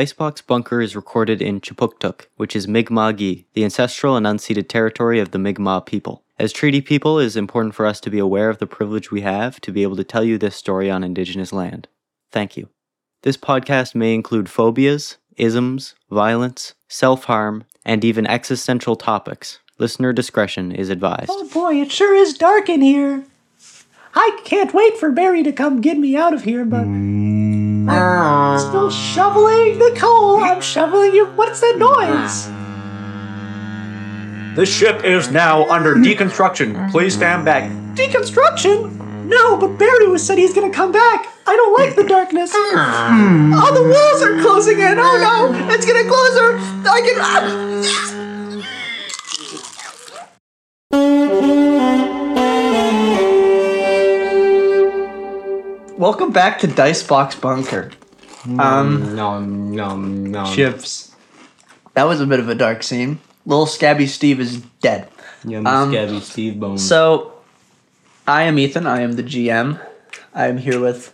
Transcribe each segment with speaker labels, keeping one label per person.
Speaker 1: Dicebox Bunker is recorded in Chipoktuk, which is Mi'kmaq, the ancestral and unceded territory of the Mi'kmaq people. As treaty people, it is important for us to be aware of the privilege we have to be able to tell you this story on Indigenous land. Thank you. This podcast may include phobias, isms, violence, self harm, and even existential topics. Listener discretion is advised.
Speaker 2: Oh boy, it sure is dark in here. I can't wait for Barry to come get me out of here, but I'm still shoveling the coal. I'm shoveling you. What's that noise?
Speaker 3: The ship is now under deconstruction. Please stand back.
Speaker 2: Deconstruction? No, but Barry was said he's gonna come back. I don't like the darkness.
Speaker 3: Hmm.
Speaker 2: Oh, the walls are closing in. Oh no, it's getting closer. I can. Ah, yes. Welcome back to Dicebox Bunker. Um,
Speaker 3: Nom nom nom.
Speaker 2: chips. That was a bit of a dark scene. Little Scabby Steve is dead.
Speaker 3: Yum,
Speaker 2: Um,
Speaker 3: scabby Steve Bones.
Speaker 2: So, I am Ethan. I am the GM. I am here with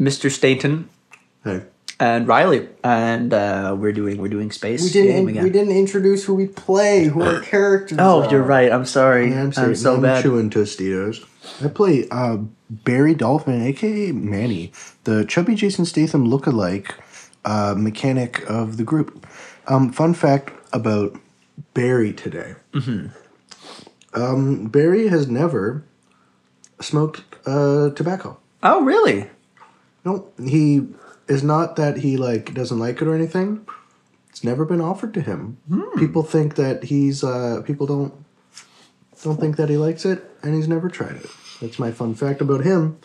Speaker 2: Mr. Stainton
Speaker 4: Hey.
Speaker 2: and Riley, and uh, we're doing we're doing space
Speaker 4: We
Speaker 2: game
Speaker 4: didn't.
Speaker 2: again.
Speaker 4: we didn't introduce who we play, who our characters.
Speaker 2: oh,
Speaker 4: are.
Speaker 2: you're right. I'm sorry.
Speaker 4: Yeah,
Speaker 2: Oh, I'm,
Speaker 4: I'm, serious.
Speaker 2: so
Speaker 4: I'm
Speaker 2: bad.
Speaker 4: chewing Tostitos. I play uh, Barry Dolphin, aka Manny, the chubby Jason Statham lookalike uh, mechanic of the group. Um, fun fact about Barry today:
Speaker 2: Mm-hmm.
Speaker 4: um, Barry has never smoked uh, tobacco.
Speaker 2: Oh, really?
Speaker 4: No, he is not that he like doesn't like it or anything. It's never been offered to him.
Speaker 1: Hmm.
Speaker 4: People think that he's uh people don't don't think that he likes it and he's never tried it. That's my fun fact about him.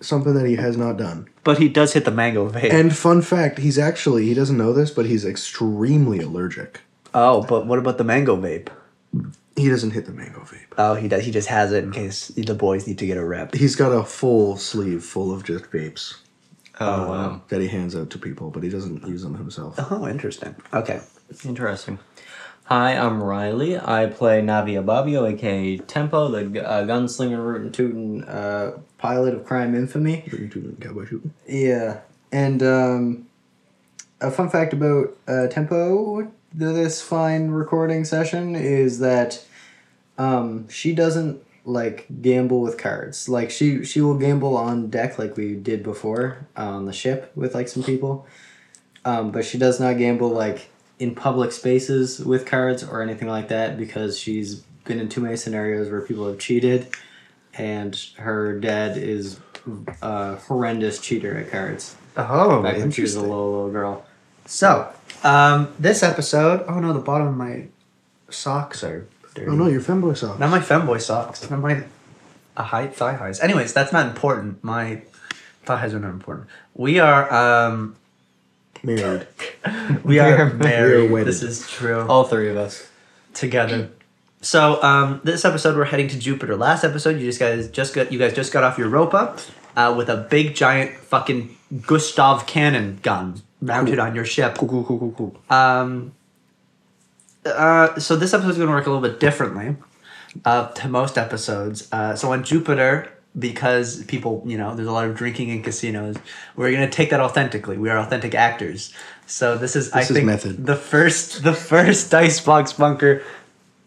Speaker 4: Something that he has not done.
Speaker 2: But he does hit the mango vape.
Speaker 4: And fun fact, he's actually he doesn't know this, but he's extremely allergic.
Speaker 2: oh, but what about the mango vape?
Speaker 4: He doesn't hit the mango vape.
Speaker 2: Oh, he does. He just has it in case the boys need to get a rep.
Speaker 4: He's got a full sleeve full of just vapes uh,
Speaker 1: Oh, wow. Uh-huh.
Speaker 4: that he hands out to people, but he doesn't use them himself.
Speaker 2: Oh, interesting. Okay.
Speaker 1: Interesting. Hi, I'm Riley. I play Navi Ababio, aka Tempo, the gu- uh, gunslinger, rootin' tootin' uh, pilot of crime infamy.
Speaker 4: Cowboy shooting.
Speaker 1: Yeah, and um, a fun fact about uh, Tempo, th- this fine recording session is that um, she doesn't like gamble with cards. Like she she will gamble on deck, like we did before uh, on the ship with like some people, um, but she does not gamble like in public spaces with cards or anything like that because she's been in too many scenarios where people have cheated and her dad is a horrendous cheater at cards.
Speaker 2: Oh,
Speaker 1: Back when she was a little little girl.
Speaker 2: So, um, this episode. Oh no, the bottom of my socks are dirty.
Speaker 4: Oh no, your femboy socks.
Speaker 2: Not my femboy socks. Not my uh, high thigh highs. Anyways, that's not important. My thigh highs are not important. We are um,
Speaker 4: Married.
Speaker 2: we are
Speaker 4: married.
Speaker 2: married. this is true.
Speaker 1: All three of us.
Speaker 2: together. So um, this episode we're heading to Jupiter. Last episode you just guys just got you guys just got off Europa uh, with a big giant fucking Gustav cannon gun mounted on your ship. Cool, cool, cool, cool, cool. Um, uh, so this episode's going to work a little bit differently uh, to most episodes. Uh, so on Jupiter. Because people, you know, there's a lot of drinking in casinos. We're gonna take that authentically. We are authentic actors. So this is, I
Speaker 4: This is
Speaker 2: think,
Speaker 4: method.
Speaker 2: the first, the first dice box bunker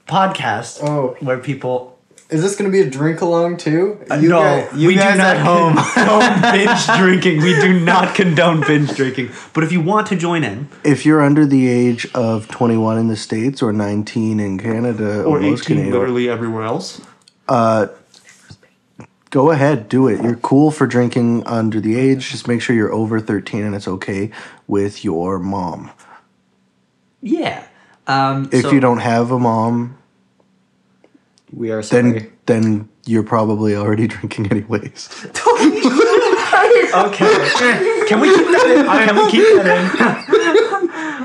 Speaker 2: podcast
Speaker 1: Oh.
Speaker 2: where people
Speaker 1: Is this gonna be a drink along too?
Speaker 2: Uh, no
Speaker 1: guy-
Speaker 2: we do not
Speaker 1: are-
Speaker 2: home home binge drinking we do not condone binge drinking but if you want to join in
Speaker 4: If you're under the age of 21 in the States or 19 in Canada or,
Speaker 3: or
Speaker 4: most
Speaker 3: 18
Speaker 4: Canadian,
Speaker 3: literally everywhere else.
Speaker 4: go ahead, do it. You're cool for drinking under the age. Just make sure you're over 13 and it's okay with your mom.
Speaker 2: yeah um
Speaker 4: If
Speaker 2: so-
Speaker 4: you don't have a mom,
Speaker 1: we are
Speaker 4: then
Speaker 1: sorry.
Speaker 4: then you're probably already drinking anyways.
Speaker 2: okay can we keep that in can we keep that in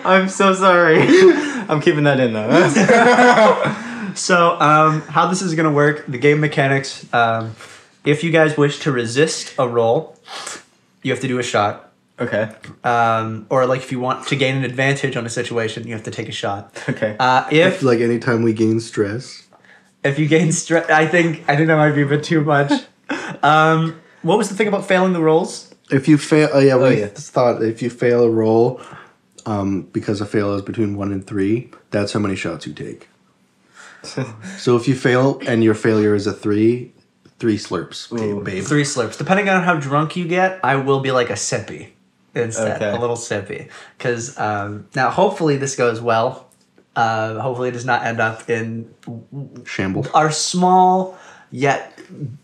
Speaker 1: I'm so sorry. I'm keeping that in though.
Speaker 2: so um how this is gonna work the game mechanics um if you guys wish to resist a roll you have to do a shot
Speaker 1: okay.
Speaker 2: um, or like if you want to gain an advantage on a situation you have to take a shot
Speaker 1: Okay.
Speaker 2: uh, if
Speaker 4: like anytime we gain stress,
Speaker 2: If you gain stress, I think I think that might be a bit too much. um, what was the thing about failing the rolls?
Speaker 4: If you fail, oh yeah, we
Speaker 1: yeah.
Speaker 4: thought if you fail a roll, um, because a fail is between one and three, that's how many shots you take. so if you fail and your failure is a three, three slurps, ba- babe.
Speaker 2: Three slurps. Depending on how drunk you get, I will be like a sippy instead,
Speaker 1: Okay.
Speaker 2: a little sippy. Because um, now, hopefully, this goes well. Uh, hopefully, it does not end up in
Speaker 4: Shamble.
Speaker 2: our small yet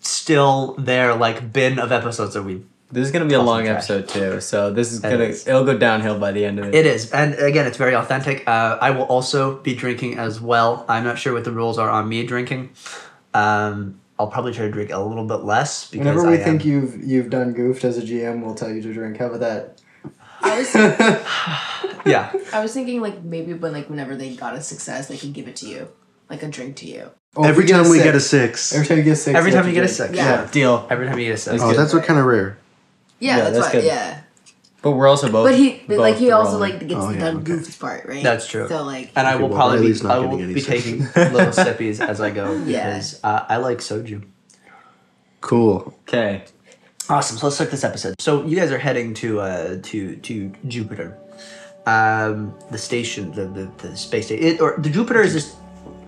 Speaker 2: still there like bin of episodes that we.
Speaker 1: This is gonna be a long
Speaker 2: trash.
Speaker 1: episode too, so this is gonna
Speaker 2: is.
Speaker 1: it'll go downhill by the end of it.
Speaker 2: It is, and again, it's very authentic. Uh, I will also be drinking as well. I'm not sure what the rules are on me drinking. Um, I'll probably try to drink a little bit less because
Speaker 1: Whenever
Speaker 2: I
Speaker 1: we
Speaker 2: am-
Speaker 1: think you've you've done goofed as a GM, we'll tell you to drink. How about that?
Speaker 5: I was
Speaker 2: yeah.
Speaker 5: I was thinking like maybe when like whenever they got a success, they could give it to you, like a drink to you.
Speaker 1: Oh, if
Speaker 4: Every time we get a
Speaker 1: six-
Speaker 4: six.
Speaker 1: every time you get six,
Speaker 2: Every time
Speaker 1: have
Speaker 2: you
Speaker 1: to
Speaker 2: get a
Speaker 1: drink.
Speaker 2: six.
Speaker 1: Yeah,
Speaker 5: Yeah.
Speaker 1: deal.
Speaker 2: Every time you get a sip.
Speaker 1: That's
Speaker 4: oh,
Speaker 1: good.
Speaker 4: that's what kind of rare.
Speaker 5: Yeah,
Speaker 1: Yeah,
Speaker 5: that's,
Speaker 1: that's
Speaker 5: why.
Speaker 1: good.
Speaker 5: Yeah,
Speaker 1: But we're also both.
Speaker 5: but he but,
Speaker 1: both
Speaker 5: like he also
Speaker 1: rolling.
Speaker 5: like gets
Speaker 4: Oh,
Speaker 5: the
Speaker 4: yeah,
Speaker 5: done
Speaker 4: okay.
Speaker 5: goofed part, right?
Speaker 2: That's true.
Speaker 5: So like
Speaker 2: and I will
Speaker 4: well,
Speaker 2: probably
Speaker 4: Riley's
Speaker 2: be,
Speaker 4: not
Speaker 2: I will
Speaker 4: getting any
Speaker 2: be
Speaker 4: sips.
Speaker 2: taking little sippies as I go
Speaker 5: Yeah.
Speaker 2: because uh, I like soju.
Speaker 4: Cool.
Speaker 1: Okay.
Speaker 2: Awesome. So let's start this episode. So you guys are heading to uh, to to Jupiter, um, the station, the the, the space station, it, or the Jupiter is this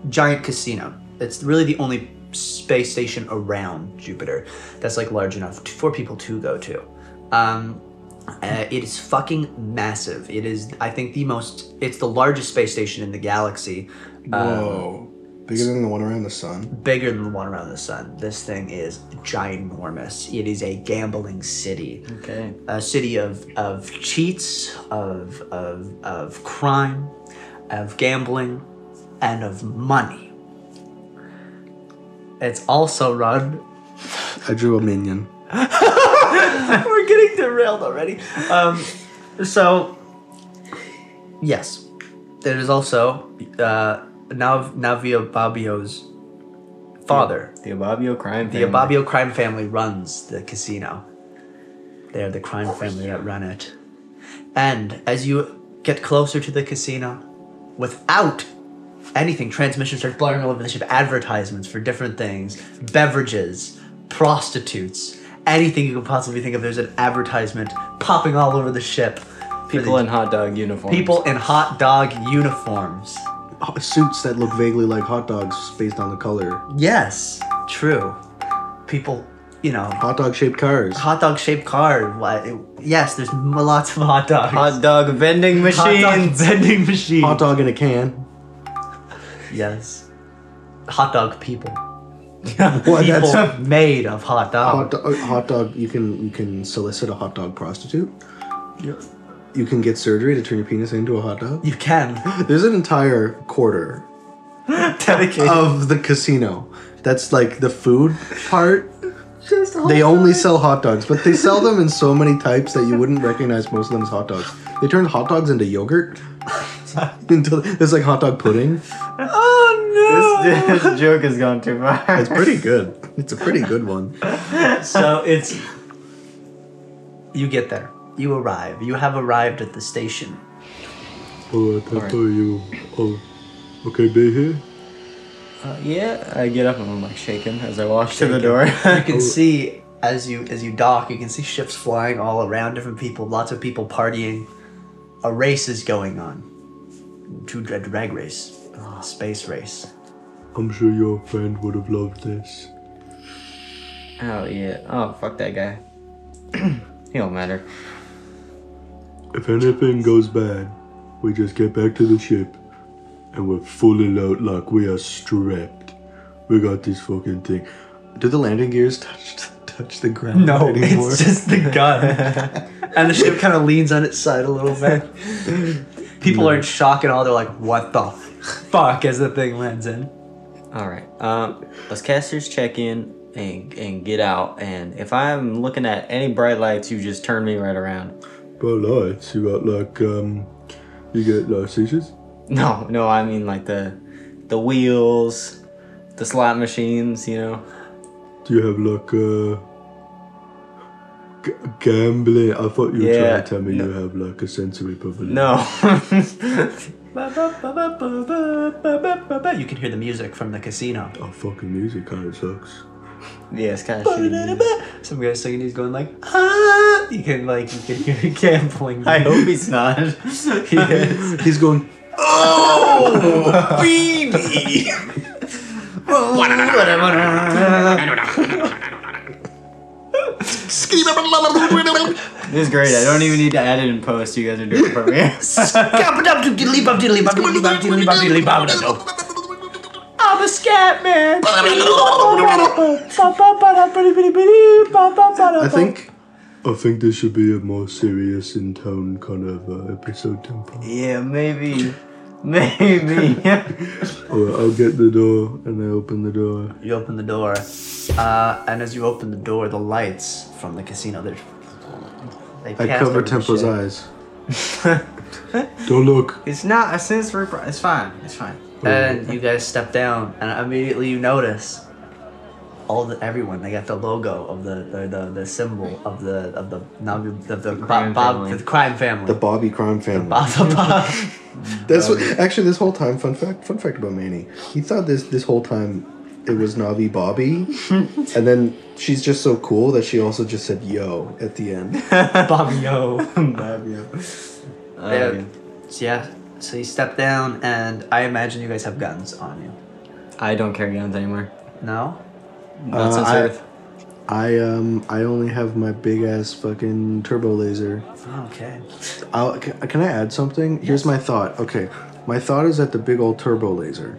Speaker 2: giant casino. It's really the only space station around Jupiter that's like large enough t- for people to go to. Um, uh, it is fucking massive. It is, I think, the most. It's the largest space station in the galaxy.
Speaker 4: Whoa. Bigger than the one around the sun.
Speaker 2: bigger than the one around the sun. This thing is ginormous. It is a gambling city,
Speaker 1: Okay.
Speaker 2: a city of of cheats, of of of crime, of gambling, and of money. It's also run.
Speaker 4: I drew a minion.
Speaker 2: We're getting derailed already. Um, so yes, there is also uh, Nav Navio Babio's father.
Speaker 1: The Ababio crime.
Speaker 2: The Ababio crime family runs the casino. They are the crime family that run it. And as you get closer to the casino, without anything, transmissions start blaring all over the ship. Advertisements for different things, beverages, prostitutes, anything you can possibly think of. There's an advertisement popping all over the ship. for
Speaker 1: People
Speaker 2: the-
Speaker 1: in hot dog uniforms.
Speaker 2: people in hot dog uniforms.
Speaker 4: Oh, suits that look vaguely like hot dogs based on the color.
Speaker 2: Yes, true. People, you know,
Speaker 4: Hot dog shaped cars.
Speaker 2: hot dog shaped car. What? Yes, there's m- lots of hot dogs.
Speaker 1: Hot dog vending
Speaker 2: Hot
Speaker 1: machines.
Speaker 2: dog vending machine.
Speaker 4: Hot dog in a can.
Speaker 2: Yes, hot dog people.
Speaker 4: Well,
Speaker 2: people
Speaker 4: that's
Speaker 2: made of hot
Speaker 4: hot
Speaker 2: dog.
Speaker 4: dog. oh, Hot dog. You can you can solicit a hot dog prostitute. You can get surgery to turn your penis into a hot dog.
Speaker 2: You can
Speaker 4: There's an entire quarter
Speaker 2: dedicate
Speaker 4: of the casino that's like the food part.
Speaker 2: just hot
Speaker 4: They only sell hot dogs, but they sell them in so many types that you wouldn't recognize most of them as hot dogs. They turned hot dogs into yogurt. Until there's like hot dog pudding.
Speaker 2: Oh no!
Speaker 1: this, this joke has gone too far.
Speaker 4: It's pretty good. It's a pretty good one.
Speaker 2: so it's you get there. You arrive. You have arrived at the station.
Speaker 4: Oh, I thought you. Oh, okay, baby.
Speaker 1: Uh, yeah, I get up and I'm like shaking as I walk to the
Speaker 2: Shaking.
Speaker 1: door.
Speaker 2: You can see as you as you dock, you can see ships flying all around, different people, lots of people partying. A race is going on. Two dread drag race. Space race.
Speaker 4: I'm sure your friend would have loved this.
Speaker 1: oh yeah. Oh fuck that guy. he don't matter.
Speaker 4: If anything goes bad, we just get back to the ship and we're fully loaded like we are strapped. We got this fucking thing. Do the landing gears touch touch the ground
Speaker 2: No,
Speaker 4: anymore?
Speaker 2: it's just the gun. and the ship kind of leans on its side a little bit. People are in shock and all. They're like, what the fuck as the thing lands in.
Speaker 1: All right. Um, let's casters check in and and get out. And if I'm looking at any bright lights, you just turn me right around.
Speaker 4: Bright lights. You got like um, you get like seizures.
Speaker 1: No, no, I mean like the the wheels, the slot machines. You know.
Speaker 4: Do you have like uh, g- gambling? I thought you were
Speaker 1: Yeah,
Speaker 4: trying to tell me you have like a sensory pavilion.
Speaker 1: No.
Speaker 2: You can hear the music from the casino.
Speaker 4: Oh fucking music kind of sucks.
Speaker 3: Yeah, it's kind of shitty. Some guy singing, he's going like, ah! You can like, you can hear it gambling.
Speaker 1: I hope he's not.
Speaker 3: Yeah.
Speaker 4: He's going.
Speaker 1: This is great. I don't even need to add it in post. You guys are doing it for me.
Speaker 3: I'm a scat man.
Speaker 4: I think
Speaker 6: I think this should be a more serious in tone kind of uh, episode tempo.
Speaker 1: yeah, maybe. Maybe.
Speaker 6: Alright, I'll get the door and I open the door.
Speaker 3: You open the door, uh, and as you open the door, the lights from the casino, they're, they
Speaker 4: I
Speaker 3: cast
Speaker 4: cover
Speaker 3: over the
Speaker 4: Tempo's
Speaker 3: ship.
Speaker 4: eyes.
Speaker 6: Don't look.
Speaker 1: it's not a sense repri- It's fine. It's fine.
Speaker 3: And you guys step down, and immediately you notice all the everyone. They got the logo of the the, the, the symbol of the of the now of the Bob,
Speaker 1: crime
Speaker 3: Bob
Speaker 1: family.
Speaker 3: the crime family.
Speaker 4: The Bobby crime family.
Speaker 3: Bob the Bob.
Speaker 4: That's what. Actually, this whole time, fun fact. Fun fact about Manny. He thought this this whole time it was Navi Bobby, and then she's just so cool that she also just said "yo" at the end.
Speaker 3: Bob Yo.
Speaker 1: Oh,
Speaker 3: Yeah.
Speaker 1: yeah.
Speaker 3: So, yeah. So you step down, and I imagine you guys have guns on you.
Speaker 1: I don't carry guns anymore.
Speaker 3: No.
Speaker 1: Not
Speaker 4: Uh,
Speaker 1: since
Speaker 4: I-
Speaker 1: Earth.
Speaker 4: I um I only have my big ass fucking turbo laser.
Speaker 3: Okay.
Speaker 4: I'll, can, can I add something? Here's my thought. Okay, my thought is that the big old turbo laser,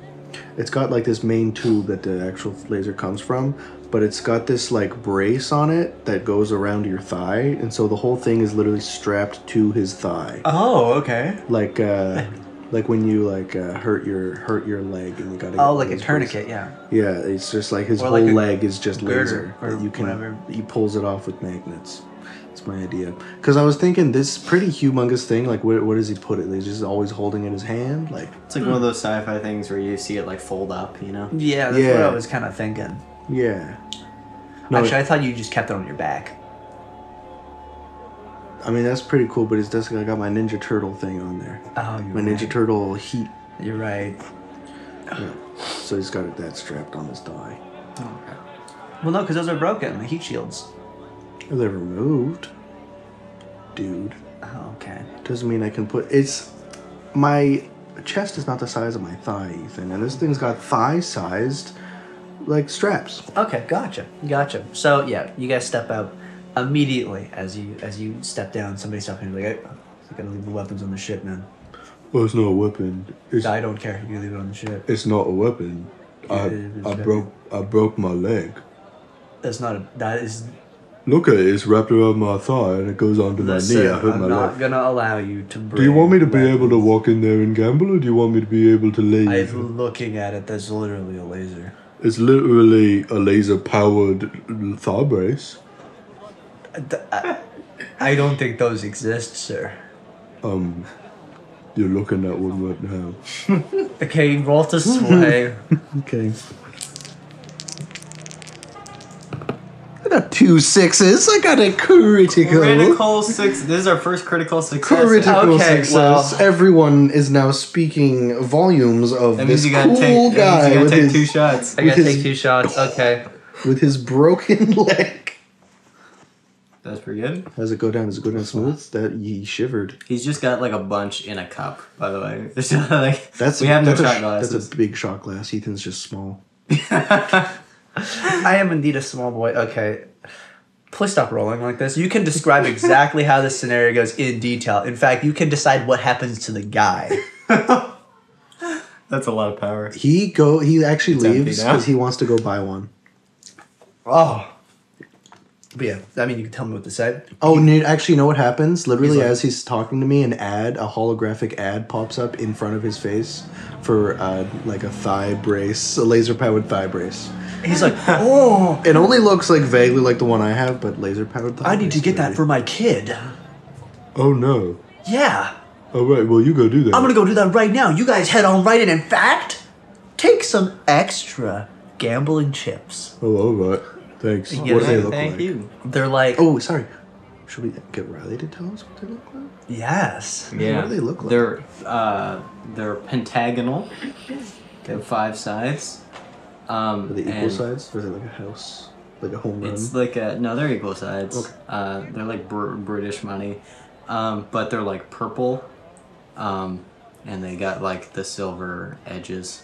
Speaker 4: it's got like this main tube that the actual laser comes from, but it's got this like brace on it that goes around your thigh, and so the whole thing is literally strapped to his thigh,
Speaker 3: Oh, okay.
Speaker 4: like uh, like when you like uh, hurt your hurt your leg and you gotta.
Speaker 3: Oh,
Speaker 4: get
Speaker 3: like a
Speaker 4: those
Speaker 3: tournicut, yeah.
Speaker 4: braces. Yeah, it's just like his
Speaker 3: Or
Speaker 4: whole
Speaker 3: like a
Speaker 4: leg is just
Speaker 3: girder
Speaker 4: laser.
Speaker 3: or
Speaker 4: that you can
Speaker 3: whatever.
Speaker 4: he pulls it off with magnets. That's my idea. Because I was thinking this pretty humongous thing. Like, where, where does he put it? He's just always holding it in his hand. Like,
Speaker 1: It's like one of those sci-fi things where you see it like fold up, you know?
Speaker 3: Yeah, that's what
Speaker 4: Yeah.
Speaker 3: I was kind of thinking.
Speaker 4: yeah. No,
Speaker 3: Actually, I thought you just kept it on your back.
Speaker 4: I mean that's pretty cool. But it's just I got my Ninja Turtle thing on there.
Speaker 3: Oh, you're
Speaker 4: My
Speaker 3: right.
Speaker 4: Ninja Turtle heat.
Speaker 3: You're right.
Speaker 4: So he's got it that strapped on his thigh.
Speaker 3: Well, no, because those are broken. The heat shields.
Speaker 4: They're removed, dude.
Speaker 3: Oh, okay.
Speaker 4: Doesn't mean I can put. It's my chest is not the size of my thigh, Ethan, and this thing's got thigh-sized like straps.
Speaker 3: Okay, gotcha, gotcha. So yeah, you guys step out immediately as you as you step down. Somebody stops you and be like, hey, "You gotta leave the weapons on the ship, man."
Speaker 6: Well, it's not a weapon. It's
Speaker 3: I don't care. You leave it on the ship.
Speaker 6: it's not a weapon. I I broke I broke my leg.
Speaker 3: That's not a. That is.
Speaker 6: Look at it. It's wrapped around my thigh and it goes under my knee.
Speaker 3: Listen,
Speaker 6: I hurt
Speaker 3: I'm
Speaker 6: my
Speaker 3: not
Speaker 6: leg.
Speaker 3: gonna allow you to.
Speaker 6: Do you want me to be able to walk in there and gamble, or do you want me to be able to leave?
Speaker 3: I'm looking at it. That's literally a laser.
Speaker 6: It's literally a laser-powered thigh brace.
Speaker 3: I don't think those exist, sir.
Speaker 6: Um, you're looking at one right now.
Speaker 3: Okay, roll to sway.
Speaker 4: Okay. I got two sixes. I got a critical.
Speaker 1: Critical six. This is our first critical success.
Speaker 4: Critical
Speaker 3: Okay,
Speaker 4: success.
Speaker 3: well-
Speaker 4: Everyone is you gotta speaking volumes of
Speaker 1: That
Speaker 4: this
Speaker 1: means you gotta
Speaker 4: cool
Speaker 1: take. That means
Speaker 4: guy
Speaker 1: you
Speaker 4: with
Speaker 1: gotta take two
Speaker 4: his,
Speaker 1: shots.
Speaker 3: I gotta
Speaker 4: With his-
Speaker 3: take two shots. Okay.
Speaker 4: with his broken leg.
Speaker 1: That's pretty good.
Speaker 4: Does it go down? Does it go down smooth? That ye shivered.
Speaker 1: He's just got like a bunch in a cup. By the way, There's not, like
Speaker 4: That's
Speaker 1: we have no
Speaker 4: that's a,
Speaker 1: shot
Speaker 4: sh-
Speaker 1: glasses.
Speaker 4: That's a big shot glass. Ethan's just small.
Speaker 3: I am indeed a small boy. Okay. Please stop rolling like this. You can describe exactly how this scenario goes in detail. In fact, you can decide what happens to the guy.
Speaker 1: That's a lot of power.
Speaker 4: He go. He actually
Speaker 1: empty
Speaker 4: leaves
Speaker 1: now.
Speaker 4: because he wants to go buy one.
Speaker 3: Oh. But yeah, I mean, you can tell me what to say.
Speaker 4: Oh, no, actually, you know what happens? Literally,
Speaker 3: He's like-
Speaker 4: as he's talking to me, an ad, a holographic ad, pops up in front of his face for uh, like a thigh brace, a laser powered thigh brace.
Speaker 3: He's like, oh,
Speaker 4: It only looks like vaguely like the one I have, but laser powered.
Speaker 3: I need to get that for my kid.
Speaker 6: Oh no!
Speaker 3: Yeah.
Speaker 6: All right. Well, you go do that.
Speaker 3: I'm gonna go do that right now. You guys head on right in. In fact, take some extra gambling chips.
Speaker 6: Oh, all right. Thanks.
Speaker 3: Yeah.
Speaker 4: What do they
Speaker 3: Thank
Speaker 4: look like?
Speaker 1: you.
Speaker 3: They're like,
Speaker 4: Oh, sorry. Should we get Riley to tell us what they look like?
Speaker 3: yes.
Speaker 1: Yeah.
Speaker 4: What do they look like?
Speaker 1: They're uh, they're pentagonal. They have five sides. Um,
Speaker 4: Are they equal
Speaker 1: and
Speaker 4: sides? Or is it like a house? Like a home run?
Speaker 1: It's like a, no, they're equal sides. Uh, they're like Br- British money, um, but they're like purple, um, and they got like the silver edges.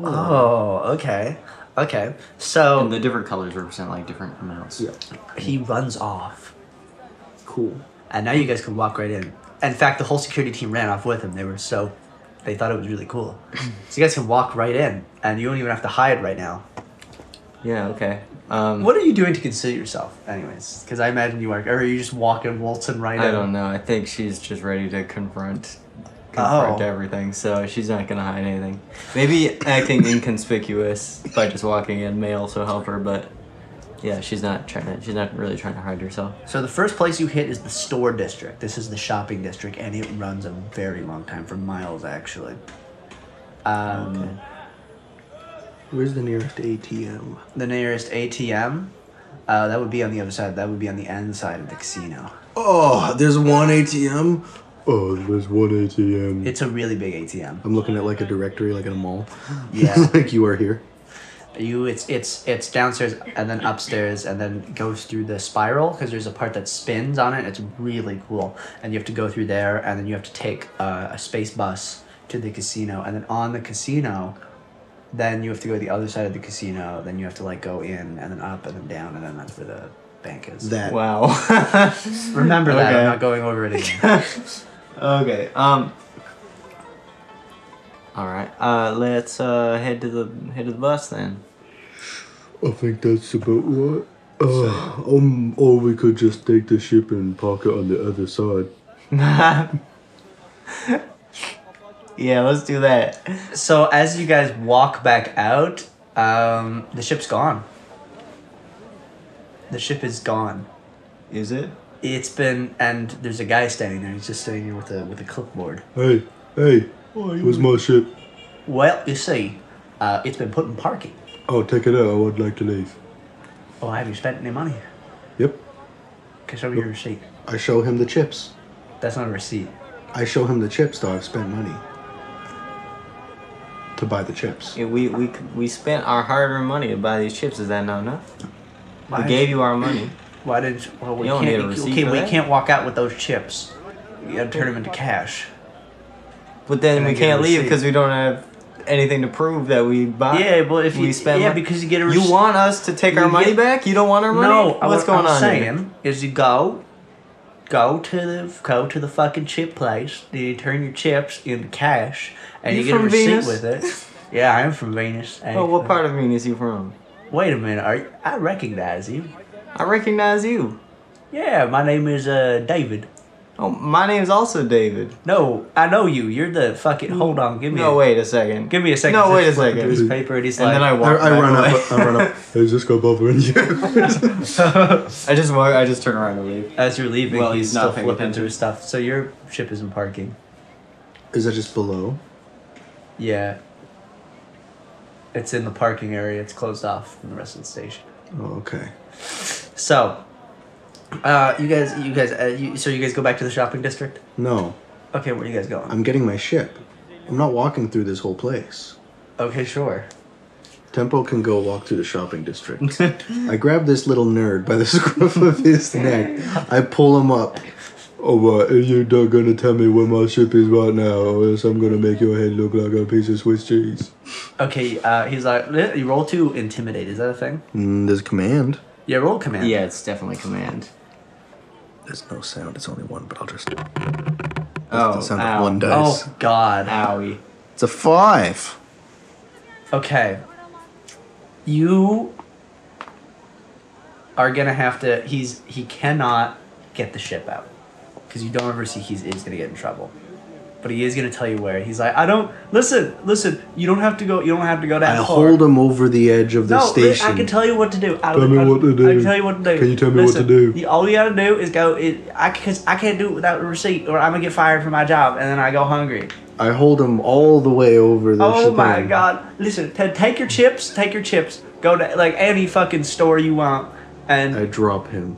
Speaker 3: Oh, okay. Okay. So
Speaker 1: And the different colors represent like different amounts.
Speaker 4: yeah.
Speaker 3: he runs off.
Speaker 4: Cool.
Speaker 3: And now you guys can walk right in. In fact, the whole security team ran off with him. They were so, they thought it was really cool. So you guys can walk right in, and you don't even have to hide right now.
Speaker 1: Yeah. Okay. Um,
Speaker 3: What are you doing to conceal yourself, anyways? Because I imagine you are, or are you just walking, waltzing right in?
Speaker 1: I don't know. I think she's just ready to confront
Speaker 3: Oh.
Speaker 1: confront everything, so she's not gonna hide anything. Maybe acting inconspicuous by just walking in may also help her, but yeah, she's not trying to. She's not really trying to hide herself.
Speaker 3: So the first place you hit is the store district. This is the shopping district, and it runs a very long time for miles, actually. Um,
Speaker 4: Where's the nearest ATM?
Speaker 3: The nearest ATM, uh, that would be on the other side. That would be on the end side of the casino.
Speaker 4: Oh, there's one ATM.
Speaker 6: Oh, there's one ATM.
Speaker 3: It's a really big ATM.
Speaker 4: I'm looking at like a directory, like in a mall.
Speaker 3: Yeah.
Speaker 4: like you are here.
Speaker 3: You, it's it's it's downstairs and then upstairs and then goes through the spiral because there's a part that spins on it. It's really cool, and you have to go through there, and then you have to take uh, a space bus to the casino, and then on the casino, then you have to go to the other side of the casino. Then you have to like go in and then up and then down, and then that's where the bank is.
Speaker 4: That.
Speaker 1: Wow.
Speaker 3: Remember that. I'm
Speaker 1: Okay.
Speaker 3: not going over it again.
Speaker 1: okay. Um. All right. Uh, let's uh, head to the head to the bus then.
Speaker 6: I think that's about what. Uh, um, or we could just take the ship and park it on the other side.
Speaker 1: Yeah, let's do that.
Speaker 3: so as you guys walk back out, um, the ship's gone. The ship is gone.
Speaker 1: Is it?
Speaker 3: It's been and there's a guy standing there. He's just standing there with a with a clipboard.
Speaker 6: Hey, hey, where's my ship?
Speaker 3: Well, you see, uh, it's been put in parking.
Speaker 6: Oh, take it out. I would like to leave.
Speaker 3: Oh, have you spent any money?
Speaker 6: Yep.
Speaker 3: Can show me your receipt.
Speaker 4: I show him the chips.
Speaker 3: That's not a receipt.
Speaker 4: I show him the chips, though. I've spent money to buy the chips.
Speaker 1: Yeah, we we we spent our hard-earned money to buy these chips. Is that not enough?
Speaker 3: Why
Speaker 1: We gave you our money.
Speaker 3: Why did? Well, we
Speaker 1: You don't
Speaker 3: can't.
Speaker 1: need a
Speaker 3: we-
Speaker 1: receipt
Speaker 3: okay,
Speaker 1: for
Speaker 3: we
Speaker 1: that?
Speaker 3: can't walk out with those chips. You gotta turn them into cash.
Speaker 1: But then
Speaker 3: And
Speaker 1: we
Speaker 3: I get a
Speaker 1: can't leave
Speaker 3: receipt.
Speaker 1: because we don't have anything to prove that we bought.
Speaker 3: Yeah, but if
Speaker 1: we
Speaker 3: you-
Speaker 1: spend,
Speaker 3: yeah,
Speaker 1: mon-
Speaker 3: because you get a
Speaker 1: You
Speaker 3: rece-
Speaker 1: want us to take our
Speaker 3: you
Speaker 1: money
Speaker 3: get-
Speaker 1: back? You don't want our money?
Speaker 3: No, I-
Speaker 1: what's
Speaker 3: what
Speaker 1: going
Speaker 3: I'm
Speaker 1: on
Speaker 3: saying
Speaker 1: here?
Speaker 3: is you go, go to the go to the fucking chip place. Then you turn your chips into cash, and you,
Speaker 1: You
Speaker 3: get a
Speaker 1: from
Speaker 3: receipt
Speaker 1: Venus?
Speaker 3: with it. Yeah, I'm from Venus.
Speaker 1: Oh, what
Speaker 3: actually.
Speaker 1: part of Venus you from?
Speaker 3: Wait a minute, are you, I recognize you.
Speaker 1: I recognize you.
Speaker 3: Yeah, my name is uh David.
Speaker 1: Oh, my name's also David.
Speaker 3: No, I know you. You're the fucking. Hold on, give me.
Speaker 1: No,
Speaker 3: a,
Speaker 1: wait a second.
Speaker 3: Give me a second.
Speaker 1: No,
Speaker 3: to
Speaker 1: wait a
Speaker 3: flip
Speaker 1: second.
Speaker 3: Through his paper, and he's
Speaker 1: and
Speaker 3: like,
Speaker 1: then I walk.
Speaker 4: I, I
Speaker 1: back
Speaker 4: run
Speaker 1: away.
Speaker 6: Uh,
Speaker 4: up. I run up.
Speaker 6: Is this guy bothering you?
Speaker 1: I just walk. I just turn around and leave.
Speaker 3: as you're leaving,
Speaker 1: Well,
Speaker 3: he's,
Speaker 1: he's not
Speaker 3: still
Speaker 1: paying
Speaker 3: flipping
Speaker 1: attention.
Speaker 3: through his stuff. So your ship isn't parking.
Speaker 4: Is that just below?
Speaker 3: Yeah. It's in the parking area. It's closed off from the rest of the station.
Speaker 4: Oh, okay.
Speaker 3: So, uh, you guys, you guys, uh, you, so you guys go back to the shopping district.
Speaker 4: No,
Speaker 3: Okay, where are you guys going?
Speaker 4: I'm getting my ship. I'm not walking through this whole place.
Speaker 3: okay, sure.
Speaker 4: Tempo can go walk through the shopping district. I grab this little nerd by the scruff of his neck. I pull him up.
Speaker 6: oh, what? If you're not gonna tell me where my ship is right now, or else I'm gonna make your head look like a piece of Swiss cheese.
Speaker 3: Okay, uh, he's like, "Eh, you roll to intimidate. Is that a thing?
Speaker 4: Mm, there's a command.
Speaker 3: Yeah, roll command.
Speaker 1: Yeah, it's definitely command.
Speaker 4: There's no sound. It's only one, but I'll just.
Speaker 1: Oh,
Speaker 4: the sound
Speaker 1: ow.
Speaker 4: of one dice.
Speaker 3: Oh God.
Speaker 1: Owie.
Speaker 4: It's a five.
Speaker 3: Okay. You are gonna have to. He's he cannot get the ship out because you don't ever see he's is gonna get in trouble. But he is gonna tell you where. He's like, I don't listen, listen. You don't have to go. You don't have to go
Speaker 4: I
Speaker 3: that far.
Speaker 4: hold him over the edge of the
Speaker 3: no, li-
Speaker 4: station.
Speaker 3: I can tell you what to do. I,
Speaker 6: Tell me
Speaker 3: I-
Speaker 6: what to do.
Speaker 3: I can tell you what to do.
Speaker 6: Can you tell me what to
Speaker 3: Listen,
Speaker 6: do?
Speaker 3: You, all you gotta do is go. It, I because I can't do it without a receipt, or I'm gonna get fired from my job, and then I go hungry.
Speaker 4: I hold him all the way over the.
Speaker 3: Oh my
Speaker 4: shebang.
Speaker 3: god! Listen, t- take your chips, take your chips. Go to like any fucking store you want,
Speaker 4: I
Speaker 3: and
Speaker 4: drop him.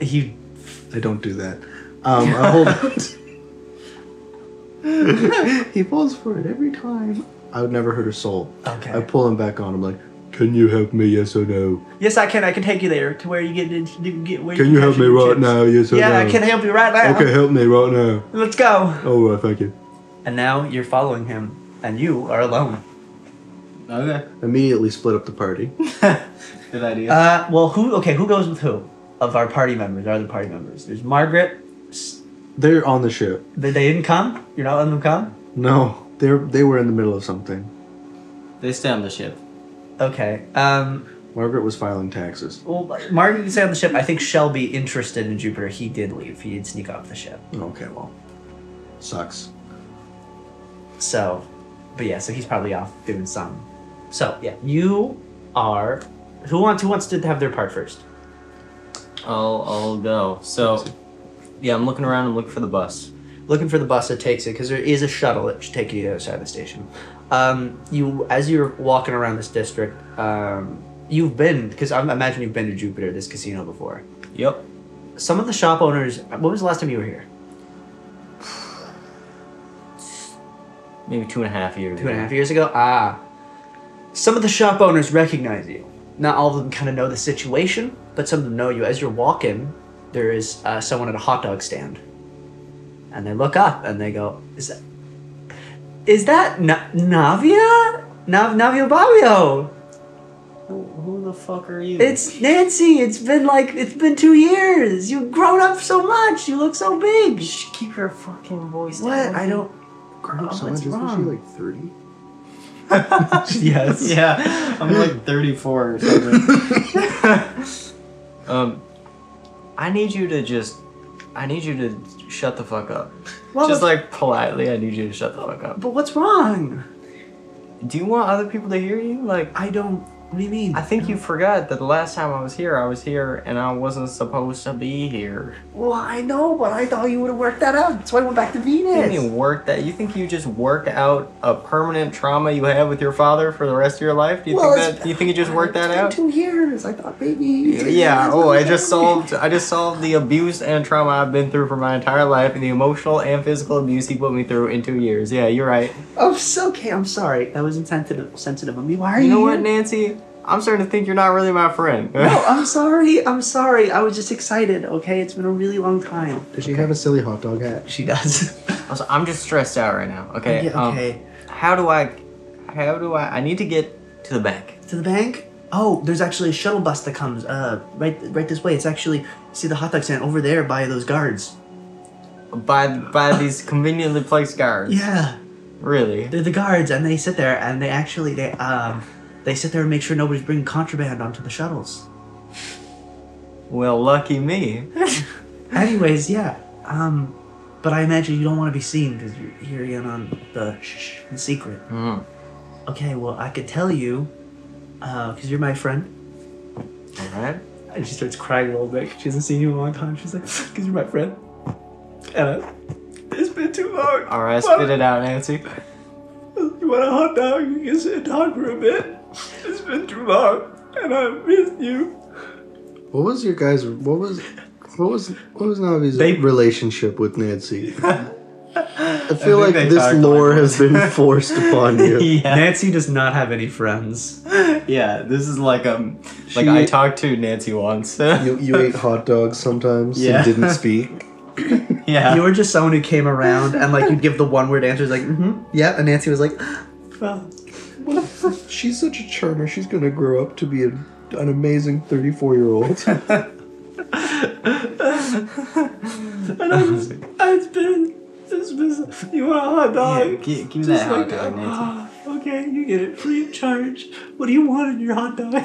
Speaker 3: he.
Speaker 4: I don't do that. Um, I hold. he falls for it every time. I've never heard her soul.
Speaker 3: Okay.
Speaker 4: I pull him back on. I'm like,
Speaker 6: Can you help me? Yes or no?
Speaker 3: Yes, I can. I can take you there to where you get. get where
Speaker 6: Can you help
Speaker 3: catch
Speaker 6: me
Speaker 3: your
Speaker 6: right
Speaker 3: chips.
Speaker 6: now? Yes or
Speaker 3: Yeah,
Speaker 6: no?
Speaker 3: I can help you right now.
Speaker 6: Okay, help me right now.
Speaker 3: Let's go.
Speaker 6: All right, thank you.
Speaker 3: And now you're following him, and you are alone.
Speaker 7: Okay,
Speaker 4: immediately split up the party.
Speaker 7: good idea.
Speaker 3: Uh, well, who? Okay, who goes with who of our party members? Our other party members. There's Margaret. S-
Speaker 4: They're on the ship.
Speaker 3: They they didn't come. You're not letting them come.
Speaker 4: No, they're they were in the middle of something.
Speaker 1: They stay on the ship.
Speaker 3: Okay. Um.
Speaker 4: Margaret was filing taxes.
Speaker 3: Well, Margaret didn't stay on the ship. I think Shelby interested in Jupiter. He did leave. He did sneak off the ship.
Speaker 4: Okay, well, sucks.
Speaker 3: So, but yeah. So he's probably off doing some. So yeah, you are. Who wants? Who wants to have their part first?
Speaker 1: I'll I'll go. So, yeah, I'm looking around. I'm looking for the bus.
Speaker 3: looking for the bus that takes it because there is a shuttle that should take you to the other side of the station. Um, you, as you're walking around this district, um, you've been because I imagine you've been to Jupiter, this casino before.
Speaker 1: Yep.
Speaker 3: Some of the shop owners. When was the last time you were here?
Speaker 1: Maybe two and a half years.
Speaker 3: Two and a half years ago. Ah, some of the shop owners recognize you. Not all of them kind of know the situation, but some of them know you. As you're walking, there is uh, someone at a hot dog stand, and they look up and they go, "Is that is that Na- Navia? Nav Navia Babio?
Speaker 1: Who, who the fuck are you?
Speaker 3: It's Nancy. It's been like it's been two years. You've grown up so much. You look so big.
Speaker 1: Shh, keep your fucking voice
Speaker 3: What? I don't.
Speaker 4: Grown up
Speaker 3: Oh,
Speaker 4: so
Speaker 3: what's
Speaker 4: much. Isn't she
Speaker 3: wrong?
Speaker 4: like thirty?
Speaker 3: Yes.
Speaker 7: yeah, I'm like 34 or something.
Speaker 1: Um, I need you to just. I need you to shut the fuck up.
Speaker 3: Well,
Speaker 1: just
Speaker 3: but-
Speaker 1: like politely, I need you to shut the fuck up.
Speaker 3: But what's wrong?
Speaker 1: Do you want other people to hear you? Like,
Speaker 3: I don't. What do you mean?
Speaker 1: I think you forgot that the last time I was here, I was here and I wasn't supposed to be here.
Speaker 3: Well, I know, but I thought you would have worked that out. That's why I went back to
Speaker 1: You
Speaker 3: Venus.
Speaker 1: didn't even work that. You think you just work out a permanent trauma you have with your father for the rest of your life? Do you
Speaker 3: Well,
Speaker 1: think that? You think you just worked that out?
Speaker 3: Two years. I thought maybe.
Speaker 1: Yeah. Oh, I just solved. I just solved the abuse and trauma I've been through for my entire life, and the emotional and physical abuse he put me through in two years. Yeah, you're right.
Speaker 3: Oh, so, okay. I'm sorry. That was insensitive. Sensitive of me. Why are
Speaker 1: You
Speaker 3: you?
Speaker 1: know what,
Speaker 3: here?
Speaker 1: Nancy? I'm starting to think you're not really my friend.
Speaker 3: Mm-hmm. No, I'm sorry. I'm sorry. I was just excited. Okay, it's been a really long time.
Speaker 4: Does she have a silly hot dog hat?
Speaker 3: She does.
Speaker 1: Also, I'm just stressed out right now. Okay.
Speaker 3: Yeah,
Speaker 1: um,
Speaker 3: okay.
Speaker 1: how do I? How do I? I need to get to the bank.
Speaker 3: to the bank. Oh, there's actually a shuttle bus that comes uh right right this way. It's actually see the hot dog stand over there by those guards.
Speaker 1: by by these conveniently placed guards.
Speaker 3: Yeah.
Speaker 1: Really?
Speaker 3: They're the guards, and they sit there, and they actually they um they sit there and make sure nobody's bringing contraband onto the shuttles.
Speaker 1: Well, lucky me.
Speaker 3: Anyways, yeah. Um, but I imagine you don't want to be seen because you're here in on the shh in secret.
Speaker 1: Mm.
Speaker 3: Okay, well I could tell you, uh, because you're my friend.
Speaker 1: All right.
Speaker 3: And she starts crying a little bit. 'cause She hasn't seen you in a long time. She's like, because you're my friend. And I, it's been too long.
Speaker 1: All right. Spit it out, Nancy.
Speaker 3: You want a hot dog? You can sit down for a bit. It's been too long, and I miss you.
Speaker 4: What was your guys? What was? What was what was Navi's
Speaker 3: They-
Speaker 4: relationship with Nancy? I feel like
Speaker 7: they
Speaker 4: this
Speaker 7: talked
Speaker 4: lore
Speaker 7: like
Speaker 4: has been forced upon you.
Speaker 1: Yeah.
Speaker 3: Nancy does not have any friends.
Speaker 1: Yeah. This is like um, like
Speaker 4: She-
Speaker 1: I talked to Nancy once.
Speaker 4: You, you ate hot dogs sometimes
Speaker 1: Yeah.
Speaker 4: and didn't speak.
Speaker 1: yeah.
Speaker 3: You were just someone who came around and like you'd give the one word answers like, mm-hmm, yeah, and Nancy was like, "Ah,
Speaker 4: She's such a charmer. She's gonna grow up to be a, an amazing thirty-four year old.
Speaker 3: it's been, it's been, you want a hot dog?
Speaker 1: Yeah, gi- give me that hot dog, Nancy.
Speaker 3: okay, you get it free of charge. What do you want in your hot dog?
Speaker 1: I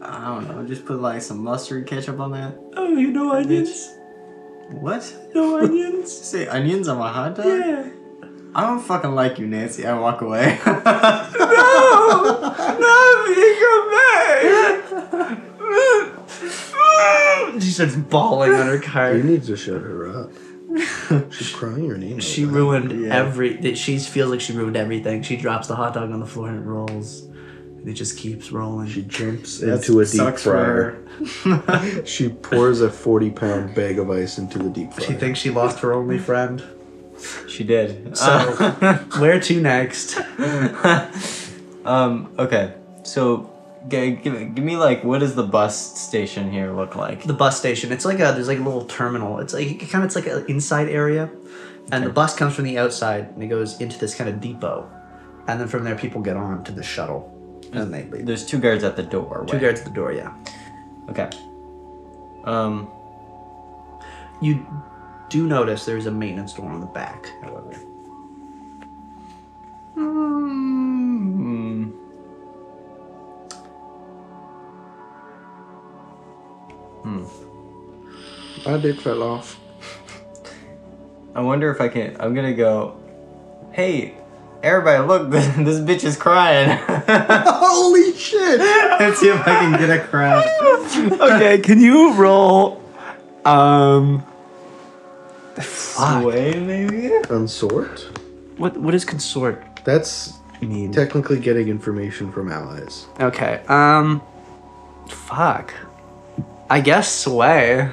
Speaker 1: don't know. Just put like some mustard ketchup on that.
Speaker 3: oh, you know onions?
Speaker 1: What?
Speaker 3: No onions?
Speaker 1: Say onions on my hot dog?
Speaker 3: Yeah.
Speaker 1: I don't fucking like you, Nancy. I walk away. no!
Speaker 3: She starts bawling on her
Speaker 4: you
Speaker 3: card.
Speaker 4: need to shut her up. She's crying her name.
Speaker 3: She
Speaker 4: out.
Speaker 3: ruined every. that She feels like she ruined everything. She drops the hot dog on the floor and it rolls. And it just keeps rolling.
Speaker 4: She jumps into a deep
Speaker 1: sucks for
Speaker 4: fryer. She pours a forty-pound bag of ice into the deep fryer.
Speaker 3: she thinks she lost her only friend.
Speaker 1: She did.
Speaker 3: So, where to next?
Speaker 1: um. Okay. So, g- give, give me like, what does the bus station here look like?
Speaker 3: The bus station. It's like a there's like a little terminal. It's like kind of it's like an inside area, and the bus comes from the outside and it goes into this kind of depot, and then from there people get on to the shuttle, and they leave.
Speaker 1: There's two guards at the door.
Speaker 3: Two
Speaker 1: right?
Speaker 3: guards at the door. Yeah.
Speaker 1: Okay. Um.
Speaker 3: You do notice there's a maintenance door on the back, however.
Speaker 1: hmm.
Speaker 4: My dick fell off.
Speaker 1: I wonder if I can. I'm gonna go. Hey, everybody, look! This, this bitch is crying.
Speaker 4: Holy shit!
Speaker 7: Let's see if I can get a crowd.
Speaker 3: okay, can you roll? Um,
Speaker 1: Sway, maybe.
Speaker 4: Unsort?
Speaker 3: what what is consort
Speaker 4: That's
Speaker 3: mean?
Speaker 4: technically getting information from allies.
Speaker 3: Okay. Um, fuck. I guess sway.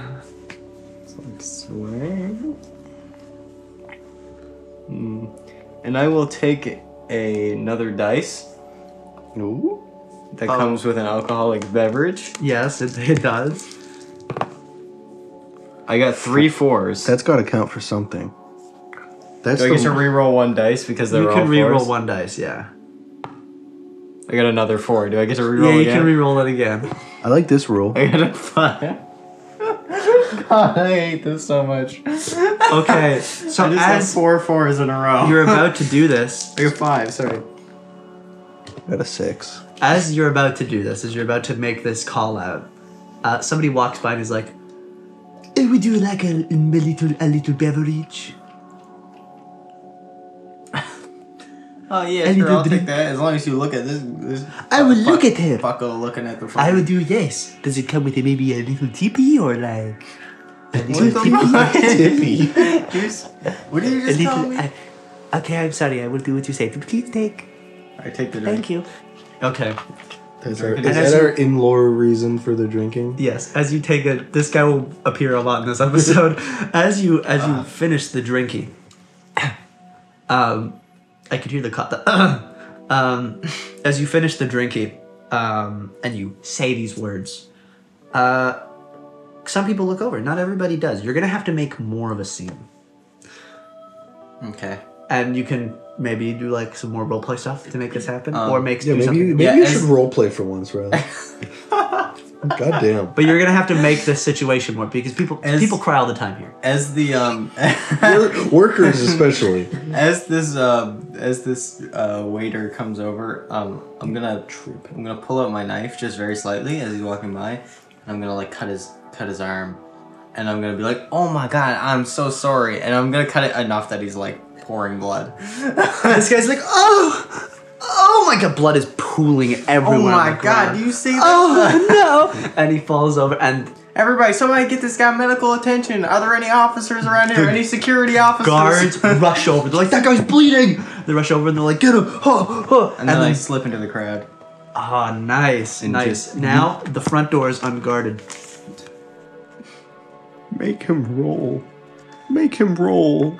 Speaker 1: Sway. Hmm. And I will take a, another dice
Speaker 4: Ooh.
Speaker 1: that
Speaker 3: Oh.
Speaker 1: comes with an alcoholic beverage.
Speaker 3: Yes, it, it does.
Speaker 1: I got three fours.
Speaker 4: That's gotta count for something. That's
Speaker 1: Do I
Speaker 4: the
Speaker 1: get to re-roll one dice because they're
Speaker 3: you
Speaker 1: all
Speaker 3: can re-roll
Speaker 1: fours?
Speaker 3: one dice. Yeah.
Speaker 1: I got another four. Do I get to
Speaker 3: Yeah,
Speaker 1: re-roll
Speaker 3: you
Speaker 1: again?
Speaker 3: can re-roll it again.
Speaker 4: I like this rule.
Speaker 1: I got a five. God, I hate this so much.
Speaker 3: Okay. So
Speaker 7: I just had
Speaker 3: as
Speaker 7: four fours in a row.
Speaker 3: you're about to do this,
Speaker 7: I got five, sorry.
Speaker 4: I got a six.
Speaker 3: as you're about to do this, as you're about to make this call out, uh, somebody walks by and is like, "Eh, "Would you like a, a little a little beverage?"
Speaker 1: Oh yeah,
Speaker 3: And you
Speaker 1: sure,
Speaker 3: do
Speaker 1: I'll
Speaker 3: the-
Speaker 1: take
Speaker 7: Take that, as long as you look at this. this
Speaker 3: I will look at him.
Speaker 7: Fucko looking at the
Speaker 3: I
Speaker 7: fucking
Speaker 3: would do yes. Does it come with a, maybe a little tippy or like a little
Speaker 1: that.
Speaker 4: Tippy.
Speaker 7: What did you
Speaker 3: a
Speaker 7: just tell
Speaker 3: little-
Speaker 7: me?
Speaker 3: I- okay, I'm sorry. I will do what you say. Please take.
Speaker 7: I take the drink.
Speaker 3: Thank you. Okay.
Speaker 4: Is, our,
Speaker 7: And
Speaker 4: is
Speaker 3: as
Speaker 4: that our in lore reason for the drinking?
Speaker 3: Yes. As you take it, this guy will appear a lot in this episode. as you as
Speaker 7: Uh.
Speaker 3: you finish the drinking, um, I could hear the cut. The um, as you finish the drinking, um, and you say these words, uh, some people look over. Not everybody does. You're gonna have to make more of a scene.
Speaker 7: Okay.
Speaker 3: and you can maybe do like some more roleplay stuff to make this happen, or make
Speaker 4: Yeah,
Speaker 3: do
Speaker 4: maybe
Speaker 3: something.
Speaker 4: you, maybe
Speaker 7: Um, Yeah,
Speaker 4: you
Speaker 7: as-
Speaker 4: should role play for once, rather. God damn.
Speaker 3: But you're gonna have to make this situation work because people
Speaker 7: As-
Speaker 3: people cry all the time here.
Speaker 7: As the um
Speaker 4: Wor- Workers especially.
Speaker 7: as this um as this uh, waiter comes over, um I'm gonna trip. I'm gonna pull out my knife just very slightly as he's walking by, and I'm gonna like cut his cut his arm, and I'm gonna be like, oh my god, I'm so sorry, and I'm gonna cut it enough that he's like pouring blood.
Speaker 3: this guy's like, oh, oh my god, blood is pooling everywhere.
Speaker 7: Oh
Speaker 3: on
Speaker 7: my
Speaker 3: the
Speaker 7: god,
Speaker 3: ground."
Speaker 7: do you see that?
Speaker 3: Oh no! and he falls over, and
Speaker 7: Everybody, somebody get this guy medical attention. Are there any officers around here? Any security officers?
Speaker 3: guards rush over. They're like, that guy's bleeding. They rush over and they're like, get him! Oh, oh.
Speaker 7: and then I slip into the crowd.
Speaker 3: Ah, nice, nice.
Speaker 7: just-
Speaker 3: now the front door is unguarded.
Speaker 6: Make him roll. Make him roll.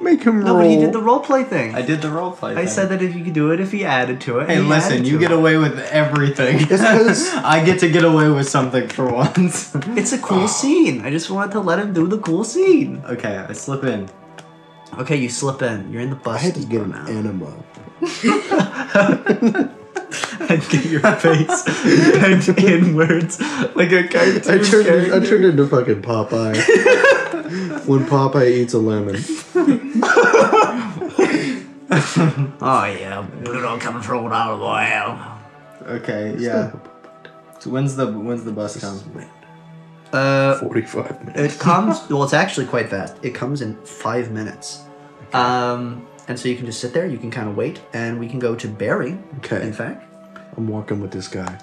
Speaker 6: Make him
Speaker 3: No,
Speaker 6: roll.
Speaker 3: but he did the roleplay thing.
Speaker 7: I did the role play.
Speaker 3: I
Speaker 7: thing.
Speaker 3: said that if you could do it, if he added to it.
Speaker 7: Hey,
Speaker 3: and he
Speaker 7: listen,
Speaker 3: added to
Speaker 7: you
Speaker 3: it.
Speaker 7: get away with everything.
Speaker 4: 'cause-
Speaker 7: I get to get away with something for once.
Speaker 3: It's a cool scene. I just wanted to let him do the cool scene.
Speaker 7: okay, I slip in.
Speaker 3: Okay, you slip in. You're in the bus.
Speaker 4: I had to get an
Speaker 3: now.
Speaker 4: enema.
Speaker 3: and get your face bent inwards like a cartoon
Speaker 4: I turned, I
Speaker 3: character.
Speaker 4: turned into fucking Popeye. when Popeye eats a lemon.
Speaker 3: Oh yeah, brutal control out of oil.
Speaker 7: Okay, yeah. So when's the when's the bus come?
Speaker 3: Uh,
Speaker 4: 45 minutes.
Speaker 3: it comes. Well, it's actually quite fast. It comes in five minutes. Um, and so you can just sit there. You can kind of wait, and we can go to Barry.
Speaker 4: Okay.
Speaker 3: In fact,
Speaker 4: I'm walking with this guy.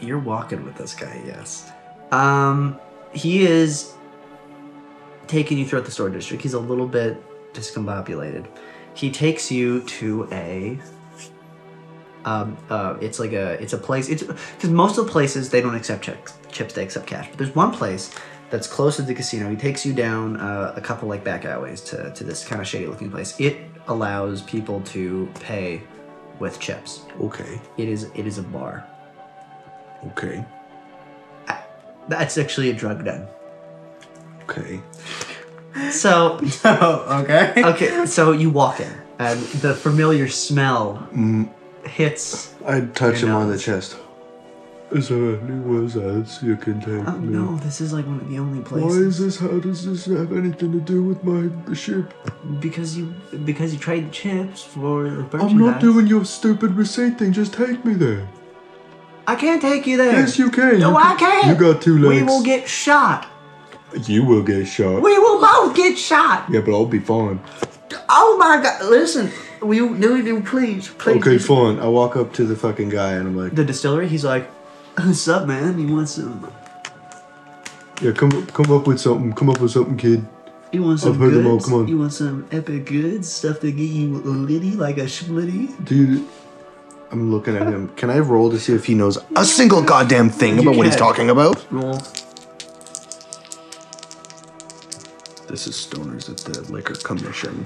Speaker 3: You're walking with this guy, yes. Um, he is taking you throughout the store district. He's a little bit discombobulated. He takes you to a. Um, uh, it's like a it's a place it's because most of the places they don't accept checks, chips they accept cash but there's one place that's close to the casino. He takes you down uh, a couple like back alleyways to, to this kind of shady looking place. It allows people to pay with chips.
Speaker 4: Okay.
Speaker 3: It is it is a bar.
Speaker 4: Okay.
Speaker 3: That's actually a drug den.
Speaker 4: Okay.
Speaker 3: So
Speaker 7: Oh, okay.
Speaker 3: okay, so you walk in and the familiar smell hits.
Speaker 4: I'd touch
Speaker 3: Your
Speaker 4: him on the
Speaker 3: nose.
Speaker 4: chest.
Speaker 6: Is there anywhere else you can take
Speaker 3: Oh
Speaker 6: me?
Speaker 7: Mm.
Speaker 3: no, this is like one of the only
Speaker 6: Why
Speaker 3: places
Speaker 6: is this? How does this have anything to do with my ship?
Speaker 3: because you because you trade chips for the merchandise.
Speaker 6: I'm not doing your stupid receipt thing. Just take me there.
Speaker 3: I can't take you there.
Speaker 6: Yes, you can.
Speaker 3: No,
Speaker 6: you
Speaker 3: I
Speaker 6: can-
Speaker 3: can't.
Speaker 6: You got two
Speaker 3: We
Speaker 6: legs.
Speaker 3: will get shot.
Speaker 6: you will get shot.
Speaker 3: We will both get shot.
Speaker 6: Yeah, but I'll be fine.
Speaker 3: Oh my god! Listen, we do do please, please.
Speaker 4: Okay, fine. I walk up to the fucking guy and I'm like,
Speaker 3: The distillery. He's like, "What's up, man? You want some?
Speaker 6: Yeah, come come up with something. Come up with something, kid.
Speaker 3: You want some
Speaker 6: I've heard
Speaker 3: goods?
Speaker 6: them all, come on."
Speaker 3: You want some epic goods? Stuff to get you a litty like a splitty?
Speaker 6: Do you?
Speaker 4: I'm looking at him. Can I roll to see if he knows a single goddamn thing about what he's
Speaker 3: can.
Speaker 4: talking about?
Speaker 3: Roll.
Speaker 4: This is stoners at the liquor commission,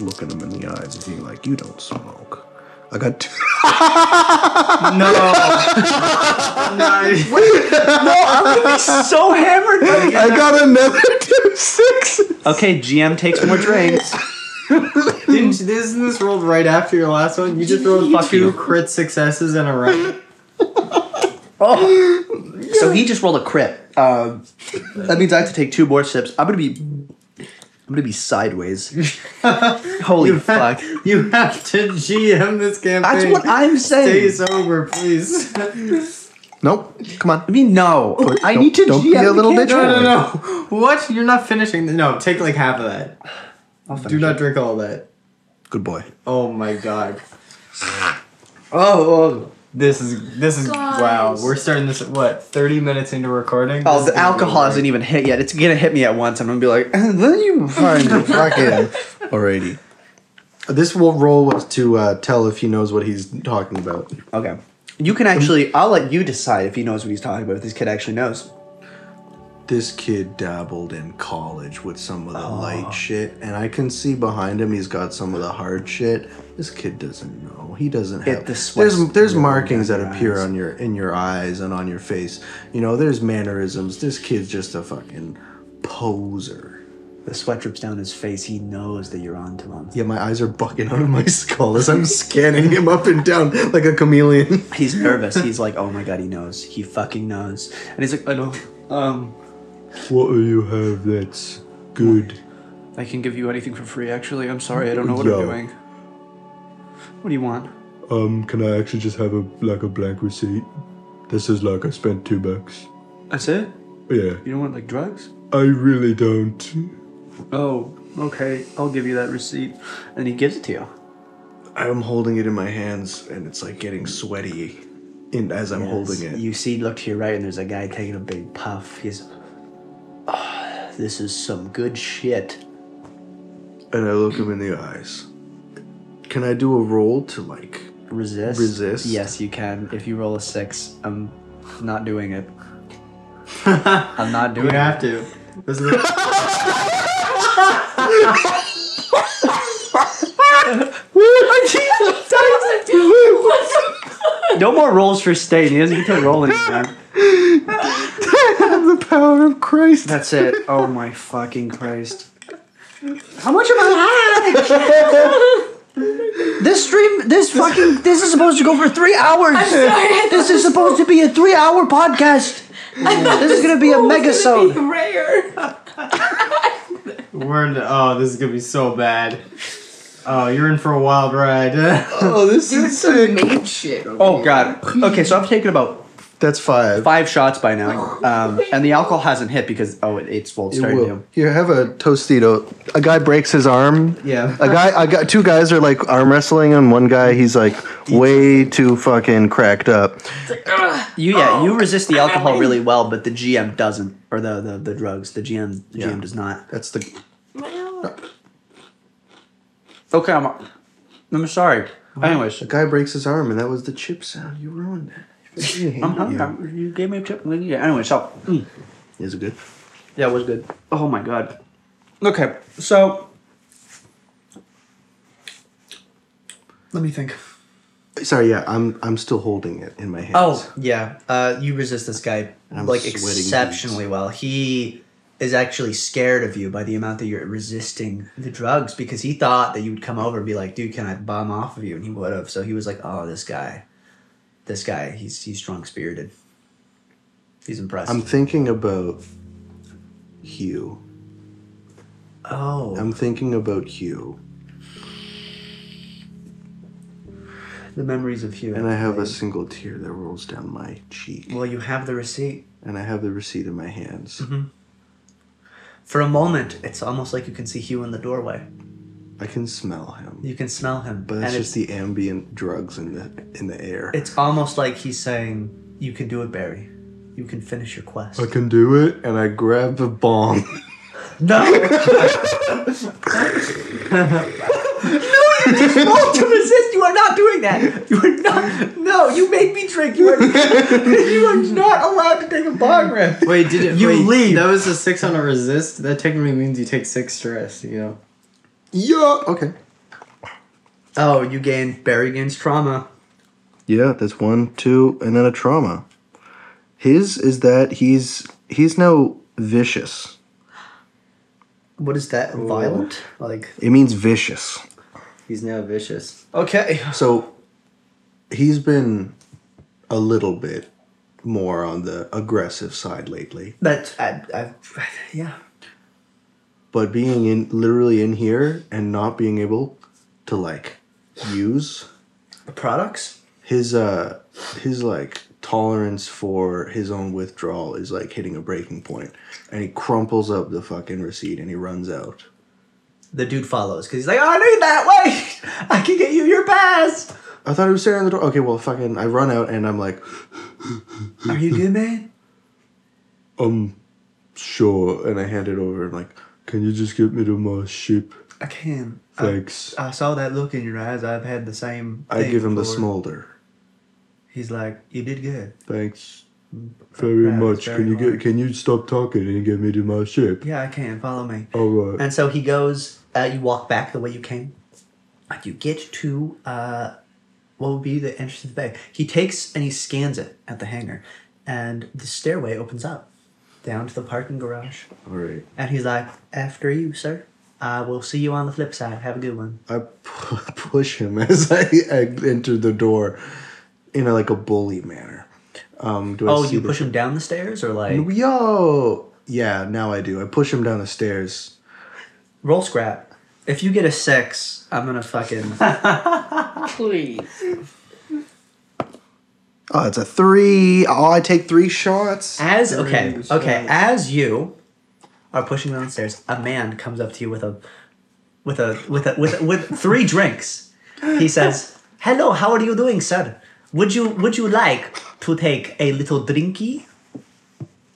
Speaker 4: looking them in the eyes and being like, "You don't smoke." I got two.
Speaker 3: so hammered.
Speaker 4: I got another two sixes.
Speaker 3: Okay, GM takes more drinks.
Speaker 7: Didn't isn't this rolled right after your last one? You just rolled
Speaker 3: Fuck
Speaker 7: two
Speaker 3: you.
Speaker 7: crit successes in a row.
Speaker 3: So he just rolled a crit. Um, that means I have to take two more sips. I'm gonna be, I'm gonna be sideways. Holy fuck!
Speaker 7: you have to GM this campaign.
Speaker 3: That's what I'm
Speaker 7: Stay
Speaker 3: saying.
Speaker 7: sober, please. no,
Speaker 4: Nope. Come on.
Speaker 3: I mean, no. I need to
Speaker 4: don't
Speaker 3: GM
Speaker 4: be a little
Speaker 3: the
Speaker 4: bitch.
Speaker 3: campaign.
Speaker 7: no, no. What? You're not finishing. th- No, take like half of that. Do not drink all that.
Speaker 4: Good boy.
Speaker 7: Oh my god. Oh, oh. This is this is wow.
Speaker 5: Guys.
Speaker 7: We're starting this at what? Thirty minutes into recording.
Speaker 3: Oh,
Speaker 7: This is
Speaker 3: the
Speaker 7: gonna be
Speaker 3: alcohol hasn't
Speaker 7: weird.
Speaker 3: even hit yet. It's gonna hit me at once. I'm gonna be like, then you find it."
Speaker 4: Fucking alrighty. This will roll was to uh, tell if he knows what he's talking about.
Speaker 3: Okay. You can actually. I'll let you decide if he knows what he's talking about. If this kid actually knows.
Speaker 4: This kid dabbled in college with some of the light shit, and I can see behind him he's got some of the hard shit. This kid doesn't know. He doesn't have.
Speaker 3: the sweat's
Speaker 4: there's there's
Speaker 3: rolling
Speaker 4: markings
Speaker 3: down
Speaker 4: that
Speaker 3: your
Speaker 4: appear
Speaker 3: eyes.
Speaker 4: on your in your eyes and on your face. You know, there's mannerisms. This kid's just a fucking poser.
Speaker 3: The sweat drips down his face. He knows that you're on to him.
Speaker 4: Yeah, my eyes are bucking out of my skull as I'm scanning him up and down like a chameleon.
Speaker 3: He's nervous. He's like, oh my god, he knows. He fucking knows. And he's like, I know. Um,
Speaker 6: What do you have that's good?
Speaker 3: I can give you anything for free. Actually, I'm sorry. I don't know what
Speaker 6: Yo.
Speaker 3: I'm doing. What do you want?
Speaker 6: Um, can I actually just have a like a blank receipt? This is like I spent two bucks.
Speaker 3: That's it.
Speaker 6: Yeah,
Speaker 3: You don't want like drugs?
Speaker 6: I really don't.
Speaker 3: Oh, okay. I'll give you that receipt. And he gives it to you.
Speaker 4: I'm holding it in my hands and it's like getting sweaty in, as I'm holding it.
Speaker 3: You see, look to your right, and there's a guy taking a big puff. He's, "Ah, this is some good shit.
Speaker 4: and I look him in the eyes. Can I do a roll to like?
Speaker 3: Resist.
Speaker 4: Resist.
Speaker 3: Yes, you can. If you roll a six, I'm not doing it. I'm not doing
Speaker 7: You
Speaker 3: it.
Speaker 7: have to. This is the-
Speaker 3: No more rolls for Stain. He doesn't get to roll anymore.
Speaker 4: The power of Christ.
Speaker 3: That's it. Oh my fucking Christ. How much am I This stream, this fucking, this is supposed to go for three hours.
Speaker 5: I'm sorry, I
Speaker 3: This
Speaker 5: thought
Speaker 3: is supposed to be a three-hour podcast.
Speaker 5: I thought
Speaker 3: This is gonna be a
Speaker 5: pool was
Speaker 3: megasode.
Speaker 5: gonna be rare.
Speaker 7: We're in, oh, this is gonna be so bad. Oh, you're in for a wild ride.
Speaker 4: Oh, this
Speaker 5: There's some mage shit. over
Speaker 3: Oh
Speaker 5: here.
Speaker 3: god. Okay, so I've taken about
Speaker 4: That's five.
Speaker 3: five shots by now, um, and the alcohol hasn't hit because oh, it, it's full. It's
Speaker 4: It
Speaker 3: starting
Speaker 4: will.
Speaker 3: to.
Speaker 4: Here, have a tostito. A guy breaks his arm.
Speaker 3: Yeah.
Speaker 4: A guy, I got two guys are like arm wrestling, and one guy he's like way too fucking cracked up.
Speaker 3: You yeah, you resist the alcohol really well, but the GM doesn't, or the the, the drugs. The GM the GM does not.
Speaker 4: That's the
Speaker 3: Okay, I'm I'm sorry. Anyways,
Speaker 4: the guy breaks his arm, and that was the chip sound. You ruined it. Uh-huh.
Speaker 3: I'm hungry. You gave me a chip. I'm gonna eat it. Anyway, so mm,
Speaker 4: Is it good?
Speaker 3: Yeah, it was good. Oh my god. Okay, so let me think.
Speaker 4: Sorry, yeah, I'm I'm still holding it in my hands.
Speaker 3: Oh yeah, uh, you resist this guy
Speaker 4: I'm
Speaker 3: like
Speaker 4: sweating
Speaker 3: exceptionally well. He is actually scared of you by the amount that you're resisting the drugs because he thought that you would come over and be like, "Dude, can I bomb off of you?" And he would have. So he was like, "Oh, this guy, this guy, he's he's strong spirited. He's impressed."
Speaker 4: I'm thinking about Hugh.
Speaker 3: oh,
Speaker 4: I'm thinking about Hugh,
Speaker 3: the memories of you.
Speaker 4: and I have a single tear that rolls down my cheek,
Speaker 3: well, you have the receipt.
Speaker 4: and I have the receipt in my hands.
Speaker 3: Mm-hmm. For a moment, it's almost like you can see Hugh in the doorway.
Speaker 4: I can smell him,
Speaker 3: You can smell him,
Speaker 4: but that's
Speaker 3: and
Speaker 4: just the ambient drugs in the in the air.
Speaker 3: It's almost like he's saying, "You can do it, Barry. You can finish your quest."
Speaker 4: I can do it, and I grab the bomb.
Speaker 3: No. no, you just rolled to resist. You are not doing that. You are not. No, you made me drink. You are. you are not allowed to take a bong rip.
Speaker 7: Wait, did it,
Speaker 3: You
Speaker 7: wait,
Speaker 3: leave.
Speaker 7: That was a six on a resist. That technically means you take six stress. You know.
Speaker 4: yeah. Okay.
Speaker 3: Oh, you gain Barry gains trauma.
Speaker 4: Yeah, that's one, two, and then a trauma. His is that he's he's now vicious.
Speaker 3: What is that? Violent? Like
Speaker 4: It means vicious.
Speaker 7: He's now vicious.
Speaker 3: okay.
Speaker 4: So he's been a little bit more on the aggressive side lately.
Speaker 3: That I, I, yeah.
Speaker 4: But being in literally in here and not being able to like use
Speaker 3: The products.
Speaker 4: his uh his like tolerance for his own withdrawal is like hitting a breaking point and he crumples up the fucking receipt and he runs out.
Speaker 3: The dude follows because he's like, oh, I need that. Wait, I can get you your pass.
Speaker 4: I thought he was staring at the door. Okay, well, fucking, I run out and I'm like,
Speaker 3: Are you good, man?
Speaker 6: Um, sure. And I hand it over. I'm like, can you just get me to my ship?
Speaker 3: I can. I,
Speaker 6: Thanks.
Speaker 3: I saw that look in your eyes. I've had the same.
Speaker 4: I
Speaker 3: thing
Speaker 4: give him the
Speaker 3: before.
Speaker 4: smolder.
Speaker 3: He's like, you did good.
Speaker 6: Thanks very
Speaker 3: Yeah,
Speaker 6: much.
Speaker 3: it's very
Speaker 6: can you
Speaker 3: hard.
Speaker 6: get? Can you stop talking and get me to my ship?
Speaker 3: Yeah, I can. Follow me.
Speaker 6: All
Speaker 4: Oh,
Speaker 6: right.
Speaker 3: And so he goes. Uh, you walk back the way you came. And You get to uh, what would be the entrance to the bay. He takes and he scans it at the hangar, and the stairway opens up down to the parking garage.
Speaker 4: All right.
Speaker 3: And he's like, "After you, sir. I will see you on the flip side. Have a good one."
Speaker 4: I pu- push him as I, I enter the door in a, like a bully manner. Um, do I
Speaker 3: Oh,
Speaker 4: see
Speaker 3: you
Speaker 4: the-
Speaker 3: push him down the stairs, or like
Speaker 4: Yo! Yeah, now I do. I push him down the stairs.
Speaker 3: roll scrap. If you get a six, I'm gonna fucking.
Speaker 5: Please.
Speaker 4: Oh, it's a three. Oh, I take three shots.
Speaker 3: As okay,
Speaker 7: Strange
Speaker 3: okay,
Speaker 7: shots.
Speaker 3: as you are pushing downstairs, a man comes up to you with a with a with a with with three drinks. He says, "Hello, how are you doing, sir? Would you would you like to take a little drinky?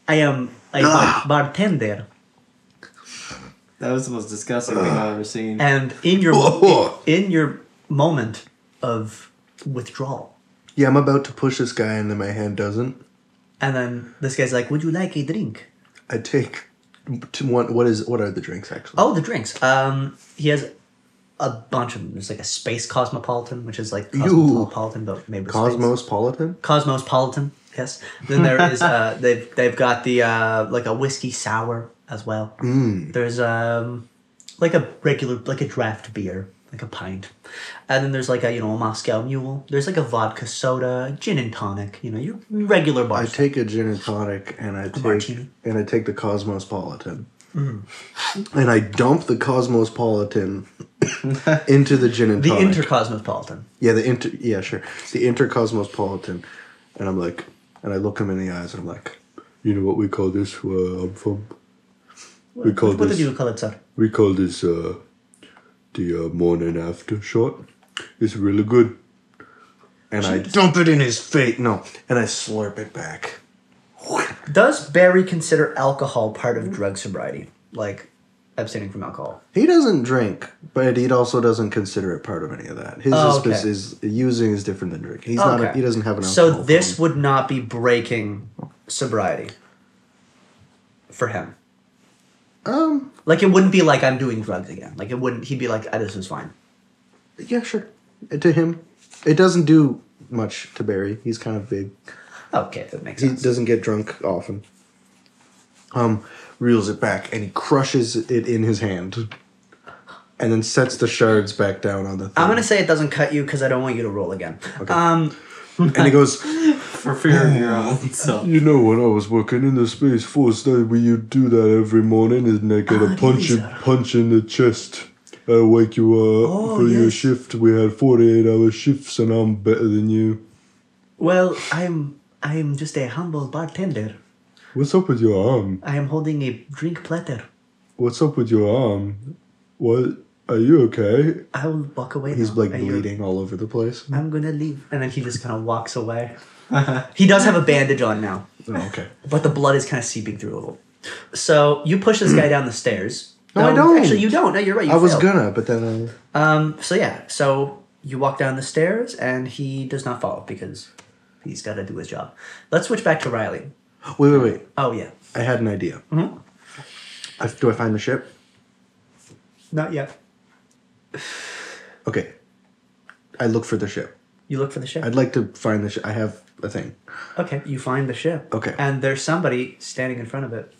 Speaker 3: I am a bar- bartender,
Speaker 7: That was the most disgusting thing I've ever seen.
Speaker 3: and in your
Speaker 4: Whoa.
Speaker 3: in your moment of withdrawal,
Speaker 4: Yeah, I'm about to push this guy and then my hand doesn't.
Speaker 3: and then this guy's like, "Would you like a drink?"
Speaker 4: I take to one. What is? What are the drinks actually?
Speaker 3: Oh, the drinks. Um, he has a bunch of them. There's like a space cosmopolitan, which is like cosmopolitan, but maybe space.
Speaker 4: Cosmospolitan.
Speaker 3: Cosmospolitan. Yes. Then there is uh, they've they've got the uh, like a whiskey sour as well.
Speaker 4: Mm.
Speaker 3: There's um like a regular like a draft beer, like a pint, and then there's like a you know a Moscow Mule. There's like a vodka soda, gin and tonic. You know your regular bar.
Speaker 4: I
Speaker 3: stuff.
Speaker 4: take a gin and tonic, and I take
Speaker 3: martini.
Speaker 4: and I take the Cosmospolitan, Mm. and I dump the Cosmospolitan into the gin and
Speaker 3: the
Speaker 4: tonic.
Speaker 3: intercosmopolitan.
Speaker 4: yeah, the inter. Yeah, sure. The intercosmopolitan, and I'm like, and I look him in the eyes, and I'm like,
Speaker 6: You know what we call this where I'm from? We call
Speaker 3: What
Speaker 6: this.
Speaker 3: did you call it, sir?
Speaker 6: We call this uh, the uh, morning after shot. It's really good.
Speaker 4: and I dump it in his face. No, and I slurp it back.
Speaker 3: Does Barry consider alcohol part of drug sobriety? Like abstaining from alcohol?
Speaker 4: He doesn't drink, but he also doesn't consider it part of any of that. His
Speaker 3: Oh,
Speaker 4: oh,
Speaker 3: okay.
Speaker 4: is using is different than drinking. He's not. A,
Speaker 3: Okay.
Speaker 4: he doesn't have an.
Speaker 3: So
Speaker 4: alcohol
Speaker 3: this
Speaker 4: problem.
Speaker 3: would not be breaking sobriety for him.
Speaker 4: Um,
Speaker 3: Like it wouldn't be like I'm doing drugs again. Like it wouldn't. He'd be like, "Ah, "This is fine."
Speaker 4: yeah, sure. Uh, To him, it doesn't do much to Barry. He's kind of big.
Speaker 3: Okay, that makes
Speaker 4: He
Speaker 3: sense.
Speaker 4: doesn't get drunk often. Um, reels it back and he crushes it in his hand, and then sets the shards back down on the. Thing.
Speaker 3: I'm gonna say it doesn't cut you because I don't want you to roll again.
Speaker 4: Okay.
Speaker 3: Um,
Speaker 4: and he goes.
Speaker 7: for fear of your own self.
Speaker 6: You know, when I was working in the Space Force, they we you do that every morning, and I get a punch, in, punch in the chest. I wake you up for your shift. We had 48 hour shifts, and I'm better than you.
Speaker 3: well, I'm I'm just a humble bartender.
Speaker 6: What's up with your arm?
Speaker 3: I am holding a drink platter.
Speaker 6: What's up with your arm? What? Are you okay?
Speaker 3: I will walk away.
Speaker 4: He's
Speaker 3: now.
Speaker 4: like
Speaker 3: Are you-
Speaker 4: bleeding all over the place.
Speaker 3: I'm gonna leave, and then he just kind of walks away. he does have a bandage on now,
Speaker 4: Oh, okay.
Speaker 3: but the blood is kind of seeping through a little. So you push this guy down the stairs.
Speaker 4: No, I don't.
Speaker 3: Actually, you don't. No, you're right. You
Speaker 4: I was
Speaker 3: failed.
Speaker 4: gonna, but then
Speaker 3: Um, so yeah, so you walk down the stairs and he does not follow because he's got to do his job. Let's switch back to Riley.
Speaker 4: I wait, wait, wait.
Speaker 3: Oh yeah, Mm-hmm.
Speaker 4: I had an idea. I, do I find the ship?
Speaker 3: not yet.
Speaker 4: Okay. I look for the ship.
Speaker 3: You look for the ship.
Speaker 4: I'd like to find the ship. I have a thing.
Speaker 3: okay, you find the ship.
Speaker 4: Okay.
Speaker 3: and there's somebody standing in front of it.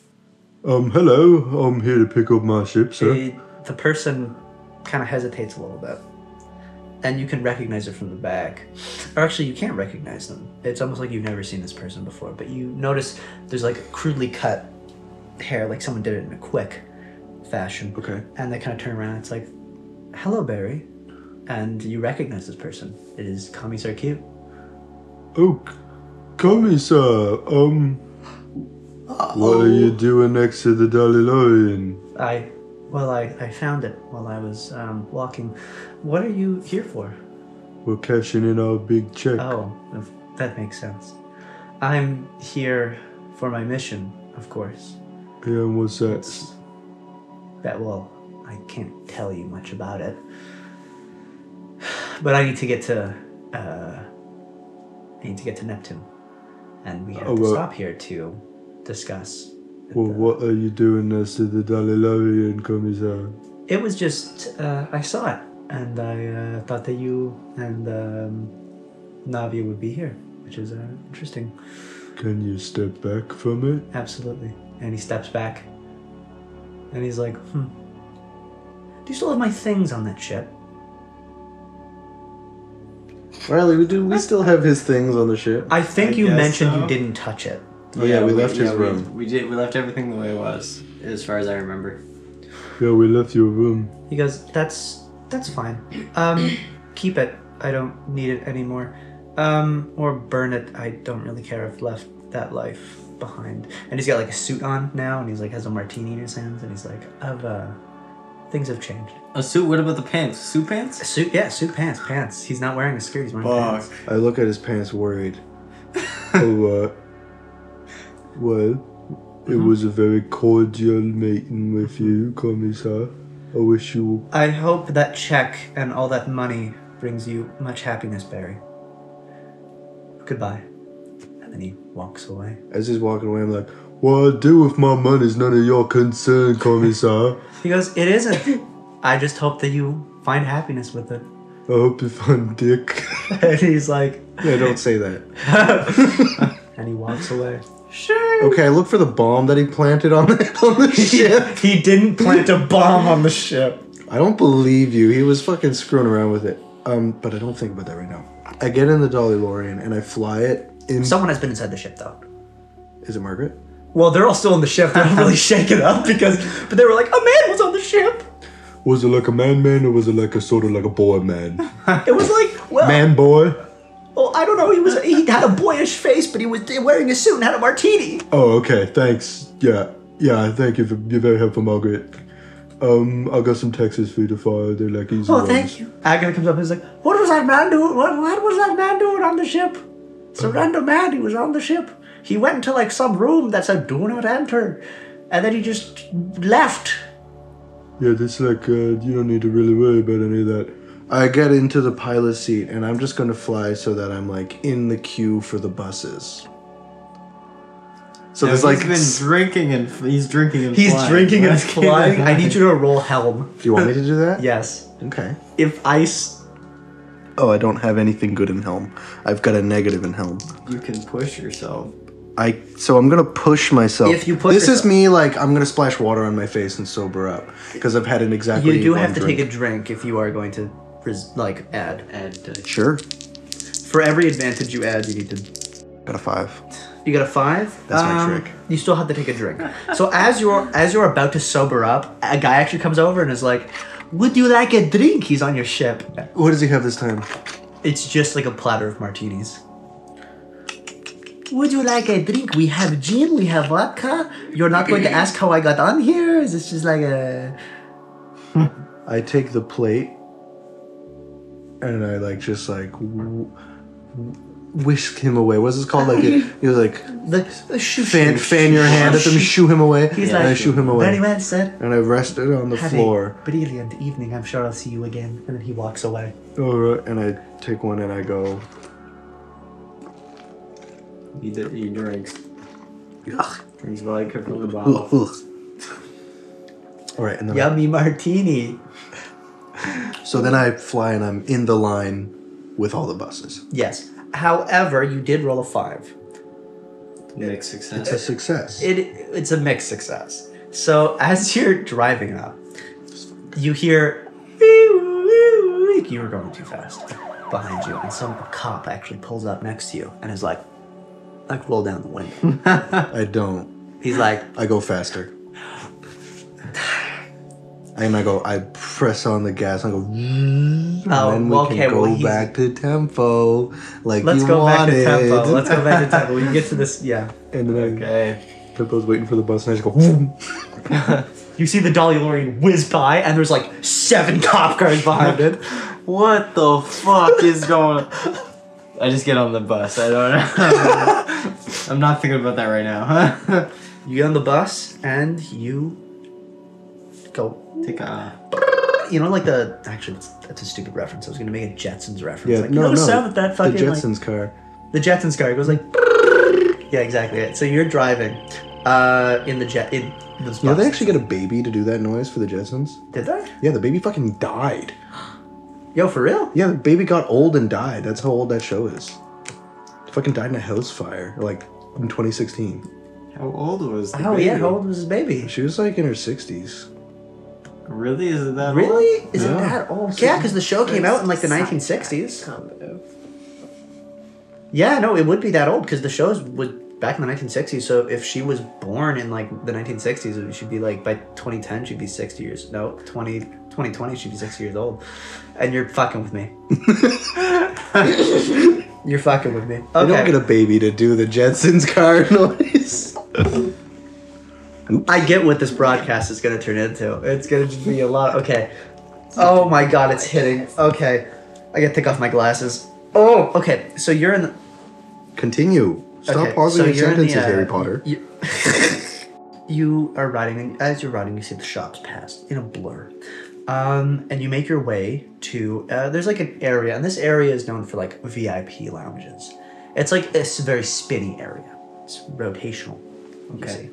Speaker 6: Um, hello. I'm here to pick up my ship, sir.
Speaker 3: The, the person kind of hesitates a little bit, and you can recognize it from the back. Or actually, you can't recognize them. It's almost like you've never seen this person before. But you notice there's like crudely cut hair, like someone did it in a quick fashion.
Speaker 4: Okay.
Speaker 3: And they kind of turn around. And it's like, "Hello, Barry," and you recognize this person. It is Commissar Q.
Speaker 6: Oh, come, sir. Um, what are you doing next to the Dalilorian?
Speaker 3: I, well, I, I found it while I was um, walking. What are you here for?
Speaker 6: We're cashing in our big check.
Speaker 3: Oh, if- that makes sense. I'm here for my mission, of course.
Speaker 6: Yeah, and what's that?
Speaker 3: That, well, I can't tell you much about it. But I need to get to, uh, I need to get to Neptune. And we have
Speaker 6: Oh,
Speaker 3: to
Speaker 6: well-
Speaker 3: stop here to discuss.
Speaker 6: Well, what are you doing next to the Dalilorian, Commissar?
Speaker 3: It was just, uh, I saw it. And I uh, thought that you and um, Navia would be here, which is uh, interesting.
Speaker 6: Can you step back from it?
Speaker 3: Absolutely. And he steps back. And he's like, hmm. Do you still have my things on that ship?
Speaker 4: Riley, we do. We still have his things on the ship.
Speaker 3: I think
Speaker 7: I
Speaker 3: you
Speaker 7: guess
Speaker 3: mentioned
Speaker 7: so.
Speaker 3: you didn't touch it.
Speaker 4: Oh yeah, we left his
Speaker 7: yeah, we-
Speaker 4: room.
Speaker 7: We, did. We left everything the way it was, as far as I remember.
Speaker 6: Yeah, we left your room.
Speaker 3: He goes, that's that's fine. Um, keep it. I don't need it anymore. Um, or burn it. I don't really care. I've left that life behind. And he's got like a suit on now, and he's like has a martini in his hands, and he's like, I've uh, things have changed.
Speaker 7: A suit. What about the pants? Suit pants?
Speaker 3: Suit, yeah, suit, pants, pants. He's not wearing a skirt. He's wearing pants.
Speaker 4: I look at his pants, worried.
Speaker 6: Alright. Well, it
Speaker 4: Mm-hmm.
Speaker 6: was a very cordial meeting with you, Commissar. I wish you.
Speaker 3: I hope that check and all that money brings you much happiness, Barry. Goodbye. And then he walks away.
Speaker 4: As he's walking away, I'm like,
Speaker 6: What I do with my money's none of your concern, Commissar.
Speaker 3: He goes, It isn't. I just hope that you find happiness with it.
Speaker 6: I hope you find Dick.
Speaker 3: And he's like,
Speaker 4: yeah, don't say that.
Speaker 3: And he walks away.
Speaker 4: Okay, I look for the bomb that he planted on it on the ship.
Speaker 3: He didn't plant a bomb on the ship.
Speaker 4: I don't believe you. He was fucking screwing around with it. Um, but I don't think about that right now. I get in the Dolly Lorian and I fly it in.
Speaker 3: Someone has been inside the ship, though.
Speaker 4: Is it Margaret?
Speaker 3: Well, they're all still in the ship. They're not really shaken up because, but they were like, a man was on the ship.
Speaker 6: Was it like a man man or was it like a sort of like a boy man?
Speaker 3: It was like, well,
Speaker 6: Man boy?
Speaker 3: well, I don't know. He was he had a boyish face, but he was wearing a suit and had a martini.
Speaker 6: Oh, okay, thanks. Yeah, yeah, thank you for you're very helpful, Margaret. Um, I got some Texas food to fire. They're like easy
Speaker 3: Oh,
Speaker 6: ones.
Speaker 3: thank you. Agatha comes up and is like, What was that man doing? What, what was that man doing on the ship? Some random man, he was on the ship. He went into like some room that said, Do not enter. And then he just left.
Speaker 6: Yeah, that's like uh, you don't need to really worry about any of that.
Speaker 4: I get into the pilot seat and I'm just gonna fly so that I'm like in the queue for the buses. So
Speaker 7: He's
Speaker 4: there's like.
Speaker 7: been
Speaker 4: s-
Speaker 7: drinking and f- he's drinking and
Speaker 3: He's
Speaker 7: flying.
Speaker 3: drinking and
Speaker 7: Let's get
Speaker 3: flying.
Speaker 7: it
Speaker 3: I need you to roll helm.
Speaker 4: do you want me to do that?
Speaker 3: Yes.
Speaker 4: Okay.
Speaker 3: If ice,
Speaker 4: Oh, I don't have anything good in helm. I've got a negative in helm.
Speaker 7: on. You can push yourself.
Speaker 4: I so I'm gonna push myself.
Speaker 3: If you push
Speaker 4: this
Speaker 3: yourself.
Speaker 4: is me like I'm gonna splash water on my face and sober up because I've had an exactly.
Speaker 3: you do have to take a drink if you are going to pres- like add.
Speaker 7: And
Speaker 4: a sure.
Speaker 3: For every advantage you add, you need to
Speaker 4: Got a five.
Speaker 3: You got a five. Um,
Speaker 4: That's my trick.
Speaker 3: You still have to take a drink. So as you're as you're about to sober up, a guy actually comes over and is like, "Would you like a drink?" He's on your ship.
Speaker 4: What does he have this time?
Speaker 3: It's just like a platter of martinis. Would you like a drink? We have gin. We have vodka. You're not going to ask how I got on here. Is this just like a?
Speaker 4: I take the plate and I like just like w- w- whisk him away. What's this called? Like it, he was like
Speaker 3: Like, shoo,
Speaker 4: fan,
Speaker 3: shoo,
Speaker 4: fan your
Speaker 3: shoo,
Speaker 4: hand at
Speaker 3: shoo,
Speaker 4: them,
Speaker 3: shoo.
Speaker 4: shoo him away.
Speaker 3: He's
Speaker 4: and
Speaker 3: like,
Speaker 4: I shoo him
Speaker 3: Very
Speaker 4: away.
Speaker 3: well, sir.
Speaker 4: And I rest it on the
Speaker 3: Have a
Speaker 4: floor.
Speaker 3: brilliant evening. I'm sure I'll see you again. And then he walks away.
Speaker 4: All right, and I take one and I go.
Speaker 7: he, did, he drinks.
Speaker 4: Ugh,
Speaker 7: Drinks vodka from the
Speaker 4: ugh,
Speaker 7: bottle.
Speaker 4: ugh. All right, and then I
Speaker 3: Yummy martini.
Speaker 4: So then I fly and I'm in the line with all the buses.
Speaker 3: Yes. However, you did roll a five.
Speaker 7: Mixed
Speaker 4: It's a
Speaker 7: success.
Speaker 4: success.
Speaker 3: It it's a mixed success. So as you're driving up, you hear you were going too fast behind you, and some cop actually pulls up next to you and is like, like roll down the window.
Speaker 4: I don't.
Speaker 3: He's like,
Speaker 4: I go faster. And I go, I press on the gas. And I go,
Speaker 3: oh,
Speaker 4: and we
Speaker 3: okay,
Speaker 4: can go
Speaker 3: well, he's-
Speaker 4: back to tempo, like
Speaker 3: let's
Speaker 4: you
Speaker 3: go back
Speaker 4: wanted.
Speaker 3: to tempo. Let's go back to tempo. We can get to this. Yeah.
Speaker 6: And then I
Speaker 1: Okay.
Speaker 6: Pippo's waiting for the bus, and I just go. Whoom.
Speaker 3: You see the Dolly DeLorean whiz by, and there's like seven cop cars behind it.
Speaker 1: What the fuck is going on? I just get on the bus. I don't know.
Speaker 7: I'm not thinking about that right now.
Speaker 3: You get on the bus and you go
Speaker 7: Take a.
Speaker 3: you know, like the actually that's, that's a stupid reference. I was gonna make a Jetsons reference.
Speaker 4: Yeah,
Speaker 3: like,
Speaker 4: no,
Speaker 3: you know the
Speaker 4: no,
Speaker 3: sound that that
Speaker 4: The
Speaker 3: fucking
Speaker 4: Jetsons
Speaker 3: like,
Speaker 4: car.
Speaker 3: the Jetsons car goes like. Yeah, exactly. It. So you're driving, uh, in the jet in those.
Speaker 4: You know, they
Speaker 3: buses.
Speaker 4: actually get a baby to do that noise for the Jetsons.
Speaker 3: did they?
Speaker 4: Yeah, the baby fucking died.
Speaker 3: Yo, for real?
Speaker 4: Yeah, the baby got old and died. That's how old that show is. Fucking died in a house fire, like in 2016.
Speaker 7: How old was the
Speaker 3: Oh
Speaker 7: baby?
Speaker 3: yeah, how old was his baby?
Speaker 4: She was like in her 60s.
Speaker 7: Really? Is it that old?
Speaker 3: Really? Is it
Speaker 4: Yeah.
Speaker 3: that old? Yeah, because the show came out in like the 1960s.
Speaker 5: Combo.
Speaker 3: Yeah, no, it would be that old because the shows was back in the 1960s. So if she was born in like the 1960s, she'd be like by 2010 she'd be 60 years. No, 20 2020 she'd be 60 years old. And you're fucking with me. you're fucking with me.
Speaker 4: You don't
Speaker 3: Okay,
Speaker 4: get a baby to do the Jetsons car noise.
Speaker 3: I get what this broadcast is gonna turn into. It's gonna just be a lot. Okay. Oh my god, it's hitting. Okay, I gotta take off my glasses. Oh, okay. So you're in. The,
Speaker 4: Continue. Stop
Speaker 3: Okay, so
Speaker 4: pausing your
Speaker 3: you're in
Speaker 4: sentences,
Speaker 3: the, uh,
Speaker 4: Harry Potter.
Speaker 3: You, you are riding, and as you're riding, you see the shops pass in a blur. Um, and you make your way to uh, there's like an area, and this area is known for like VIP lounges. It's like a s- very spinny area. It's rotational. Okay.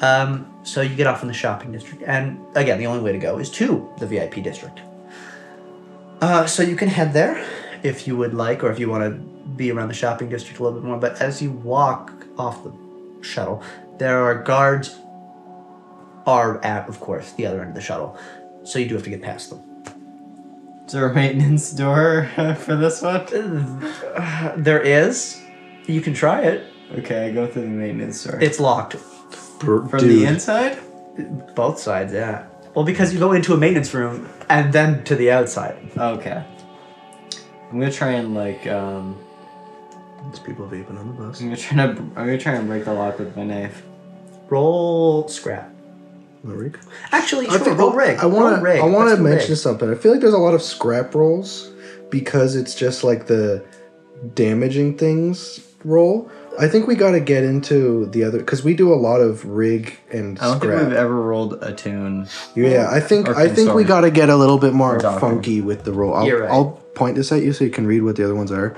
Speaker 3: Um, so you get off in the shopping district, and again, the only way to go is to the VIP district. Uh, so you can head there if you would like, or if you want to be around the shopping district a little bit more. But as you walk off the shuttle, there are guards are at, of course, the other end of the shuttle. So you do have to get past them.
Speaker 7: Is there a maintenance door for this one?
Speaker 3: There is. You can try it.
Speaker 7: Okay, I go through the maintenance door.
Speaker 3: It's locked.
Speaker 4: Bro,
Speaker 7: From the
Speaker 4: dude,
Speaker 7: inside?
Speaker 3: Both sides, yeah. Well, because you go into a maintenance room and then to the outside.
Speaker 7: Okay. I'm gonna try and like um
Speaker 4: there's people vaping on the bus.
Speaker 7: I'm gonna try to I'm gonna try and break the lock with my knife.
Speaker 3: Roll scrap.
Speaker 4: No, Rick?
Speaker 3: Actually,
Speaker 4: I
Speaker 3: sure,
Speaker 4: think-
Speaker 3: roll rig.
Speaker 4: I want
Speaker 3: Roll
Speaker 4: to.
Speaker 3: rig.
Speaker 4: I want
Speaker 3: Let's
Speaker 4: to
Speaker 3: do
Speaker 4: mention
Speaker 3: rig.
Speaker 4: something. I feel like there's a lot of scrap rolls because it's just like the damaging things roll. I think we got to get into the other because we do a lot of rig and
Speaker 1: I don't think
Speaker 4: scrap.
Speaker 1: we've ever rolled a tune.
Speaker 4: Yeah, I think
Speaker 1: Or
Speaker 4: I think we
Speaker 1: concerned.
Speaker 4: got to get a little bit more
Speaker 1: doctor.
Speaker 4: funky with the roll. I'll,
Speaker 3: You're right.
Speaker 4: I'll point this at you so you can read what the other ones are.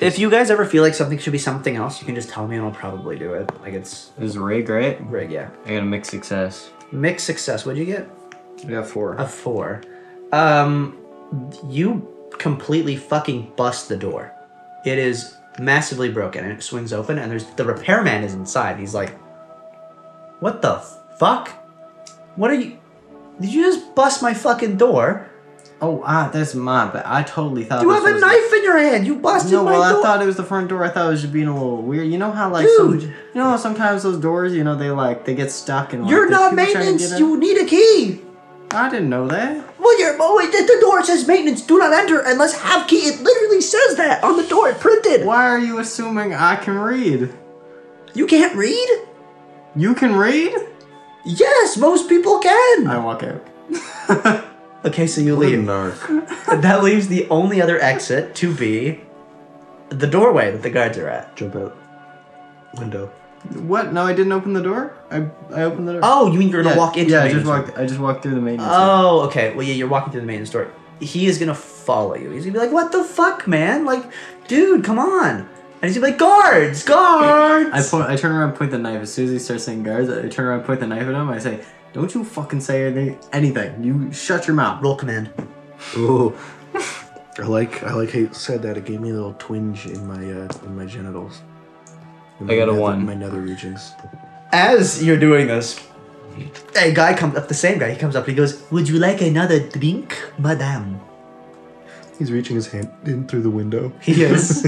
Speaker 3: If you guys ever feel like something should be something else, you can just tell me and I'll probably do it. Like it's
Speaker 1: It was rig, right?
Speaker 3: great, yeah.
Speaker 1: I got a mixed success.
Speaker 3: Mixed success. What'd you get?
Speaker 7: We got four.
Speaker 3: A four. Um, you completely fucking bust the door. It is massively broken, and it swings open, and there's the repairman is inside. He's like, "What the fuck? What are you? Did you just bust my fucking door?
Speaker 7: Oh, ah, that's my bad. I totally thought
Speaker 3: You
Speaker 7: this
Speaker 3: have a
Speaker 7: was
Speaker 3: knife in your hand. You
Speaker 7: The-
Speaker 3: busted
Speaker 7: no,
Speaker 3: my
Speaker 7: well,
Speaker 3: door."
Speaker 7: I thought it was the front door. I thought it was just being a little weird. You know how like some,
Speaker 3: Dude.
Speaker 7: you know how sometimes those doors, you know, they like they get stuck and like,
Speaker 3: You're
Speaker 7: there's
Speaker 3: not
Speaker 7: people trying to
Speaker 3: maintenance.
Speaker 7: get in.
Speaker 3: You need a key.
Speaker 7: I didn't know that.
Speaker 3: Well, you're. Oh, wait, the door says maintenance. Do not enter unless have key. It literally says that on the door. It printed.
Speaker 7: Why are you assuming I can read?
Speaker 3: You can't read?
Speaker 7: You can read?
Speaker 3: Yes, most people can.
Speaker 7: I walk out.
Speaker 3: Okay, so you leave. that leaves the only other exit to be the doorway that the guards are at.
Speaker 2: Jump out. Window.
Speaker 7: What? No, I didn't open the door. I I opened the door.
Speaker 3: Oh, you mean you're gonna
Speaker 7: Yeah,
Speaker 3: walk into?
Speaker 7: Yeah,
Speaker 3: the
Speaker 7: I just
Speaker 3: maintenance room.
Speaker 7: walked. I just walked through the maintenance. room.
Speaker 3: Oh, okay. Well, yeah, you're walking through the main store. He is gonna follow you. He's gonna be like, "What the fuck, man? Like, dude, come on!" And he's gonna be like, "Guards, guards!"
Speaker 7: I point. I turn around, point the knife. As soon as he starts saying guards, I turn around, point the knife at him. I say, "Don't you fucking say anything. Anything. You shut your mouth."
Speaker 3: Roll command.
Speaker 4: Ooh. I like I like how you said that. It gave me a little twinge in my uh, in my genitals. In my
Speaker 1: I got a
Speaker 4: nether-
Speaker 1: one.
Speaker 4: My nether regions.
Speaker 3: As you're doing this, a guy comes up. The same guy. He comes up. He goes, "Would you like another drink, madame?"
Speaker 6: He's reaching his hand in through the window.
Speaker 3: He is.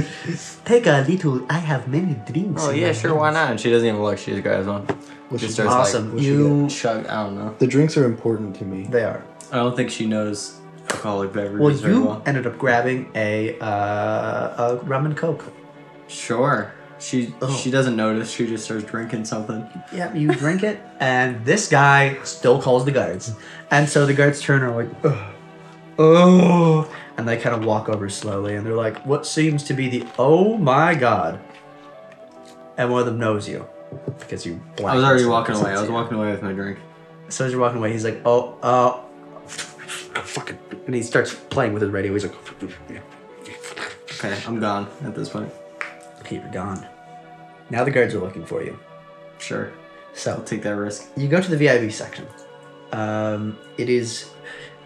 Speaker 3: Take a little. I have many drinks.
Speaker 1: Oh
Speaker 3: in
Speaker 1: yeah,
Speaker 3: my
Speaker 1: sure.
Speaker 3: hand."
Speaker 1: Why not? She doesn't even look. She just grabs one.
Speaker 4: What
Speaker 1: Just
Speaker 4: should-
Speaker 1: starts
Speaker 3: Awesome.
Speaker 4: what should I
Speaker 3: you.
Speaker 4: get?
Speaker 7: Chug. I don't know.
Speaker 4: the drinks are important to me.
Speaker 3: They are.
Speaker 7: I don't think she knows alcoholic beverages
Speaker 3: Well,
Speaker 7: very
Speaker 3: you
Speaker 7: well.
Speaker 3: ended up grabbing a uh, a rum and coke.
Speaker 7: Sure. She
Speaker 3: Oh.
Speaker 7: she doesn't notice. She just starts drinking something.
Speaker 3: Yep, you drink it, and this guy still calls the guards. And so the guards turn and are like, "Ugh. oh, and they kind of walk over slowly, and they're like, what seems to be the oh my god. And one of them knows you because you.
Speaker 7: I was already walking away. I was walking away with my drink.
Speaker 3: So as you're walking away, he's like, oh, uh, fucking, and he starts playing with his radio. He's like,
Speaker 7: Okay, I'm gone at this point.
Speaker 3: okay, you're gone. Now the guards are looking for you.
Speaker 7: Sure.
Speaker 3: So
Speaker 7: I'll take that risk.
Speaker 3: you go to the VIB section. Um, it is,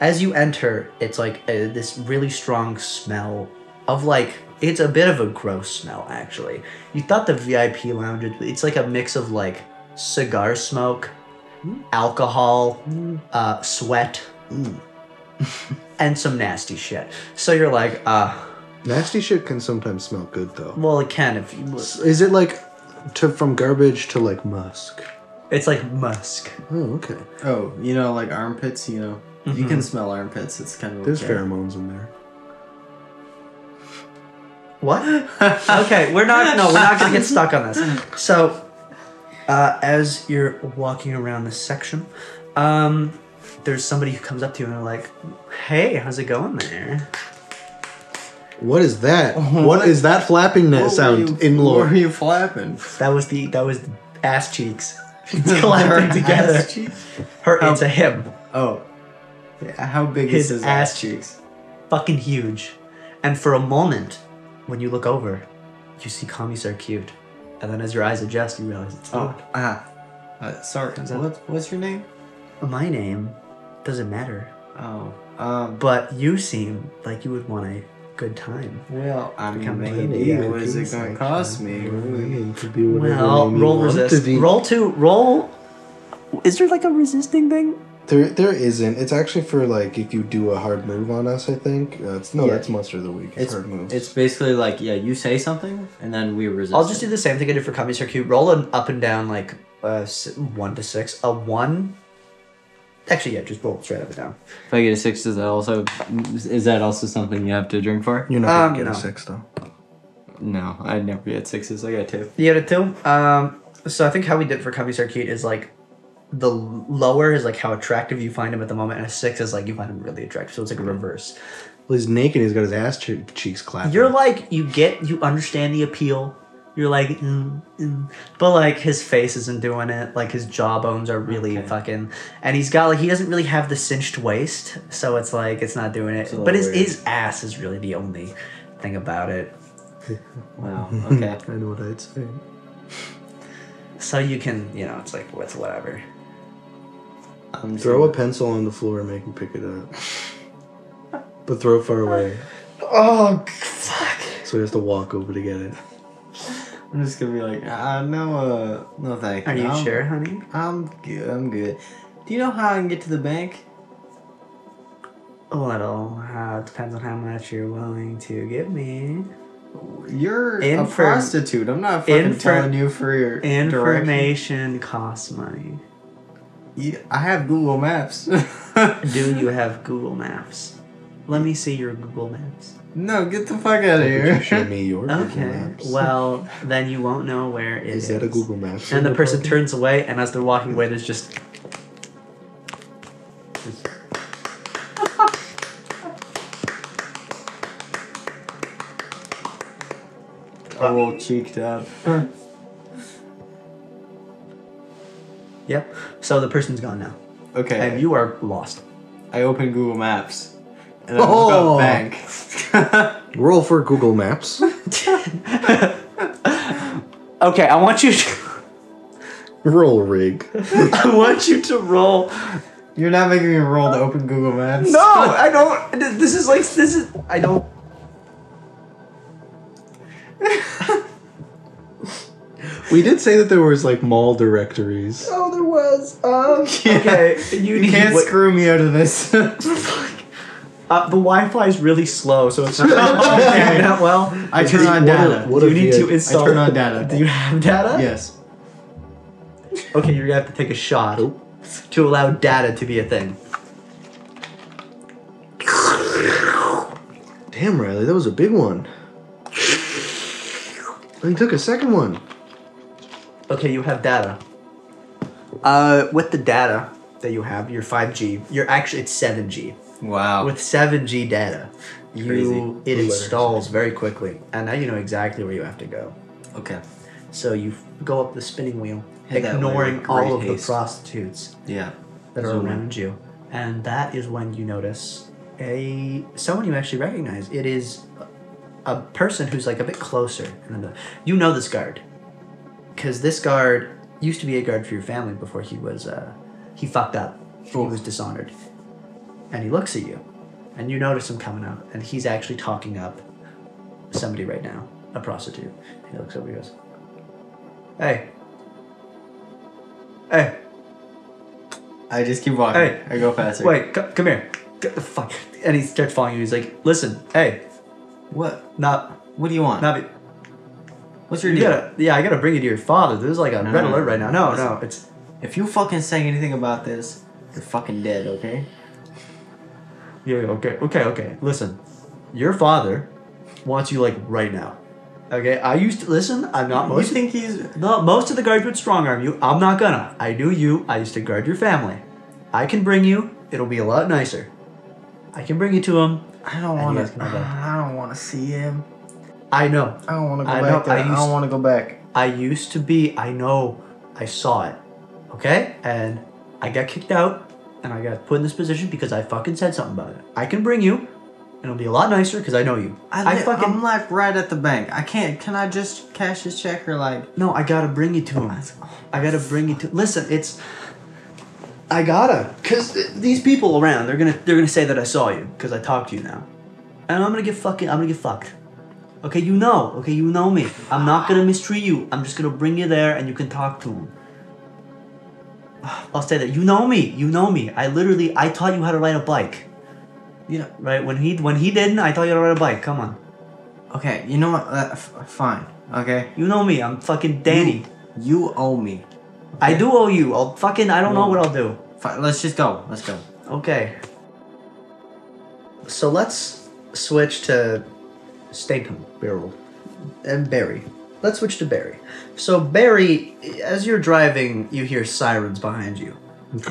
Speaker 3: as you enter, it's like a, this really strong smell of like it's a bit of a gross smell actually. You thought the VIP lounge, it's like a mix of like cigar smoke, alcohol, uh, sweat, and some nasty shit. So you're like, uh,
Speaker 4: Nasty shit can sometimes smell good though.
Speaker 3: well, it can if you.
Speaker 4: Is it like to from garbage to like musk?
Speaker 3: It's like musk.
Speaker 4: Oh, okay.
Speaker 7: Oh, you know, like armpits. You know, you can smell armpits. It's kind of
Speaker 4: There's
Speaker 7: okay.
Speaker 4: pheromones in there.
Speaker 3: What? okay, we're not. No, we're not gonna get stuck on this. So, uh, as you're walking around this section, um, there's somebody who comes up to you and they're like, "Hey, how's it going there?"
Speaker 4: What is that? what is that flapping that
Speaker 7: What were
Speaker 4: sound
Speaker 7: you-
Speaker 4: in
Speaker 7: What were
Speaker 4: lore?
Speaker 7: you flapping?
Speaker 3: That was the that was the ass cheeks collecting together.
Speaker 7: Ass cheeks?
Speaker 3: Her, it's a him,
Speaker 7: Oh, Yeah, how big
Speaker 3: His
Speaker 7: is his
Speaker 3: ass
Speaker 7: ass, cheeks?
Speaker 3: fucking huge. And for a moment, when you look over, you see Kamisar cute, and then as your eyes adjust, you realize it's
Speaker 7: Oh,
Speaker 3: not.
Speaker 7: ah, uh, sorry.
Speaker 3: out.
Speaker 7: What, what's your name?
Speaker 3: My name doesn't matter.
Speaker 7: Oh, um,
Speaker 3: But you seem like you would want a good time.
Speaker 7: well, I mean,
Speaker 3: Become
Speaker 7: maybe.
Speaker 4: Yeah,
Speaker 7: What is it
Speaker 4: things
Speaker 7: gonna
Speaker 4: like
Speaker 7: cost
Speaker 4: that.
Speaker 7: me?
Speaker 4: It could be whatever
Speaker 3: Well,
Speaker 4: name you
Speaker 3: roll
Speaker 4: want it to
Speaker 3: resist.
Speaker 4: be.
Speaker 3: Roll two. Roll. Is there like a resisting thing?
Speaker 4: There, there isn't. It's actually for like if you do a hard move on us. I think uh, it's no.
Speaker 7: Yeah.
Speaker 4: That's monster of the week. It's,
Speaker 7: It's
Speaker 4: hard moves.
Speaker 7: it's basically like yeah, you say something and then we resist.
Speaker 3: I'll just do
Speaker 7: it.
Speaker 3: the same thing I did for Kami Circuit. Roll an up and down like uh, s- one to six. A one. Actually, yeah, just roll straight up and down.
Speaker 1: If I get a six, is that also is that also something you have to drink for?
Speaker 4: you're not
Speaker 3: um,
Speaker 4: gonna get
Speaker 3: no.
Speaker 4: a six though.
Speaker 1: No, I never get sixes. I got two.
Speaker 3: You got a two. Um, so I think how we did for Kami Circuit is like the l- lower is like how attractive you find him at the moment, and a six is like you find him really attractive. So it's like a reverse.
Speaker 4: Well, he's naked. He's got his ass che- cheeks clapping.
Speaker 3: You're like you get you understand the appeal. You're like, mm, mm. but like his face isn't doing it. Like his jawbones are really fucking, and he's got like he doesn't really have the cinched waist, so it's like it's not doing it.
Speaker 7: little
Speaker 3: But his
Speaker 7: weird.
Speaker 3: his ass is really the only thing about it.
Speaker 7: Wow. Okay.
Speaker 4: I know what I'd say.
Speaker 3: So you can, you know, it's like with whatever.
Speaker 7: Um, so-
Speaker 4: Throw a pencil on the floor and make him pick it up. But throw it far away,
Speaker 7: Oh fuck.
Speaker 4: so he has to walk over to get it.
Speaker 7: I'm just gonna be like, uh, no, uh, no, thank
Speaker 3: Are you
Speaker 7: I'm-
Speaker 3: sure, honey?
Speaker 7: I'm good. I'm good. Do you know how I can get to the bank?
Speaker 3: A little. Uh, it depends on how much you're willing to give me.
Speaker 7: You're a
Speaker 3: Infor-
Speaker 7: prostitute. I'm not fucking
Speaker 3: Infor-
Speaker 7: telling you for your direction.
Speaker 3: Information costs money.
Speaker 7: You- I have Google Maps.
Speaker 3: Do you have Google Maps? Let me see your Google Maps.
Speaker 7: no, get the fuck out of
Speaker 4: Would you show
Speaker 7: here.
Speaker 4: me your Google
Speaker 3: Okay.
Speaker 4: Maps?
Speaker 3: Well, then you won't know where it is.
Speaker 4: is that a Google Maps?
Speaker 3: And the person
Speaker 4: Park?
Speaker 3: turns away, and as they're walking away, there's just.
Speaker 7: I'm all cheeked up.
Speaker 3: Yep. So the person's gone now,
Speaker 7: Okay.
Speaker 3: and you are lost.
Speaker 7: I open Google Maps. And I look
Speaker 4: Oh.
Speaker 7: up bank.
Speaker 4: Roll for Google Maps.
Speaker 3: Okay, I want you. To,
Speaker 4: Roll rig.
Speaker 3: I want you to roll.
Speaker 7: You're not making me roll to open Google Maps.
Speaker 3: No, I don't. th- This is like this is. I don't.
Speaker 4: We did say that there was like mall directories.
Speaker 3: Oh, there was. Um. Okay, you,
Speaker 7: You
Speaker 3: need-
Speaker 7: can't
Speaker 3: what-
Speaker 7: screw me out of this.
Speaker 3: Uh, the Wi-Fi is really slow, so it's not okay. not well.
Speaker 7: I turn
Speaker 4: What
Speaker 7: on
Speaker 4: a-
Speaker 7: data.
Speaker 4: what a
Speaker 3: you need
Speaker 4: VH
Speaker 3: to install.
Speaker 7: I turn on data.
Speaker 3: Do you have data?
Speaker 7: Yes.
Speaker 3: Okay, you're gonna have to take a shot to allow data to be a thing.
Speaker 4: Damn, Riley, that was a big one. And he took a second one.
Speaker 3: Okay, you have data. Uh, with the data that you have, your 5G, you're actually it's 7G.
Speaker 7: Wow.
Speaker 3: With 7G data, you it installs very quickly, and now you know exactly where you have to go.
Speaker 7: okay.
Speaker 3: So you f- go up the spinning wheel,
Speaker 7: Hit that way
Speaker 3: ignoring
Speaker 7: with
Speaker 3: all
Speaker 7: great
Speaker 3: of
Speaker 7: haste.
Speaker 3: the prostitutes
Speaker 7: Yeah.
Speaker 3: that are
Speaker 7: Zoom in.
Speaker 3: around you, and that is when you notice a someone you actually recognize. It is a- a person who's like a bit closer. In the middle. You know this guard because this guard used to be a guard for your family before he was uh, he fucked up. He was dishonored, and he looks at you, and you notice him coming up, and he's actually talking up somebody right now, a prostitute. He looks over, he goes, "Hey, hey."
Speaker 7: I just keep walking.
Speaker 3: Hey.
Speaker 7: I go faster.
Speaker 3: Wait, c- come here. Get the fuck. And he starts following you. He's like, listen, hey,
Speaker 7: What?
Speaker 3: not,
Speaker 7: What do you want?
Speaker 3: not. Be,
Speaker 7: What's your
Speaker 3: you
Speaker 7: deal?
Speaker 3: gotta, yeah, I gotta bring you to your father. There's like a
Speaker 7: No,
Speaker 3: red
Speaker 7: no,
Speaker 3: alert right now. No,
Speaker 7: listen.
Speaker 3: no, it's.
Speaker 7: If you fucking say anything about this, you're fucking dead. Okay.
Speaker 3: Yeah, yeah, okay, okay, okay. Listen, your father wants you like right now. Okay, I used to listen. I'm not most.
Speaker 7: you think he's?
Speaker 3: no, most of the guards would strong arm you. I'm not gonna. I knew you. I used to guard your family. I can bring you. It'll be a lot nicer. I can bring you to him.
Speaker 7: I don't
Speaker 3: And
Speaker 7: want
Speaker 3: yes,
Speaker 7: to.
Speaker 3: my bad.
Speaker 7: I don't want to see him.
Speaker 3: I know.
Speaker 7: I don't want to go
Speaker 3: I
Speaker 7: back
Speaker 3: know,
Speaker 7: there.
Speaker 3: I
Speaker 7: I,
Speaker 3: used-
Speaker 7: don't want to go back.
Speaker 3: I used to be, I know, I saw it. Okay? And I got kicked out and I got put in this position because I fucking said something about it. I can bring you and it'll be a lot nicer because I know you. I,
Speaker 7: I, li-
Speaker 3: fucking.
Speaker 7: I'm like right at the bank. I can't. Can I just cash this check or like?
Speaker 3: no, I gotta bring you to him. I gotta bring you to. Listen, it's. I gotta. Because these people around, they're gonna, they're gonna say that I saw you because I talked to you now. And I'm gonna get fucking. I'm gonna get fucked. Okay, you know. Okay, you know me. I'm not gonna mistreat you. I'm just gonna bring you there and you can talk to him. I'll say that. You know me. You know me. I literally I taught you how to ride a bike.
Speaker 7: You know.
Speaker 3: Right? When he when he didn't, I taught you how to ride a bike. Come on.
Speaker 7: Okay. You know what? Uh, f- fine. Okay.
Speaker 3: You know me. I'm fucking Danny.
Speaker 7: You owe me.
Speaker 3: I do owe you. I'll fucking I don't know what I'll do.
Speaker 7: Fine, let's just go. Let's go.
Speaker 3: Okay. So let's switch to Statham, Beryl, and Barry. Let's switch to Barry. So Barry, as you're driving, you hear sirens behind you.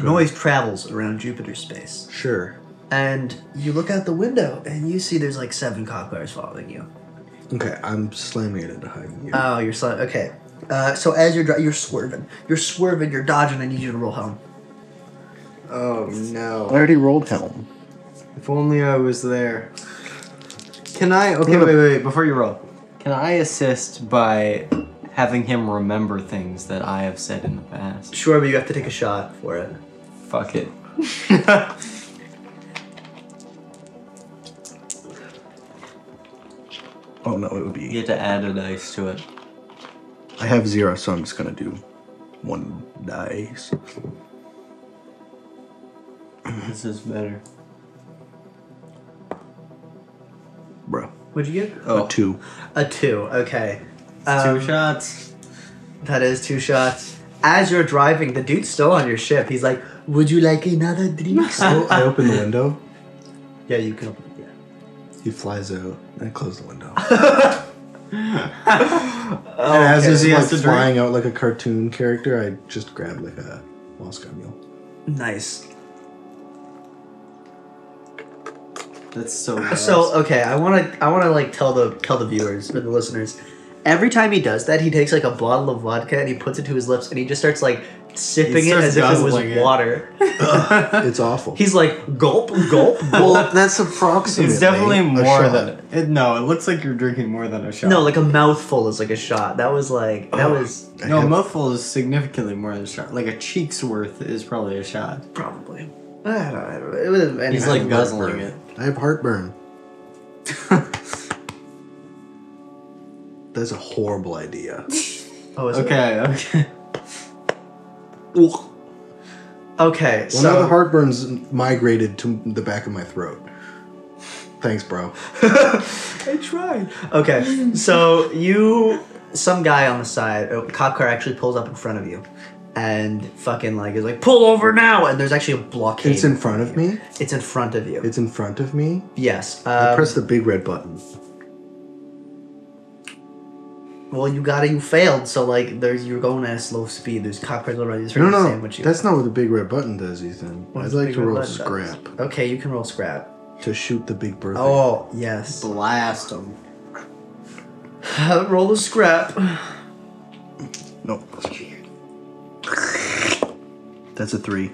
Speaker 3: Noise travels around Jupiter's space,
Speaker 4: Sure.
Speaker 3: and you look out the window and you see there's like seven cop cars following you.
Speaker 4: Okay, I'm slamming it into hiding you.
Speaker 3: Oh, you're slow. Okay. Uh, so as you're dri- you're swerving, you're swerving, you're dodging. I need you to roll home.
Speaker 2: Oh no!
Speaker 4: already rolled helm.
Speaker 2: If only I was there.
Speaker 7: Can I? Okay.
Speaker 4: gonna-
Speaker 7: Wait. Wait. Before you roll, Can I assist by having him remember things that I have said in the past?
Speaker 3: Sure, but you have to take a shot for it.
Speaker 7: Fuck it.
Speaker 4: Oh no, it would be.
Speaker 7: You get to add a dice to it.
Speaker 4: I have zero, so I'm just gonna do one dice.
Speaker 7: This is better.
Speaker 4: Bro.
Speaker 3: What'd you get?
Speaker 4: Oh. A two.
Speaker 3: A two. Okay.
Speaker 7: Two
Speaker 3: Um,
Speaker 7: shots.
Speaker 3: That is two shots. As you're driving, the dude's still on your ship. He's like, "Would you like another drink?"
Speaker 4: So I open the window.
Speaker 3: yeah, you can. Yeah.
Speaker 4: He flies out. And I close the window. and as he's
Speaker 7: he
Speaker 4: like
Speaker 7: has to drink.
Speaker 4: flying out like a cartoon character, I just grab like a Moscow Mule.
Speaker 3: Nice.
Speaker 7: That's so. gross.
Speaker 3: So okay, I want to I want to like tell the tell the viewers or the listeners. Every time he does that, he takes like a bottle of vodka and he puts it to his lips and he just starts like sipping
Speaker 7: He
Speaker 3: it
Speaker 7: starts
Speaker 3: as if it was
Speaker 7: guzzling it.
Speaker 3: water.
Speaker 4: It's awful.
Speaker 3: He's like gulp, gulp, gulp.
Speaker 4: that's approximately.
Speaker 7: it's definitely
Speaker 4: a
Speaker 7: more
Speaker 4: shot.
Speaker 7: than. It, no, it looks like you're drinking more than a shot.
Speaker 3: no, like a mouthful is like a shot. That was like that was
Speaker 4: I
Speaker 7: No, a
Speaker 4: have-
Speaker 7: mouthful is significantly more than a shot. Like a cheek's worth is probably a shot.
Speaker 3: probably. I don't, I don't, it was,
Speaker 7: He's
Speaker 3: anyway.
Speaker 7: like guzzling it.
Speaker 4: I have heartburn. That's a horrible idea.
Speaker 3: oh, is it?
Speaker 7: Okay, okay.
Speaker 3: Okay,
Speaker 4: Well, now the
Speaker 3: so
Speaker 4: heartburn's migrated to the back of my throat. Thanks, bro.
Speaker 3: I tried. Okay, so you, some guy on the side, a cop car actually pulls up in front of you, and fucking like is like pull over now, and there's actually a blockade.
Speaker 4: It's in front of me.
Speaker 3: It's in front of you.
Speaker 4: It's in front of me.
Speaker 3: yes.
Speaker 4: I
Speaker 3: Um,
Speaker 4: press the big red button.
Speaker 3: well, you got it. You failed. So like, there's you're going at a slow speed. There's cop cars already
Speaker 4: No,
Speaker 3: trying to
Speaker 4: no,
Speaker 3: sandwich you.
Speaker 4: that's not what the big red button does, Ethan.
Speaker 3: What
Speaker 4: I'd
Speaker 3: does the
Speaker 4: like
Speaker 3: big
Speaker 4: to
Speaker 3: red
Speaker 4: roll
Speaker 3: button does?
Speaker 4: scrap
Speaker 3: okay. You can roll scrap.
Speaker 4: to shoot the big bird.
Speaker 3: Oh yes.
Speaker 7: Blast him.
Speaker 3: roll the scrap.
Speaker 4: no, that's a three.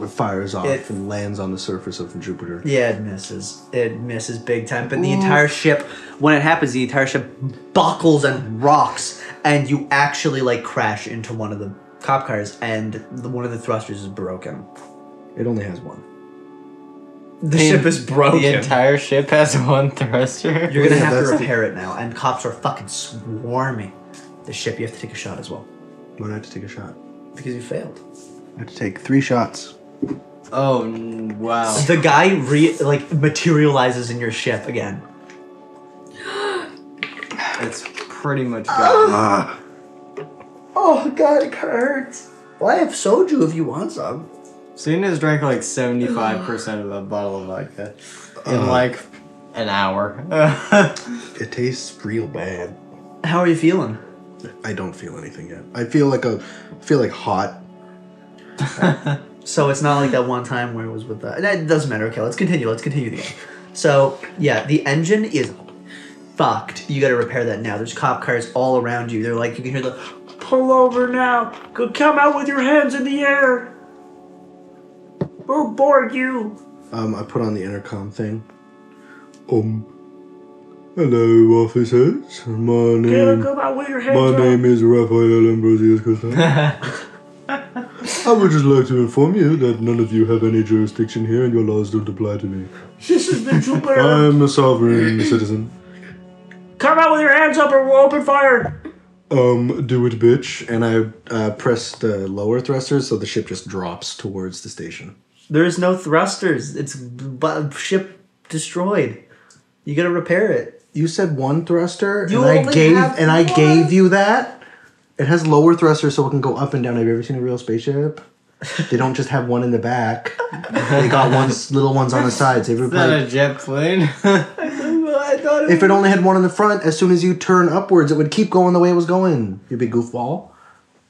Speaker 4: It fires off
Speaker 3: It-
Speaker 4: and lands on the surface of Jupiter.
Speaker 3: Yeah, it misses. It misses big time. But the entire ship, when it happens, the entire ship buckles and rocks, and you actually like crash into one of the cop cars, and the, one of the thrusters is broken.
Speaker 4: It only has one.
Speaker 3: The ship is broken.
Speaker 1: The entire ship has one thruster.
Speaker 3: You're gonna
Speaker 4: Yeah,
Speaker 3: have
Speaker 4: that's
Speaker 3: to
Speaker 4: the-
Speaker 3: repair it now, and cops are fucking swarming the ship. You have to take a shot as well
Speaker 4: But I have to take a shot.
Speaker 3: because you failed.
Speaker 4: I have to take three shots.
Speaker 7: Oh n- wow.
Speaker 3: The guy re like materializes in your ship again.
Speaker 7: It's pretty much gone.
Speaker 3: Oh god, it hurts. Well, I have soju if you want some.
Speaker 7: Cena's drank like 75% of that bottle of vodka in like
Speaker 1: An hour.
Speaker 4: It tastes real bad.
Speaker 3: How are you feeling?
Speaker 4: I don't feel anything yet. I feel like a I feel like hot.
Speaker 3: So it's not like that one time where it was with the. That doesn't matter. Okay, let's continue. Let's continue the game. So yeah, the engine is fucked. You got to repair that now. There's cop cars all around you. They're like you can hear the pull over now. Go come out with your hands in the air. We'll board you.
Speaker 4: Um, I put on the intercom thing.
Speaker 6: Um, hello, officers. My
Speaker 3: Go
Speaker 6: name,
Speaker 3: come out with your hands.
Speaker 6: my
Speaker 3: up.
Speaker 6: name is Raphael Ambrosius Costanzo. I would just like to inform you that none of you have any jurisdiction here, and your laws don't apply to me.
Speaker 3: This is the Jupiter.
Speaker 6: I am a sovereign citizen.
Speaker 3: come out with your hands up or we'll open fire.
Speaker 6: Um, do it, bitch.
Speaker 4: And I uh, press the lower thrusters so the ship just drops towards the station.
Speaker 3: There is no thrusters. It's bu- ship destroyed. You got to repair it.
Speaker 4: You said one thruster,
Speaker 3: You
Speaker 4: and I
Speaker 3: only
Speaker 4: gave
Speaker 3: have
Speaker 4: and I
Speaker 3: one.
Speaker 4: gave you that. It has lower thrusters, so it can go up and down. Have you ever seen a real spaceship? They don't just have one in the back. They got ones, little ones on the sides. They were
Speaker 7: not
Speaker 4: like-
Speaker 7: a jet plane.
Speaker 3: I thought
Speaker 4: if it only had one in the front, as soon as you turn upwards, it would keep going the way it was going. You big goofball.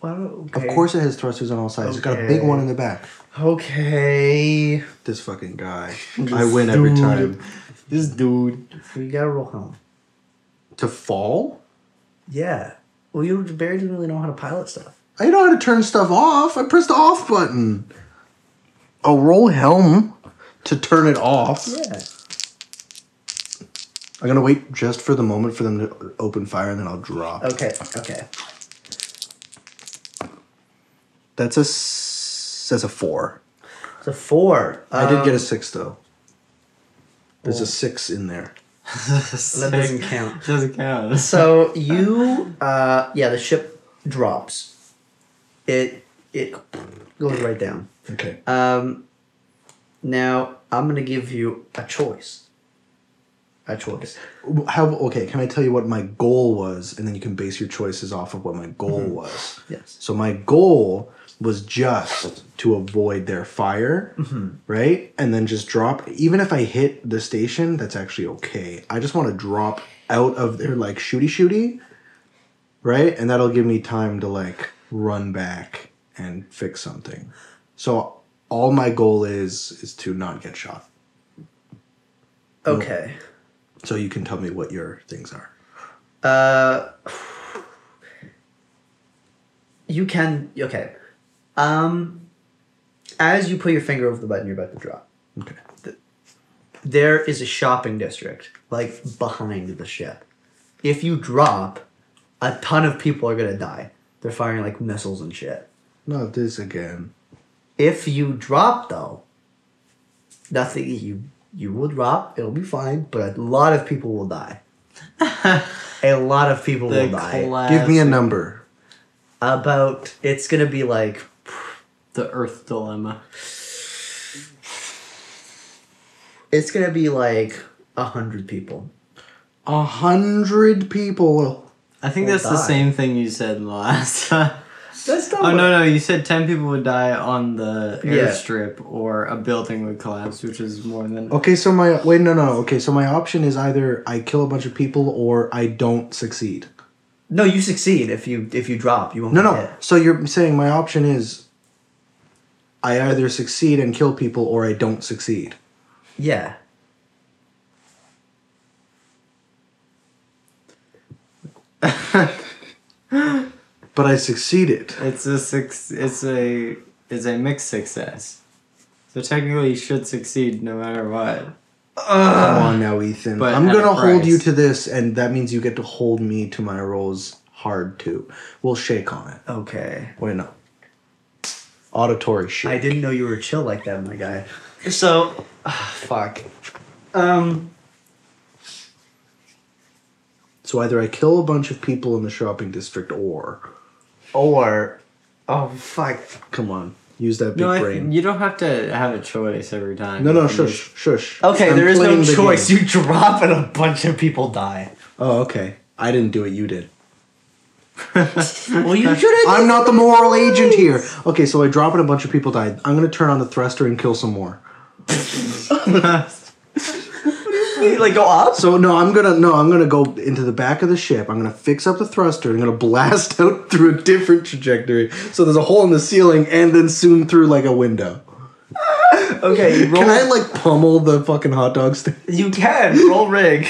Speaker 3: Well,
Speaker 4: Of course, it has thrusters on all sides. It's got a big
Speaker 3: Okay.
Speaker 4: one in the back.
Speaker 3: Okay.
Speaker 4: This fucking guy. I win every time.
Speaker 7: this dude.
Speaker 3: We gotta roll home.
Speaker 4: To fall?
Speaker 3: Yeah. Well, you Barry didn't really know how to pilot stuff.
Speaker 4: I know how to turn stuff off. I pressed the off button. Oh, roll helm to turn it off.
Speaker 3: Yeah.
Speaker 4: I'm gonna wait just for the moment for them to open fire, and then I'll drop.
Speaker 3: Okay, okay.
Speaker 4: That's a s- that's a four.
Speaker 3: It's a four.
Speaker 4: I did get a
Speaker 3: Um,
Speaker 4: six though. There's a six in there.
Speaker 3: That doesn't count.
Speaker 7: Doesn't count.
Speaker 3: So you, uh, yeah, the ship drops. It it goes right down.
Speaker 4: Okay.
Speaker 3: Um, now I'm gonna give you a choice. A choice.
Speaker 4: How okay? Can I tell you what my goal was, and then you can base your choices off of what my goal was.
Speaker 3: Yes.
Speaker 4: So my goal was just to avoid their fire, right? And then just drop. Even if I hit the station, that's actually okay. I just want to drop out of their like shooty shooty, right? And that'll give me time to like run back and fix something. So all my goal is is to not get shot.
Speaker 3: Okay.
Speaker 4: So you can tell me what your things are.
Speaker 3: Uh, you can okay. Um, as you put your finger over the button, you're about to drop.
Speaker 4: Okay.
Speaker 3: there is a shopping district like behind the ship. If you drop, a ton of people are gonna die. They're firing like missiles and shit.
Speaker 4: Not this again.
Speaker 3: If you drop though, nothing you you will drop. It'll be fine, but a lot of people will die. a lot of people will die.
Speaker 1: Uh,
Speaker 4: Give me a number.
Speaker 3: About it's gonna be like
Speaker 1: The Earth Dilemma.
Speaker 3: it's gonna be like a hundred people.
Speaker 4: A hundred people.
Speaker 1: I think
Speaker 3: Will
Speaker 1: that's the
Speaker 3: die.
Speaker 1: same thing you said in the last time.
Speaker 3: That's not.
Speaker 1: Oh
Speaker 3: what-
Speaker 1: no no! You said ten people would die on the
Speaker 3: Yeah.
Speaker 1: airstrip, or a building would collapse, which is more than.
Speaker 4: Okay, so my wait, no, no. Okay, so my option is either I kill a bunch of people or I don't succeed.
Speaker 3: No, you succeed if you if you drop. You won't.
Speaker 4: No,
Speaker 3: get
Speaker 4: no.
Speaker 3: hit.
Speaker 4: So you're saying my option is I either succeed and kill people or I don't succeed.
Speaker 3: Yeah.
Speaker 4: But I succeeded.
Speaker 1: It's a six. It's a it's a mixed success. So technically, you should succeed no matter what.
Speaker 4: Come on now, Ethan.
Speaker 1: But
Speaker 4: I'm
Speaker 1: at a
Speaker 4: gonna hold
Speaker 1: price.
Speaker 4: you to this, and that means you get to hold me to my rolls hard too. We'll shake on it.
Speaker 1: Oh.
Speaker 3: Okay.
Speaker 4: Wait, no. Auditory shit.
Speaker 3: I didn't know you were chill like that, my guy. So, ah, fuck. Um,
Speaker 4: So either I kill a bunch of people in the shopping district, or
Speaker 3: or oh fuck.
Speaker 4: come on, use that big
Speaker 1: No, I,
Speaker 4: brain.
Speaker 1: you don't have to have a choice every time.
Speaker 4: no,
Speaker 1: You
Speaker 4: no,
Speaker 1: can just-
Speaker 4: shush, shush.
Speaker 3: Okay,
Speaker 4: I'm
Speaker 3: there is
Speaker 4: playing
Speaker 3: no
Speaker 4: the
Speaker 3: choice.
Speaker 4: game.
Speaker 3: You drop and a bunch of people die.
Speaker 4: Oh, okay. I didn't do it. You did.
Speaker 3: Well, you should have.
Speaker 4: I'm not the moral agent here. Okay, so I drop and a bunch of people died. I'm gonna turn on the thruster and kill some more.
Speaker 3: like go up.
Speaker 4: So no, I'm gonna no, I'm gonna go into the back of the ship. I'm gonna fix up the thruster. I'm gonna blast out through a different trajectory. So there's a hole in the ceiling, and then soon through like a window.
Speaker 3: Okay, roll.
Speaker 4: Can I like pummel the fucking hot dog stand?
Speaker 3: you can roll rig.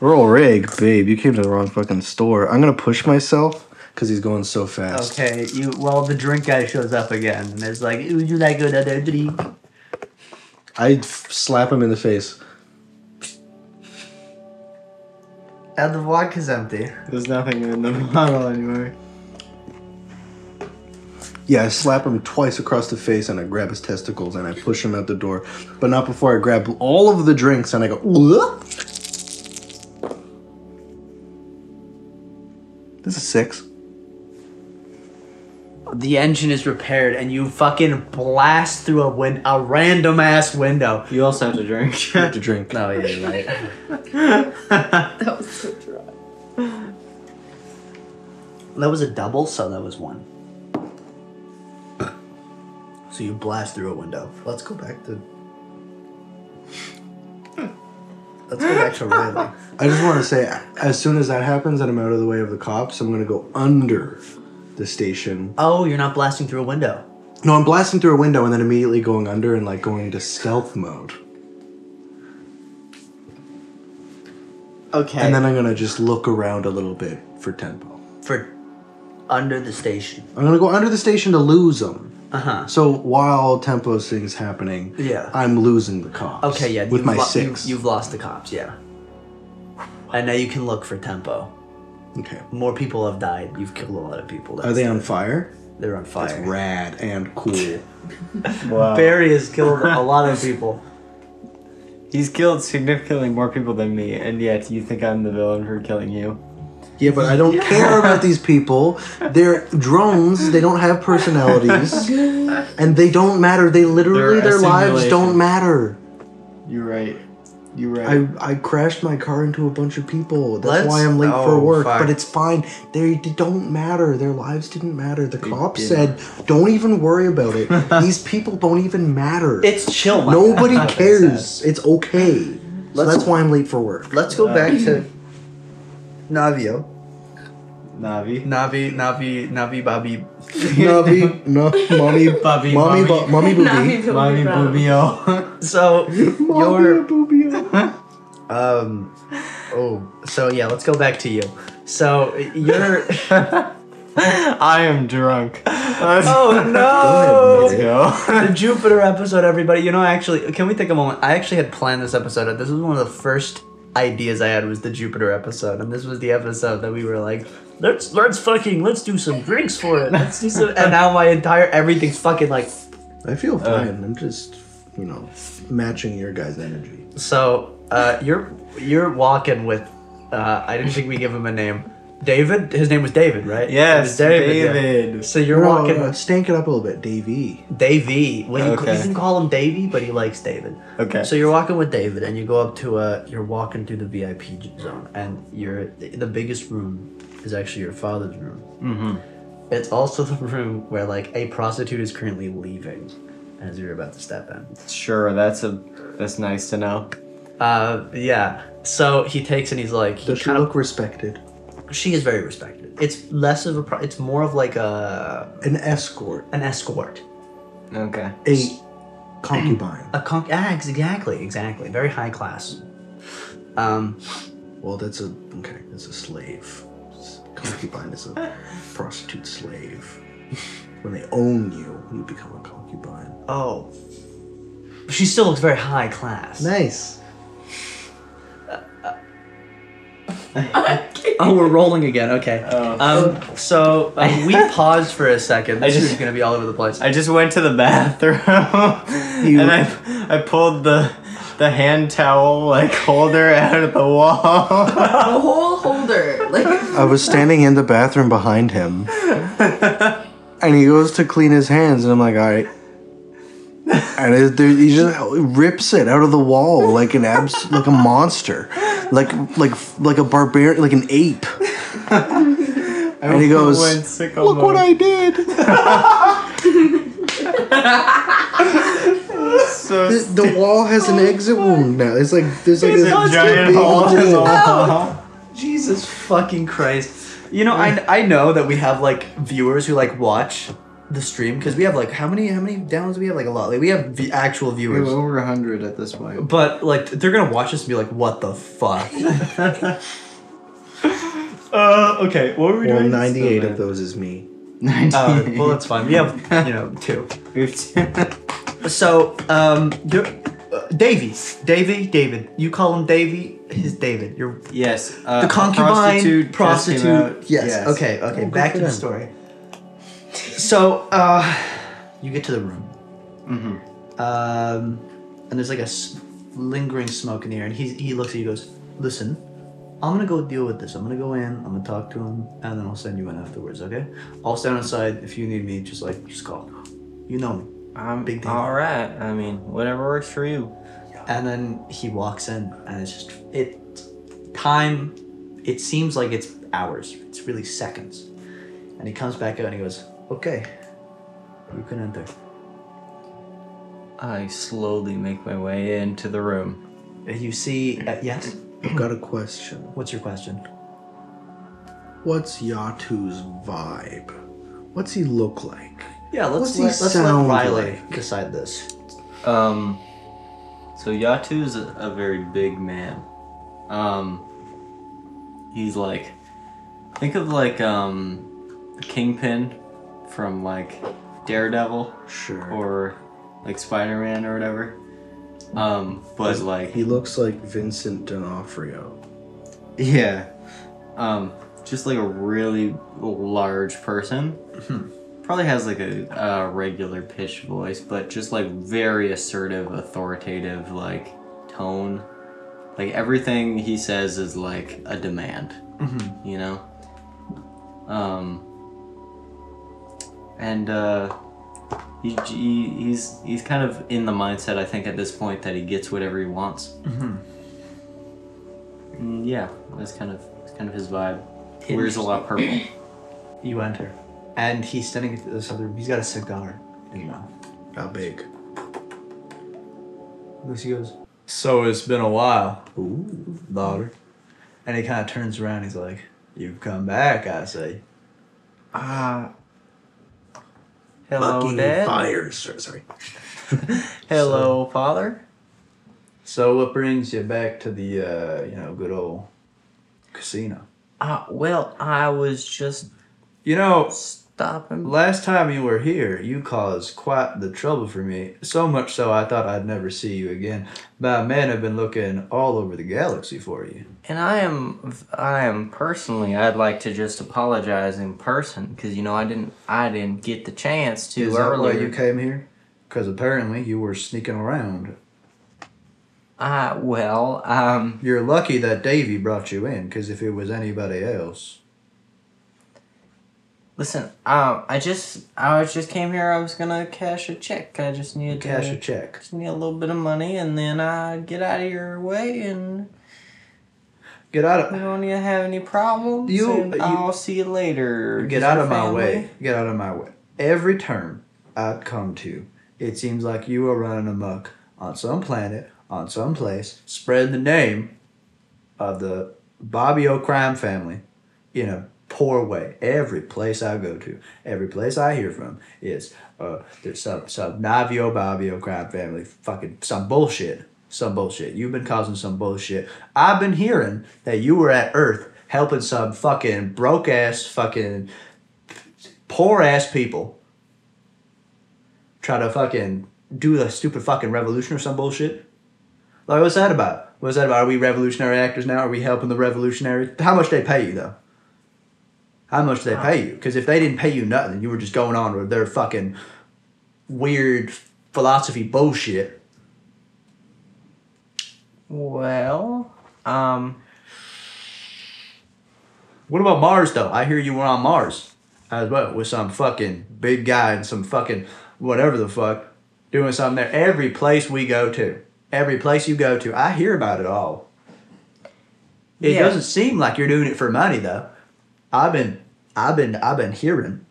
Speaker 4: Roll rig, babe. You came to the wrong fucking store. I'm gonna push myself because he's going so fast.
Speaker 3: Okay, you. Well, the drink guy shows up again and is like, "Would you like another drink?"
Speaker 4: I f- slap him in the face.
Speaker 3: And the vodka's empty.
Speaker 1: There's nothing in the bottle anymore.
Speaker 4: Yeah, I slap him twice across the face and I grab his testicles and I push him out the door, but not before I grab all of the drinks and I go. "Whoa." This is six.
Speaker 3: The engine is repaired, and you fucking blast through a win a random ass window.
Speaker 1: You also have to drink.
Speaker 4: To drink.
Speaker 3: Oh yeah, you're right.
Speaker 5: That was so dry.
Speaker 3: That was a double, so that was one. So you blast through a window. Let's go back to. Let's go back to Riley.
Speaker 4: I just want to say, as soon as that happens and I'm out of the way of the cops, I'm gonna go under the station.
Speaker 3: Oh, you're not blasting through a window.
Speaker 4: No, I'm blasting through a window and then immediately going under and like going into stealth mode.
Speaker 3: Okay.
Speaker 4: And then I'm gonna just look around a little bit for tempo.
Speaker 3: for under the station.
Speaker 4: I'm gonna go under the station to lose them.
Speaker 3: Uh huh.
Speaker 4: So while tempo's thing's happening,
Speaker 3: Yeah.
Speaker 4: I'm losing the cops.
Speaker 3: Okay, yeah.
Speaker 4: with
Speaker 3: you've
Speaker 4: my
Speaker 3: lo-
Speaker 4: six.
Speaker 3: You've, you've lost the cops. Yeah. And now you can look for tempo.
Speaker 4: Okay.
Speaker 3: More people have died. You've killed a lot of people.
Speaker 4: Are they
Speaker 3: That's-
Speaker 4: on fire?
Speaker 3: They're on fire.
Speaker 4: Rad and cool.
Speaker 3: Barry has killed a lot of people.
Speaker 1: He's killed significantly more people than me, and yet you think I'm the villain for killing you.
Speaker 4: yeah, but I don't care about these people. They're drones. They don't have personalities, and they don't matter. They literally
Speaker 1: They're a
Speaker 4: their lives
Speaker 1: simulation.
Speaker 4: don't matter.
Speaker 1: You're right. You're
Speaker 4: I, I crashed my car into a bunch of people. That's
Speaker 3: Let's-
Speaker 4: why I'm late
Speaker 3: oh,
Speaker 4: for work,
Speaker 3: fuck.
Speaker 4: but it's fine. They d- don't matter. Their lives didn't matter. The cop said, "Don't even worry about it. These people don't even matter.
Speaker 3: It's chill. Mike.
Speaker 4: Nobody cares. It's okay." So that's why I'm late for work.
Speaker 3: Let's go back to Navio.
Speaker 1: Navi.
Speaker 3: Navi, Navi, Navi, Bobby.
Speaker 4: Navi, no, mommy,
Speaker 1: Bobby,
Speaker 4: mommy,
Speaker 1: mommy.
Speaker 4: bu- mommy, booby.
Speaker 5: Navi
Speaker 1: Mommy
Speaker 5: Brown.
Speaker 1: Bubio.
Speaker 3: So your um oh so yeah let's go back to you. So your
Speaker 1: I am drunk.
Speaker 3: oh
Speaker 1: Let's
Speaker 3: no
Speaker 1: go.
Speaker 3: the Jupiter episode everybody you know actually can we take a moment I actually had planned this episode this was one of the first ideas I had was the Jupiter episode and this was the episode that we were like let's let's fucking let's do some drinks for it let's do some and now my entire everything's fucking like
Speaker 4: I
Speaker 3: Uh,
Speaker 4: feel fine. I'm just, you know, matching your guys' energy.
Speaker 3: So uh, you're you're walking with. Uh, I didn't think we give him a name. David. His name was David, right? It
Speaker 1: Yes,
Speaker 3: was yeah.
Speaker 1: David.
Speaker 3: So you're
Speaker 4: You're
Speaker 3: walking
Speaker 4: uh,
Speaker 3: with
Speaker 4: stank it up a little bit, Davey.
Speaker 3: Davey. Well, you,
Speaker 1: Okay.
Speaker 3: you can call him Davey, but he likes David.
Speaker 1: Okay.
Speaker 3: So you're walking with David, and you go up to a. You're walking through the VIP zone, and you're the biggest room is actually your father's room. Mm-hmm. It's also the room where like a prostitute is currently leaving, as you're about to step in.
Speaker 1: Sure, that's a that's nice to know.
Speaker 3: Uh, yeah. So he takes and he's like, he
Speaker 4: Does she
Speaker 3: kinda
Speaker 4: look respected?
Speaker 3: she is very respected. It's less of a. Pro- it's more of like a
Speaker 4: An escort,
Speaker 3: an escort,
Speaker 1: Okay.
Speaker 4: a concubine.
Speaker 3: a con. Ah, exactly, exactly. Very high class. Um,
Speaker 4: Well, that's a okay. That's a slave. Concubine is a prostitute slave. When they own you, you become a concubine.
Speaker 3: oh, she still looks very high class.
Speaker 4: Nice.
Speaker 3: Oh, we're rolling again. Okay. Um, so um, we paused for a second. This
Speaker 1: just-
Speaker 3: is gonna be all over the place.
Speaker 1: I just went to the bathroom and I I pulled the the hand towel like holder out of the wall.
Speaker 5: The whole holder. Like
Speaker 4: I was standing in the bathroom behind him, and he goes to clean his hands, and I'm like, all right. And it, dude, he just rips it out of the wall like an abs, like a monster, like like like a barbarian, like an ape. And he goes,
Speaker 1: Went sicko
Speaker 4: Look what
Speaker 1: mode.
Speaker 4: I did!
Speaker 1: so
Speaker 4: The, the wall has an exit wound now. It's like there's like
Speaker 1: It's a giant
Speaker 4: big
Speaker 1: hole in the wall.
Speaker 3: Jesus fucking Christ. You know, I, I know that we have like viewers who like watch the stream because we have like how many how many downloads do we have like a lot like we have the actual viewers
Speaker 7: over 100 at this point.
Speaker 3: But like they're gonna watch this and be like, "What the fuck?" uh, okay, what were we
Speaker 4: Well,
Speaker 3: doing?
Speaker 4: 98 of those is me.
Speaker 7: Oh,
Speaker 3: Uh, well, that's fine. We have you know two. So, um, you're, uh, Davy, Davy, David. You call him Davy. He's David. You're
Speaker 7: Yes. Uh,
Speaker 3: the
Speaker 7: a
Speaker 3: concubine, prostitute.
Speaker 7: just came out.
Speaker 3: Yes. Okay. Okay. Back to the story. So uh, you get to the room, mm-hmm. um, and there's like a s- lingering smoke in the air, and he he looks at you, and goes, "Listen, I'm gonna go deal with this. I'm gonna go in. I'm gonna talk to him, and then I'll send you in afterwards. Okay? I'll stand outside if you need me. Just like just call. You know me."
Speaker 1: I'm
Speaker 3: Big deal.
Speaker 1: all right. I mean, whatever works for you.
Speaker 3: And then he walks in, and it's just it time. It seems like it's hours. It's really seconds. And he comes back out and he goes, "Okay, you can enter."
Speaker 1: I slowly make my way into the room.
Speaker 3: And You see, uh, yes.
Speaker 4: I've got a question.
Speaker 3: What's your question?
Speaker 4: What's Yatu's vibe? What's he look like?
Speaker 3: Yeah, let's
Speaker 4: What's he
Speaker 3: let, let's let
Speaker 4: sound
Speaker 3: Riley
Speaker 4: like?
Speaker 3: decide this.
Speaker 1: Um, so Yatu is a, a very big man. Um, he's like, think of like um, the Kingpin from like Daredevil
Speaker 4: Sure.
Speaker 1: or like Spider Man or whatever. Um, but like
Speaker 4: he looks like Vincent D'Onofrio.
Speaker 1: Yeah. Um, just like a really large person. Probably has like a, a regular pitch voice, but just like very assertive, authoritative, like tone. Like everything he says is like a demand, you know? Um, and uh, he, he, he's, he's kind of in the mindset, I think, at this point that he gets whatever he wants. Mm, yeah, that's kind of that's kind of his vibe. Wears a lot of purple.
Speaker 8: You enter, and he's standing at this other. He's got a cigar in his mouth.
Speaker 4: How big?
Speaker 8: Lucy goes,
Speaker 3: So it's been a while.
Speaker 4: Ooh.
Speaker 3: Louder. And he kind of turns around. He's like, You've come back, I say.
Speaker 7: Ah. Hello,
Speaker 4: Fucking
Speaker 7: Dad.
Speaker 4: fires. Sorry, sorry.
Speaker 7: Hello, Father.
Speaker 3: So what brings you back to the, uh, you know, good old casino?
Speaker 7: Ah, well, I was just
Speaker 3: You know,
Speaker 7: stopping.
Speaker 3: last time you were here, you caused quite the trouble for me. So much so I thought I'd never see you again. My men have been looking all over the galaxy for you.
Speaker 7: And I am, I am personally, I'd like to just apologize in person because you know I didn't, I didn't get the chance to
Speaker 3: Is that why
Speaker 7: earlier.
Speaker 3: you came here? Because apparently you were sneaking around.
Speaker 7: I Ah, well, um,
Speaker 3: You're lucky that Davy brought you in, because if it was anybody else,
Speaker 7: listen, um, I just, I was just came here. I was gonna cash a check. I just needed
Speaker 3: cash
Speaker 7: to
Speaker 3: a check.
Speaker 7: just need a little bit of money, and then I get out of your way, and
Speaker 3: Get out of
Speaker 7: we don't even have any problems.
Speaker 3: You-
Speaker 7: and
Speaker 3: you-
Speaker 7: I'll see you later.
Speaker 3: Get
Speaker 7: Just
Speaker 3: out
Speaker 7: your
Speaker 3: of my
Speaker 7: family.
Speaker 3: way. Get out of my way. Every term I come to, it seems like you are running amok on some planet, on some place, spreading the name of the Bobby O'Crime family in a poor way. Every place I go to, every place I hear from is uh, there's some, some Navio Bobby O'Crime family, fucking some bullshit. Some bullshit. You've been causing some bullshit. I've been hearing that you were at Earth helping some fucking broke ass fucking poor ass people try to fucking do the stupid fucking revolution or some bullshit. Like, what's that about? What's that about? Are we revolutionary actors now? Are we helping the revolutionary? How much they pay you though? How much do they pay you? Because if they didn't pay you nothing, you were just going on with their fucking weird philosophy bullshit.
Speaker 7: Well, um,
Speaker 3: What about Mars though? I hear you were on Mars as well with some fucking big guy and some fucking whatever the fuck doing something there. Every place we go to, every place you go to, I hear about it all. It
Speaker 7: Yeah.
Speaker 3: doesn't seem like you're doing it for money though. I've been, I've been, I've been hearing.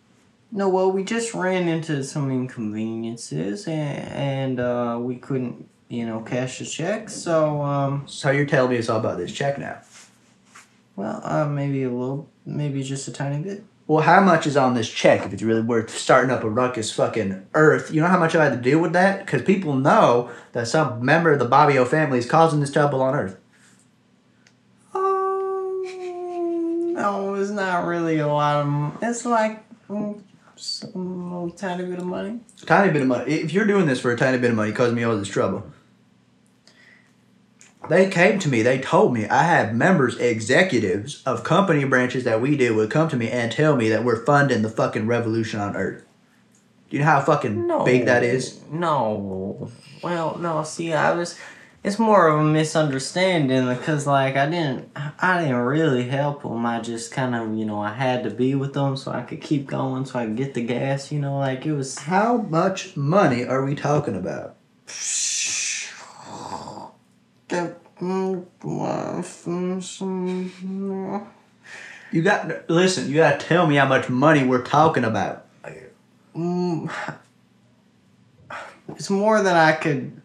Speaker 7: No, well, we just ran into some inconveniences, and, and uh, we couldn't, you know, cash the check. So, um,
Speaker 3: So you're telling me it's all about this check now.
Speaker 7: well, uh, maybe a little, maybe just a tiny bit.
Speaker 3: Well, how much is on this check if it's really worth starting up a ruckus fucking earth? You know how much I had to deal with that? Because people know that some member of the Bobby O family is causing this trouble on earth.
Speaker 7: Um, no, it's not really a lot of. m- It's like mm, some little tiny bit of money.
Speaker 3: Tiny bit of money. If you're doing this for a tiny bit of money, it caused me all this trouble. They came to me. They told me I have members, executives of company branches that we deal with, come to me and tell me that we're funding the fucking revolution on Earth. Do you know how fucking
Speaker 7: No,
Speaker 3: big that is?
Speaker 7: No, well, no. See, I was. It's more of a misunderstanding because, like, I didn't, I didn't really help them. I just kind of, you know, I had to be with them so I could keep going, so I could get the gas. You know, like it was.
Speaker 3: How much money are we talking about?
Speaker 7: the- mm, well, mm, some-
Speaker 3: You got listen. You got to tell me how much money we're talking about.
Speaker 7: mm, It's more than I could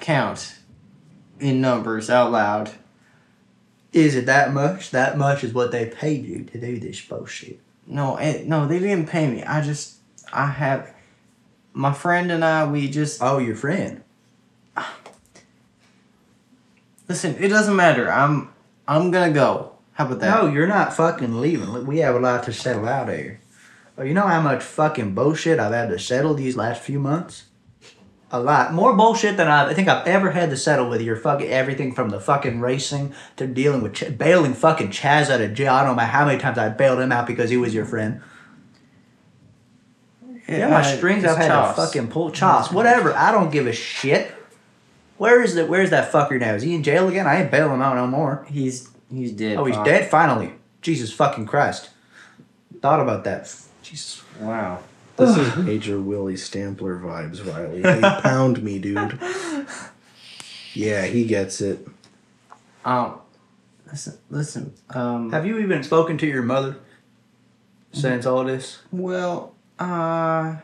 Speaker 7: count in numbers out loud.
Speaker 3: Is it that much? That much is what they paid you to do this bullshit.
Speaker 7: No, it, no, they didn't pay me. I just, I have, my friend and I, we just
Speaker 3: Oh, your friend.
Speaker 7: listen. It doesn't matter. I'm, I'm gonna go. How about that?
Speaker 3: No, you're not fucking leaving. Look, We have a lot to settle out here. Oh, you know how much fucking bullshit I've had to settle these last few months? a lot more bullshit than I've, I think I've ever had to settle with your fucking everything from the fucking racing to dealing with Ch- bailing fucking Chaz out of jail. I don't know how many times I bailed him out because he was your friend. Yeah, my strings I've had to fucking pull chops. Whatever. I don't give a shit. Where is the where's that fucker now? Is he in jail again? I ain't bailing him out no more.
Speaker 1: He's he's dead.
Speaker 3: Oh, he's
Speaker 1: Fox.
Speaker 3: dead finally. Jesus fucking Christ. Thought about that. Jesus.
Speaker 1: Wow.
Speaker 4: This is major Willie Stampler vibes, Riley. He pound me, dude. Yeah, he gets it.
Speaker 1: Um, listen, listen. Um,
Speaker 3: Have you even spoken to your mother since all this?
Speaker 1: well, uh,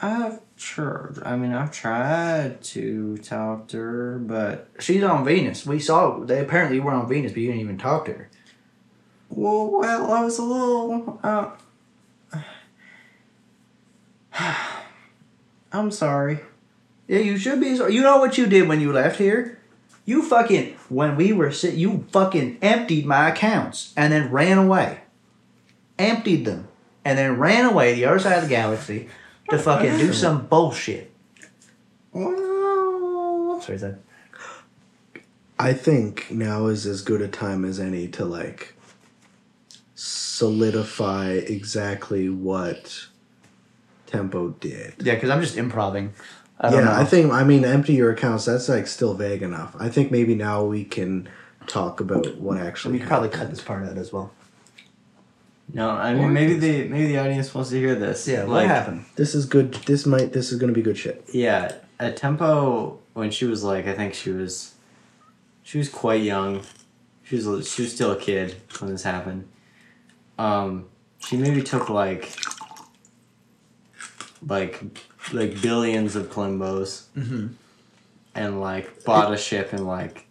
Speaker 1: I've tried. I mean, I've tried to talk to her, but
Speaker 3: She's on Venus. We saw they apparently were on Venus, but you didn't even talk to her.
Speaker 1: well, well, I was a little. Uh, I'm sorry.
Speaker 3: Yeah, you should be. sorry. You know what you did when you left here? You fucking when we were sit, you fucking emptied my accounts and then ran away. Emptied them and then ran away the other side of the galaxy to fucking do some bullshit.
Speaker 1: Well,
Speaker 3: Sorry, Zed.
Speaker 4: I think now is as good a time as any to like solidify exactly what Tempo did.
Speaker 3: Yeah, because I'm just improving. I
Speaker 4: yeah,
Speaker 3: don't know.
Speaker 4: I think I mean empty your accounts. That's like still vague enough. I think maybe now we can talk about what
Speaker 3: we
Speaker 4: actually.
Speaker 3: could probably cut this part out as well.
Speaker 1: no, I mean maybe the maybe the audience wants to hear this.
Speaker 3: Yeah, what
Speaker 1: like,
Speaker 3: happened?
Speaker 4: This is good. This might. This is gonna be good shit.
Speaker 1: Yeah, at Tempo, when she was like, I think she was, she was quite young. She was a- she was still a kid when this happened. Um, she maybe took like, like, like billions of Plimbos, and like bought a ship and like,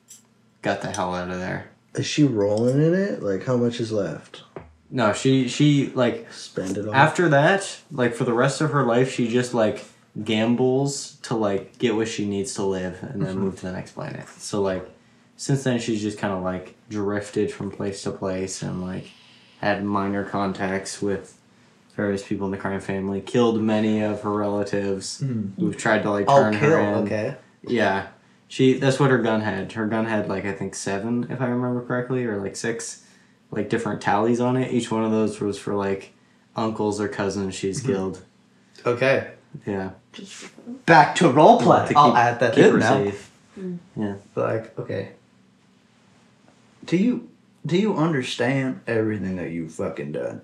Speaker 1: got the hell out of there.
Speaker 4: Is she rolling in it? Like how much is left?
Speaker 1: No, she she like
Speaker 4: Spend it all.
Speaker 1: after that, like for the rest of her life, she just like gambles to like get what she needs to live and
Speaker 3: Mm-hmm.
Speaker 1: then move to the next planet. So like since then she's just kind of like drifted from place to place and like had minor contacts with various people in the crime family, killed many of her relatives who've tried to like
Speaker 3: Oh,
Speaker 1: turn
Speaker 3: kill.
Speaker 1: her in.
Speaker 3: Okay.
Speaker 1: Yeah. She that's what her gun had. Her gun had like I think seven, if I remember correctly, or like six, like different tallies on it. Each one of those was for like uncles or cousins she's
Speaker 3: Mm-hmm.
Speaker 1: killed.
Speaker 3: Okay.
Speaker 1: Yeah.
Speaker 3: Back to role play.
Speaker 1: To keep-
Speaker 3: I'll add that
Speaker 1: keep
Speaker 3: in
Speaker 1: her
Speaker 3: now.
Speaker 1: safe. Yeah.
Speaker 9: Like, okay.
Speaker 3: Do you do you understand everything that you fucking done?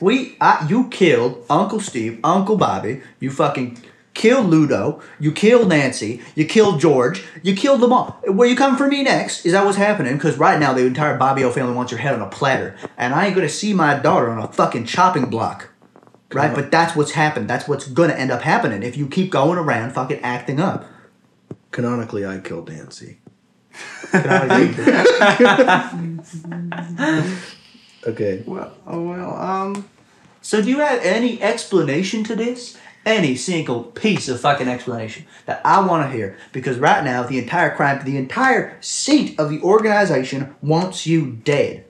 Speaker 3: We I, you killed Uncle Steve, Uncle Bobby, you fucking killed Ludo, you killed Nancy, you killed George, you killed them all. Where you coming for me next? Is that what's happening? Because right now the entire Bobby O family wants your head on a platter, and I ain't gonna see my daughter on a fucking chopping block. Right, but that's what's happened. That's what's gonna end up happening if you keep going around fucking acting up.
Speaker 4: Canonically, I killed Nancy. Okay.
Speaker 1: Well, oh well, um
Speaker 3: So do you have any explanation to this? Any single piece of fucking explanation that I want to hear because right now the entire crime, the entire seat of the organization wants you dead.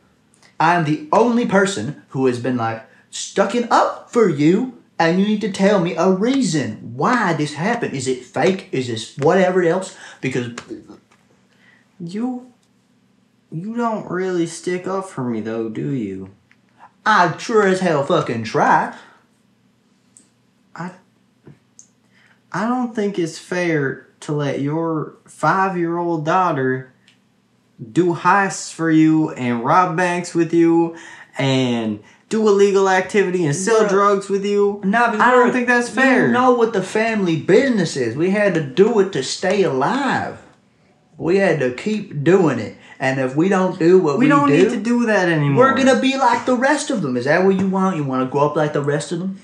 Speaker 3: I'm the only person who has been like stucking up for you and you need to tell me a reason why this happened. Is it fake? Is this whatever else? Because
Speaker 1: you you don't really stick up for me though, do you?
Speaker 3: I sure as hell fucking try.
Speaker 1: I don't think it's fair to let your five year old daughter do heists for you and rob banks with you and do illegal activity and sell
Speaker 3: Bruh.
Speaker 1: drugs with you.
Speaker 3: No,
Speaker 1: I don't think that's fair.
Speaker 3: You know what the family business is. We had to do it to stay alive. We had to keep doing it. And if we don't do what we,
Speaker 1: we don't
Speaker 3: do,
Speaker 1: need to do that anymore.
Speaker 3: we're gonna be like the rest of them. Is that what you want? You want to grow up like the rest of them?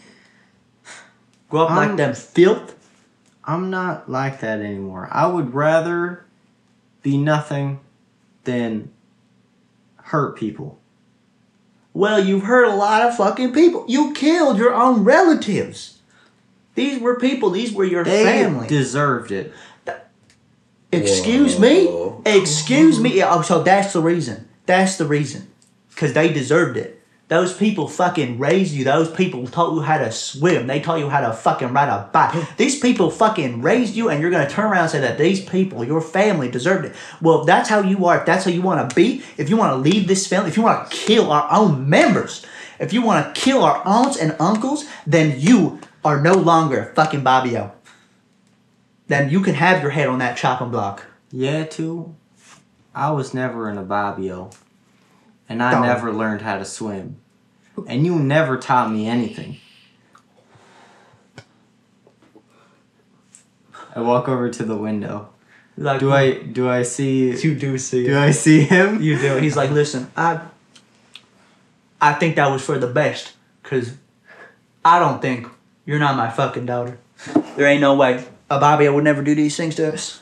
Speaker 3: Grow up like
Speaker 1: Um,
Speaker 3: them filth?
Speaker 1: I'm not like that anymore. I would rather be nothing than hurt people.
Speaker 3: Well, you've hurt a lot of fucking people. You killed your own relatives. These were people. These were your
Speaker 1: They
Speaker 3: family.
Speaker 1: deserved it.
Speaker 3: Excuse me? Excuse me? Yeah, Oh, so that's the reason. That's the reason. Because they deserved it. Those people fucking raised you. Those people taught you how to swim. They taught you how to fucking ride a bike. These people fucking raised you, and you're gonna turn around and say that these people, your family, deserved it. Well, if that's how you are, if that's how you wanna be, if you wanna leave this family, if you wanna kill our own members, if you wanna kill our aunts and uncles, then you are no longer fucking Bobby O. Then you can have your head on that chopping block.
Speaker 7: Yeah, too. I was never in a Bobbio. And I
Speaker 3: Don't.
Speaker 7: never learned how to swim. And you never taught me anything. I walk over to the window.
Speaker 3: Like,
Speaker 7: Do I do I see
Speaker 9: You do see
Speaker 7: do I see him?
Speaker 3: You do. He's like, listen, I, I think that was for the best, cause I don't think you're not my fucking daughter. There ain't no way. A Bobby would never do these things to us,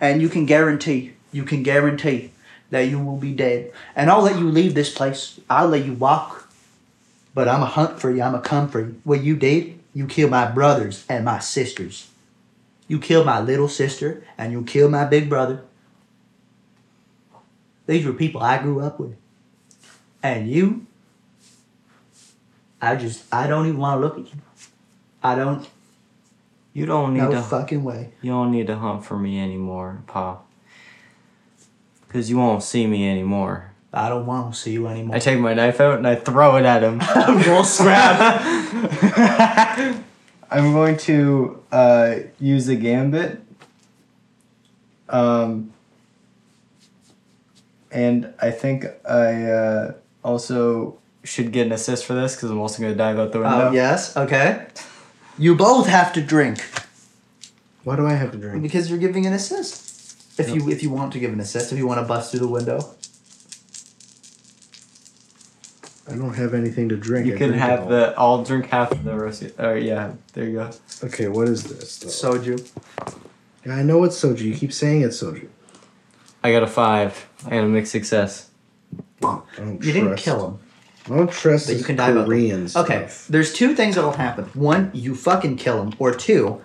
Speaker 3: and you can guarantee, you can guarantee that you will be dead. And I'll let you leave this place. I'll let you walk, but I'm a hunt for you. I'm a come for you. What you did, you killed my brothers and my sisters. You killed my little sister, and you killed my big brother. These were people I grew up with. And you, I just, I don't even want to look at you. I don't,
Speaker 1: You don't need
Speaker 3: no
Speaker 1: to.
Speaker 3: fucking way.
Speaker 1: you don't need to hunt for me anymore, Pa. Cause you won't see me anymore.
Speaker 3: I don't want to see you anymore.
Speaker 1: I take my knife out and I throw it at him.
Speaker 3: roll scrap.
Speaker 7: I'm going to uh, use a gambit. Um, and I think I uh, also should get an assist for this because I'm also going to dive out the window.
Speaker 3: Oh, yes, okay. You both have to drink
Speaker 4: Why do I have to drink?
Speaker 3: because you're giving an assist. If you if you want to give an assist, if you want to bust through the window,
Speaker 4: I don't have anything to drink.
Speaker 1: You
Speaker 4: I
Speaker 1: can
Speaker 4: drink it
Speaker 1: have
Speaker 4: all.
Speaker 1: the. I'll drink half of the rest. Oh yeah, there you go.
Speaker 4: Okay, what is this? Though?
Speaker 3: soju.
Speaker 4: Yeah, I know it's soju. You keep saying it's soju.
Speaker 1: I got a five. I got a mixed success.
Speaker 4: I don't
Speaker 3: You didn't kill him.
Speaker 4: I don't trust
Speaker 3: But
Speaker 4: this
Speaker 3: you can die about them.
Speaker 4: Korean stuff.
Speaker 3: Okay, there's two things that'll happen. One, you fucking kill him, or two,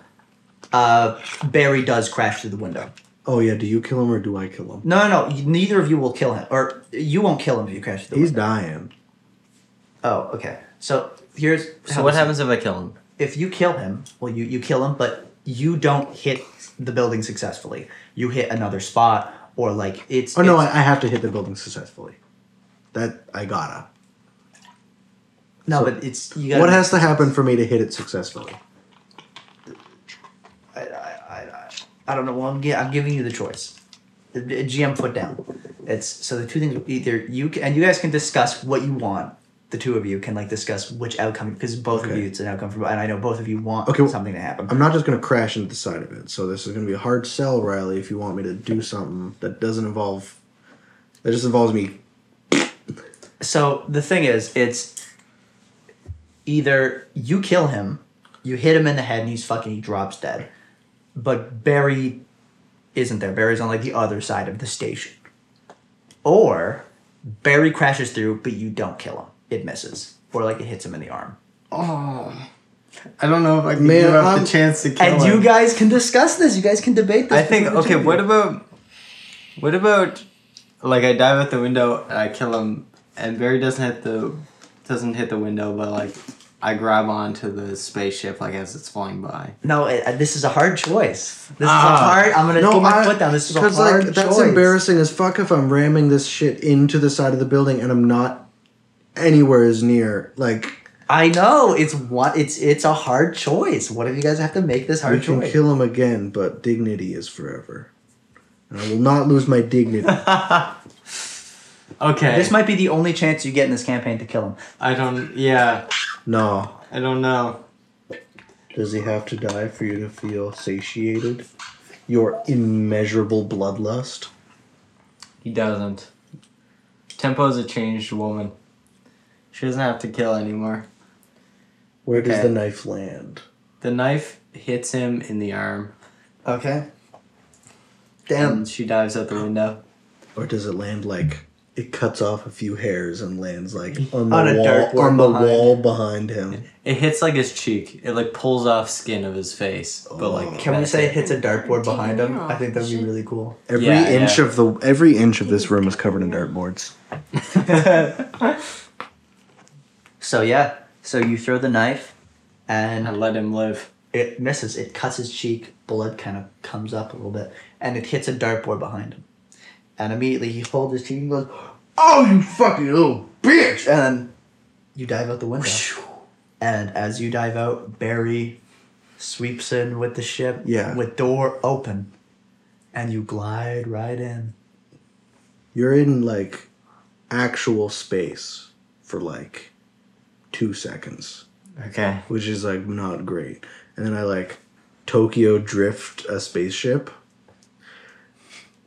Speaker 3: uh, Barry does crash through the window.
Speaker 4: Oh yeah, do you kill him or do I kill him?
Speaker 3: No, no, no. you- Neither of you will kill him, or you won't kill him if you crash the
Speaker 4: He's
Speaker 3: window.
Speaker 4: dying.
Speaker 3: Oh, okay. So here's
Speaker 1: So
Speaker 3: how
Speaker 1: what
Speaker 3: this-
Speaker 1: happens if I kill him?
Speaker 3: if you kill him. Well, you you kill him, but you don't hit the building successfully. You hit another spot, or like it's.
Speaker 4: Oh no, I,
Speaker 3: it's-
Speaker 4: I have to hit the building successfully. That I gotta.
Speaker 3: no, but it's you. Gotta,
Speaker 4: What has to happen for me to hit it successfully?
Speaker 3: I, I, I, I don't know. Well, I'm, gi- I'm giving you the choice. The- the GM foot down. It's so the two things. Either you ca- and you guys can discuss what you want. The two of you can like discuss which outcome because both of
Speaker 4: Okay.
Speaker 3: you it's an outcome from, and I know both of you want
Speaker 4: Okay, well,
Speaker 3: something to happen.
Speaker 4: I'm not just gonna crash into the side of it. So this is gonna be a hard sell, Riley. If you want me to do something that doesn't involve, that just involves me.
Speaker 3: So the thing is, it's either you kill him, you hit him in the head, and he's fucking he drops dead. But Barry isn't there. Barry's on like the other side of the station. Or Barry crashes through, but you don't kill him. It misses, or like it hits him in the arm.
Speaker 7: I don't know if I can
Speaker 4: Man,
Speaker 7: give up
Speaker 4: I'm-
Speaker 7: the chance to kill
Speaker 3: And
Speaker 7: him.
Speaker 3: you guys can discuss this. You guys can debate this.
Speaker 1: I think.
Speaker 3: between the
Speaker 1: Okay,
Speaker 3: two of
Speaker 1: what
Speaker 3: you.
Speaker 1: about?
Speaker 7: what about like I dive out the window and I kill him and Barry doesn't hit the doesn't hit the window but like I grab onto the spaceship like as it's flying by.
Speaker 3: No, it, uh, this is a hard choice. This
Speaker 1: Ah.
Speaker 3: is a hard. I'm gonna put my
Speaker 4: I-
Speaker 3: foot down. This is a hard
Speaker 4: because, like
Speaker 3: choice.
Speaker 4: that's embarrassing as fuck if I'm ramming this shit into the side of the building and I'm not anywhere as near. Like
Speaker 3: I know it's one. It's it's a hard choice. What if you guys have to make this
Speaker 4: I
Speaker 3: hard
Speaker 4: can
Speaker 3: choice?
Speaker 4: kill him again, but dignity is forever. And I will not lose my dignity.
Speaker 7: Okay.
Speaker 3: this might be the only chance you get in this campaign to kill him.
Speaker 7: I don't yeah,
Speaker 4: no.
Speaker 7: I don't know.
Speaker 4: Does he have to die for you to feel satiated? Your immeasurable bloodlust?
Speaker 1: He doesn't. Tempo's a changed woman.
Speaker 7: She doesn't have to kill anymore.
Speaker 4: Where does
Speaker 7: Okay.
Speaker 4: the knife land?
Speaker 7: The knife hits him in the arm
Speaker 3: Okay. Damn.
Speaker 7: and she dives out the window.
Speaker 4: Or does it land like it cuts off a few hairs and lands like on the
Speaker 3: On a
Speaker 4: wall
Speaker 3: dirt board
Speaker 4: on the
Speaker 3: behind
Speaker 4: wall behind him?
Speaker 7: It hits like his cheek. It like pulls off skin of his face. But like
Speaker 3: Can we
Speaker 7: that's
Speaker 3: say
Speaker 7: it.
Speaker 3: it hits a dartboard behind him? I think that'd be
Speaker 5: Shit.
Speaker 3: really cool.
Speaker 4: Every
Speaker 7: Yeah,
Speaker 4: inch
Speaker 7: yeah.
Speaker 4: of the every inch of this room is covered in dart boards.
Speaker 3: So yeah, so you throw the knife, and
Speaker 7: I let him live.
Speaker 3: it misses. It cuts his cheek. Blood kind of comes up a little bit, and it hits a dartboard behind him. And immediately he holds his cheek and goes, "Oh, you fucking little bitch!" And then you dive out the window. And as you dive out, Barry sweeps in with the ship.
Speaker 4: Yeah.
Speaker 3: With door open, and you glide right in.
Speaker 4: You're in like actual space for like two seconds,
Speaker 1: Okay.
Speaker 4: which is like not great. And then I like Tokyo drift a spaceship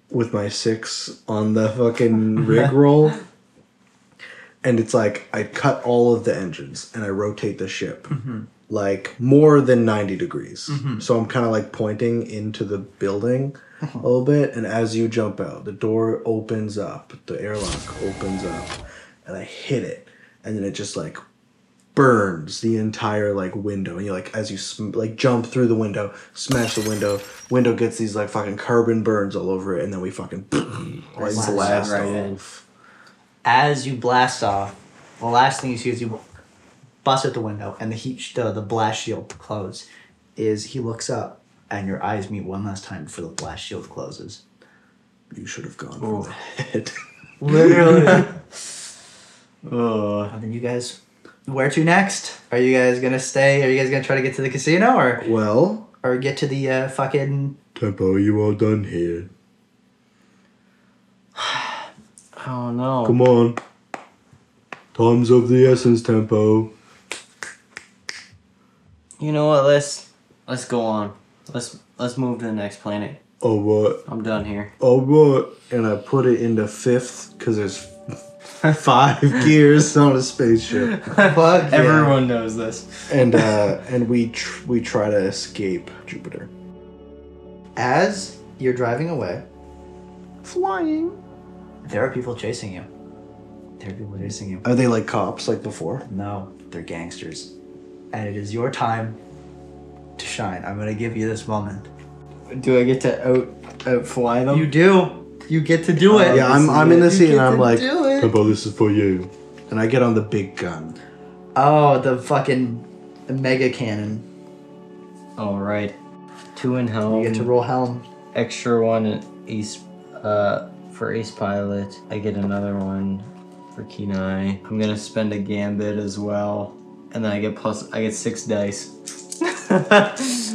Speaker 4: with my six on the fucking rig roll. And it's like I cut all of the engines and I rotate the ship like more than 90 degrees. So I'm kind of like pointing into the building a little bit. And as you jump out, the door opens up, the airlock opens up, and I hit it. And then it just like burns the entire like window. And you like, as you sm- like jump through the window, smash the window, window gets these like fucking carbon burns all over it. And then we fucking like blast
Speaker 7: right
Speaker 4: off.
Speaker 3: As you blast off, the last thing you see is you bust out the window, and the heat, sh- the, the blast shield closes. Is he looks up, and your eyes meet one last time before the blast shield closes.
Speaker 4: You should have gone for the head.
Speaker 3: Literally.
Speaker 1: Oh.
Speaker 3: and then you guys, where to next? Are you guys gonna stay? Are you guys gonna try to get to the casino, or
Speaker 4: well,
Speaker 3: or get to the uh, fucking?
Speaker 6: Tempo, you all done here.
Speaker 1: Oh no.
Speaker 6: Come on. Time's of the essence, Tempo.
Speaker 1: You know what? Let's let's go on. Let's let's move to the next planet.
Speaker 6: All right,
Speaker 1: I'm done here.
Speaker 6: all right.
Speaker 4: and I put it into fifth because there's five gears on a spaceship,
Speaker 3: Fuck yeah.
Speaker 1: Everyone knows this.
Speaker 4: and uh, and we tr- we try to escape Jupiter.
Speaker 3: As you're driving away, flying, there are people chasing you. There are people chasing you.
Speaker 4: Are they like cops like before?
Speaker 3: No, they're gangsters. And it is your time to shine. I'm gonna give you this moment.
Speaker 7: Do I get to out outfly them?
Speaker 3: You do. You get to do it.
Speaker 4: yeah, I'm I'm in the scene. and I'm like,
Speaker 6: Tempo, this is for you.
Speaker 4: and I get on the big gun.
Speaker 3: Oh, the fucking mega cannon.
Speaker 1: All right. Two in
Speaker 3: You
Speaker 1: home.
Speaker 3: get to roll helm.
Speaker 1: extra one in ace uh, for ace pilot. I get another one for keen eye. I'm gonna spend a gambit as well, and then I get plus. I get six dice.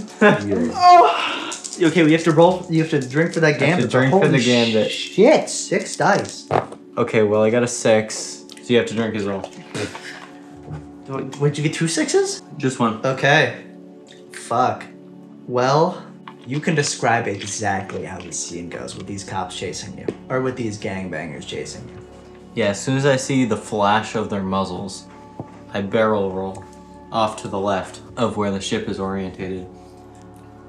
Speaker 1: Oh!
Speaker 3: Okay, we have to roll. You have to drink for that
Speaker 1: have
Speaker 3: gambit.
Speaker 1: to drink for
Speaker 3: Holy
Speaker 1: the gambit.
Speaker 3: Shit, six dice.
Speaker 1: okay, well I got a six. So you have to drink as well.
Speaker 3: Would you get two sixes?
Speaker 1: Just one.
Speaker 3: Okay. Fuck. Well, you can describe exactly how the scene goes with these cops chasing you, or with these gangbangers chasing you.
Speaker 1: Yeah. As soon as I see the flash of their muzzles, I barrel roll off to the left of where the ship is orientated.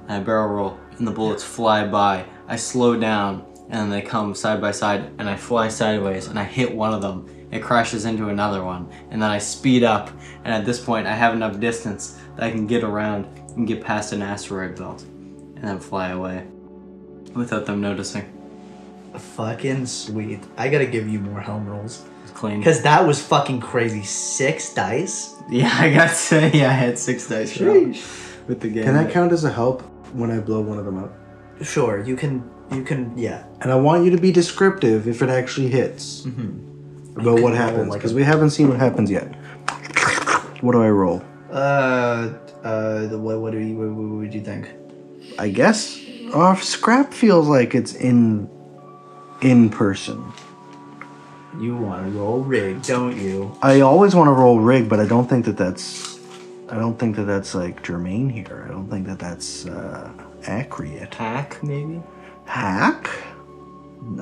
Speaker 1: I barrel roll, and the bullets fly by. I slow down, and then they come side by side, and I fly sideways, and I hit one of them. It crashes into another one, and then I speed up, and at this point, I have enough distance that I can get around and get past an asteroid belt, and then fly away without them noticing.
Speaker 3: Fucking sweet. I gotta give you more helm rolls.
Speaker 1: It's clean.
Speaker 3: Because that was fucking crazy. Six dice?
Speaker 1: Yeah, I got to, yeah, I had six dice roll with the game.
Speaker 4: Can that count as a help when I blow one of them up?
Speaker 3: Sure, you can, you can, yeah.
Speaker 4: And I want you to be descriptive if it actually hits
Speaker 3: Mm-hmm.
Speaker 4: about what happens because we haven't seen what happens yet. What do I roll?
Speaker 3: Uh, uh, the, what, what, do you, what, what would you think?
Speaker 4: I guess our scrap feels like it's in in person.
Speaker 3: You wanna roll rig, don't you?
Speaker 4: I always want to roll rig, but I don't think that that's. I don't think that that's like germane here. I don't think that that's uh, accurate.
Speaker 1: Hack, maybe?
Speaker 4: Hack?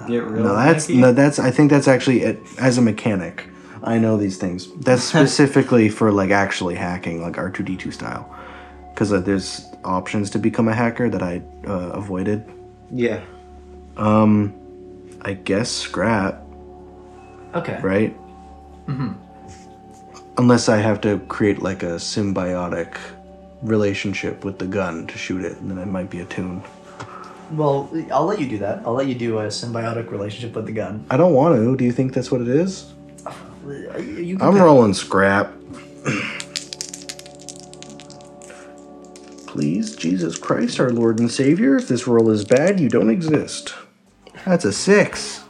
Speaker 1: Get real
Speaker 4: No, that's
Speaker 1: hacky?
Speaker 4: no, that's. I think that's actually it, as a mechanic. I know these things. That's specifically for like actually hacking, like R two D two style, because uh, there's options to become a hacker that I uh, avoided.
Speaker 3: Yeah.
Speaker 4: I guess scrap,
Speaker 3: Okay.
Speaker 4: right?
Speaker 3: Mm-hmm.
Speaker 4: Unless I have to create like a symbiotic relationship with the gun to shoot it, and then it might be attuned.
Speaker 3: Well, I'll let you do that. I'll let you do a symbiotic relationship with the gun.
Speaker 4: I don't want to. Do you think that's what it is?
Speaker 3: You- you can
Speaker 4: I'm
Speaker 3: pick-
Speaker 4: rolling scrap. Please, Jesus Christ, our Lord and Savior, if this roll is bad, you don't exist.
Speaker 9: That's a six.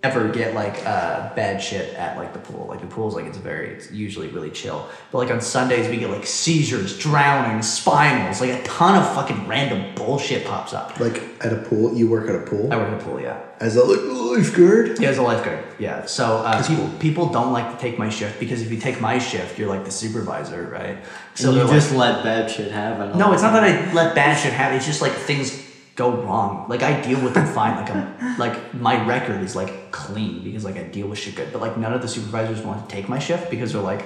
Speaker 3: Ever get like uh, bad shit at like the pool. Like the pool's like it's very it's usually really chill. But like on Sundays we get like seizures, drowning, spinals, like a ton of fucking random bullshit pops up.
Speaker 4: Like at a pool, you work at a pool
Speaker 3: I work in a pool, yeah.
Speaker 4: as oh, a like lifeguard.
Speaker 3: Yeah, as a lifeguard. Yeah. So uh, people people don't like to take my shift because if you take my shift, you're like the supervisor, right? So
Speaker 1: So you
Speaker 3: they're
Speaker 1: just
Speaker 3: like,
Speaker 1: let bad shit happen.
Speaker 3: no, it's not that I let bad shit happen. It's just like things go wrong. Like I deal with them fine. Like I'm like my record is like clean because like I deal with shit good. But like none of the supervisors want to take my shift because they're like.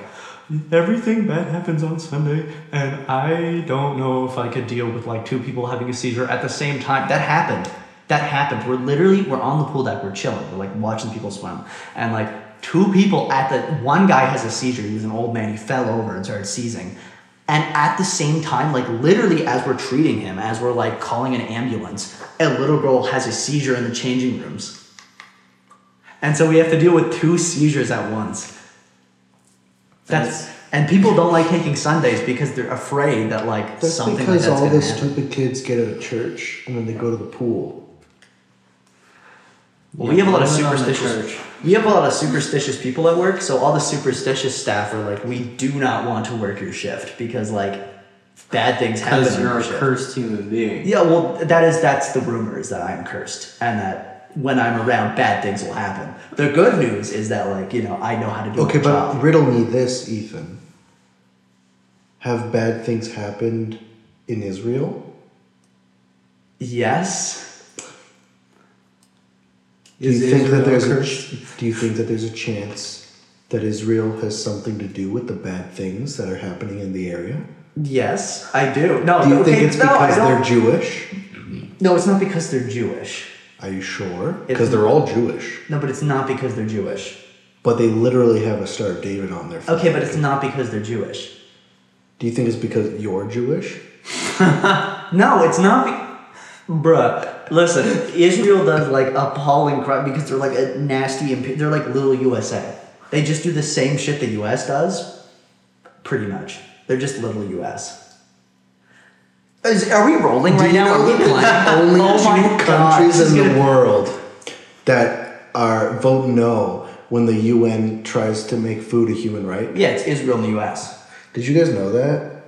Speaker 3: Everything bad happens on Sunday, and I don't know if I could deal with like two people having a seizure at the same time. That happened. That happened. We're literally we're on the pool deck. We're chilling. We're like watching people swim, and like two people at the one guy has a seizure. He was an old man. He fell over and started seizing. And at the same time, like literally as we're treating him, as we're like calling an ambulance, a little girl has a seizure in the changing rooms. And so we have to deal with two seizures at once. That's and people don't like taking Sundays because they're afraid that like
Speaker 4: That's
Speaker 3: something like
Speaker 4: because
Speaker 3: that's
Speaker 4: all
Speaker 3: gonna
Speaker 4: the
Speaker 3: happen.
Speaker 4: stupid kids get out of church and then they go to the pool.
Speaker 3: Well, we have a lot of
Speaker 1: Yeah, blame it on the
Speaker 3: superstitious.
Speaker 1: church.
Speaker 3: We have a lot of superstitious people at work, so all the superstitious staff are like, "We do not want to work your shift because like bad things happen."
Speaker 1: because
Speaker 3: on
Speaker 1: you're
Speaker 3: your
Speaker 1: a
Speaker 3: shift."
Speaker 1: cursed human being.
Speaker 3: Yeah, well, that is that's the rumor is that I'm cursed and that when I'm around, bad things will happen. The good news is that like you know I know how to do
Speaker 4: Okay,
Speaker 3: my
Speaker 4: but
Speaker 3: job.
Speaker 4: riddle me this, Ethan. Have bad things happened in Israel?
Speaker 3: Yes,
Speaker 4: Do you think that there's a, ch- do you think that there's a chance that Israel has something to do with the bad things that are happening in the area?
Speaker 3: yes, I do. No,
Speaker 4: Do you
Speaker 3: okay,
Speaker 4: think it's
Speaker 3: no,
Speaker 4: because
Speaker 3: I don't-
Speaker 4: they're Jewish?
Speaker 3: No, it's not because they're Jewish.
Speaker 4: Are you sure?
Speaker 3: It's-
Speaker 4: Because they're all Jewish,
Speaker 3: No, but it's not because they're Jewish.
Speaker 4: but they literally have a Star of David on their.
Speaker 3: Okay,
Speaker 4: flag.
Speaker 3: but it's not because they're Jewish.
Speaker 4: Do you think it's because you're Jewish?
Speaker 3: No, it's not. Be- Bruh, listen, Israel does like appalling crime because they're like a nasty. Imp- they're like little USA. They just do the same shit the US does, pretty much. They're just little US. Is, are we rolling right now? Are we playing?
Speaker 4: only
Speaker 3: Oh
Speaker 4: two
Speaker 3: my God,
Speaker 4: countries
Speaker 3: this is
Speaker 4: in the
Speaker 3: gonna-
Speaker 4: world that are vote no when the UN tries to make food a human right.
Speaker 3: Yeah, it's Israel and the US.
Speaker 4: Did you guys know that?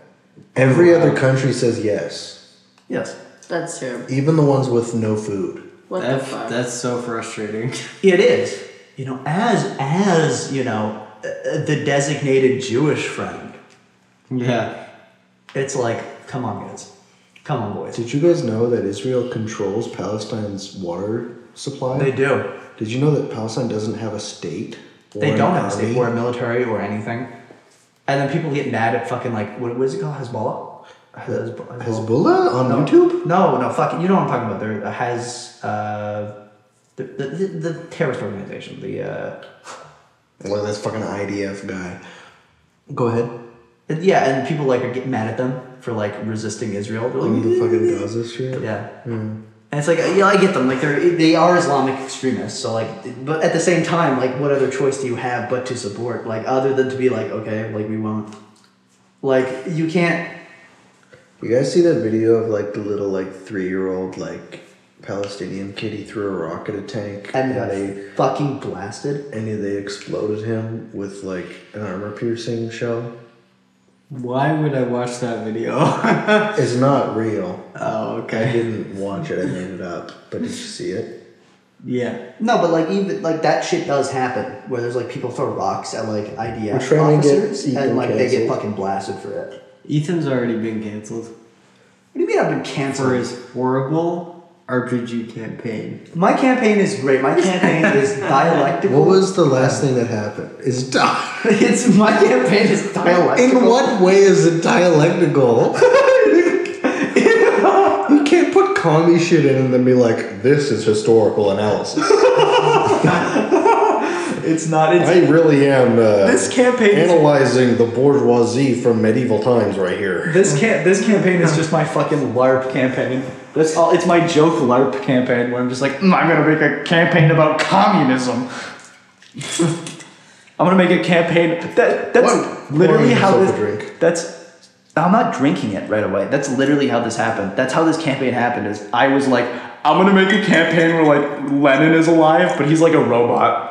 Speaker 4: Every other country says yes,
Speaker 3: Yes.
Speaker 5: That's terrible.
Speaker 4: even the ones with no food.
Speaker 5: What
Speaker 1: That,
Speaker 5: the fuck?
Speaker 1: that's so frustrating.
Speaker 3: It is. You know, as as you know, uh, the designated Jewish friend.
Speaker 1: yeah.
Speaker 3: It's like, come on, guys, come on, boys.
Speaker 4: Did you guys know that Israel controls Palestine's water supply?
Speaker 3: They do.
Speaker 4: Did you know that Palestine doesn't have a state? or
Speaker 3: They
Speaker 4: an
Speaker 3: don't have a state
Speaker 4: army?
Speaker 3: or a military or anything. And then people get mad at fucking like what, what is it called Hezbollah? Hez-
Speaker 4: Hezbollah on
Speaker 3: No.
Speaker 4: YouTube?
Speaker 3: No, no, fucking you know what I'm talking about. There has uh, the, the the the terrorist organization. The uh,
Speaker 4: Look at this fucking IDF guy. Go ahead.
Speaker 3: and- yeah, and people like are getting mad at them for like resisting Israel. They're
Speaker 4: On
Speaker 3: like,
Speaker 4: the fucking Gaza shit.
Speaker 3: yeah.
Speaker 4: Hmm.
Speaker 3: And it's like yeah, I get them. Like they're they are Islamic extremists. So like, but at the same time, like, what other choice do you have but to support? Like, other than to be like, okay, like we won't. Like you can't
Speaker 4: You guys see that video of like the little like three year old like Palestinian kitty threw a rock at a tank
Speaker 10: And
Speaker 4: and they
Speaker 10: fucking blasted.
Speaker 4: and they exploded him with like an armor piercing shell.
Speaker 7: Why would I watch that video? oh,
Speaker 4: It's not real. I
Speaker 7: okay.
Speaker 4: didn't watch it. I made it up. But did you see it?
Speaker 7: Yeah.
Speaker 10: No, but like even like that shit does happen where there's like people throw rocks at like IDF
Speaker 4: We're trying to get
Speaker 10: officers and
Speaker 4: Ethan
Speaker 10: like they get
Speaker 4: canceled.
Speaker 10: fucking blasted for it. What
Speaker 7: Ethan's already been canceled
Speaker 10: do you mean I've been
Speaker 7: for
Speaker 10: canceled?
Speaker 7: his horrible RPG campaign.
Speaker 10: My campaign is great. My campaign is dialectical.
Speaker 4: What was the last thing that happened? It's di-
Speaker 10: it's my campaign is dialectical.
Speaker 4: In what way is it dialectical? you can't put commie shit in and then be like, this is historical analysis.
Speaker 3: It's not. It's
Speaker 4: I really am uh,
Speaker 3: This campaign is-
Speaker 4: analyzing the bourgeoisie from medieval times right here.
Speaker 3: This can this campaign is just my fucking LARP campaign. That's all. It's my joke LARP campaign where I'm just like, "Mm, I'm gonna make a campaign about communism. I'm gonna make a campaign that that's
Speaker 4: Why-
Speaker 3: literally
Speaker 4: why
Speaker 3: how this.
Speaker 4: yourself a drink?
Speaker 3: That's. I'm not drinking it right away. That's literally how this happened. That's how this campaign happened. Is I was like, I'm gonna make a campaign where like Lenin is alive, but he's like a robot.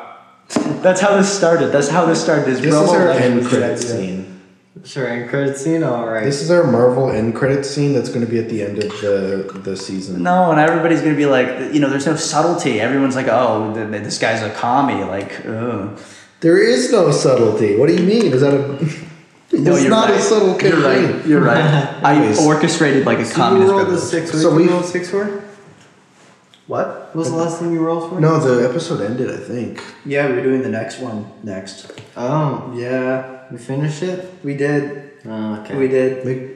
Speaker 3: That's how this started. That's how this started. This,
Speaker 4: This is
Speaker 3: robot
Speaker 4: our
Speaker 3: life
Speaker 4: end
Speaker 3: was the
Speaker 4: credit
Speaker 3: idea.
Speaker 4: scene.
Speaker 7: Sure, end credit scene. All right.
Speaker 4: This is our Marvel end credit scene that's going to be at the end of the, the season.
Speaker 3: No, and everybody's gonna be like, you know, there's no subtlety. Everyone's like, oh, th- th- this guy's a commie. Like, ugh.
Speaker 4: There is no subtlety. What do you mean? Is that a. It's
Speaker 3: No, you're
Speaker 4: not a
Speaker 3: right.
Speaker 4: subtle campaign.
Speaker 3: You're right. You're right. I
Speaker 4: Anyways.
Speaker 3: orchestrated like a communist. revolution.
Speaker 7: six.
Speaker 4: So we-
Speaker 7: six for?
Speaker 3: What?
Speaker 7: What was the last thing we rolled for?
Speaker 4: No, the episode ended, I think.
Speaker 3: Yeah, we're doing the next one next.
Speaker 7: Oh,
Speaker 10: Yeah,
Speaker 7: we finished it.
Speaker 10: we did.
Speaker 7: Oh, okay.
Speaker 10: We did.
Speaker 4: Make,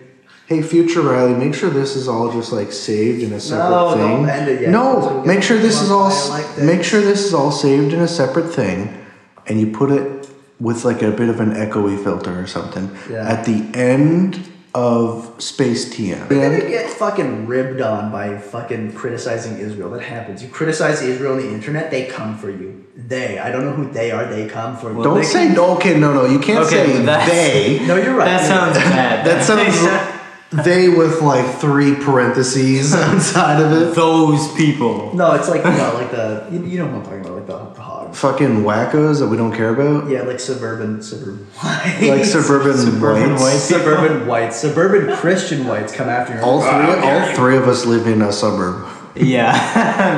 Speaker 4: hey, future Riley, make sure this is all just like saved in a separate
Speaker 10: No,
Speaker 4: thing.
Speaker 10: don't end it yet. That's
Speaker 4: No,
Speaker 10: what we
Speaker 4: make
Speaker 10: get
Speaker 4: sure this
Speaker 10: for
Speaker 4: is all.
Speaker 10: months. I like this.
Speaker 4: make sure this is all saved in a separate thing, and you put it with like a bit of an echoey filter or something
Speaker 10: Yeah.
Speaker 4: at the end of Space TM.
Speaker 10: You're gonna get fucking ribbed on by fucking criticizing Israel. That happens. You criticize Israel on the internet, they come for you. They. I don't know who they are. They come for you.
Speaker 4: Don't say no. Okay, no, no, you can't
Speaker 1: Okay,
Speaker 4: say
Speaker 1: that's-
Speaker 4: they.
Speaker 10: No, you're right.
Speaker 1: That sounds bad.
Speaker 4: That sounds they with like three parentheses outside of it.
Speaker 1: those people.
Speaker 10: No, it's like you know, like the you, you know what I'm talking about, like the, the hogs.
Speaker 4: Fucking wackos that we don't care about.
Speaker 10: Yeah, like suburban suburban whites.
Speaker 4: Like suburban, whites.
Speaker 10: suburban whites, suburban Christian whites come after you.
Speaker 4: All three, all three of us live in a suburb.
Speaker 1: Yeah,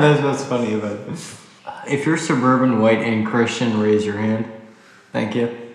Speaker 1: that's what's funny about it. If you're suburban white and Christian, raise your hand. Thank you.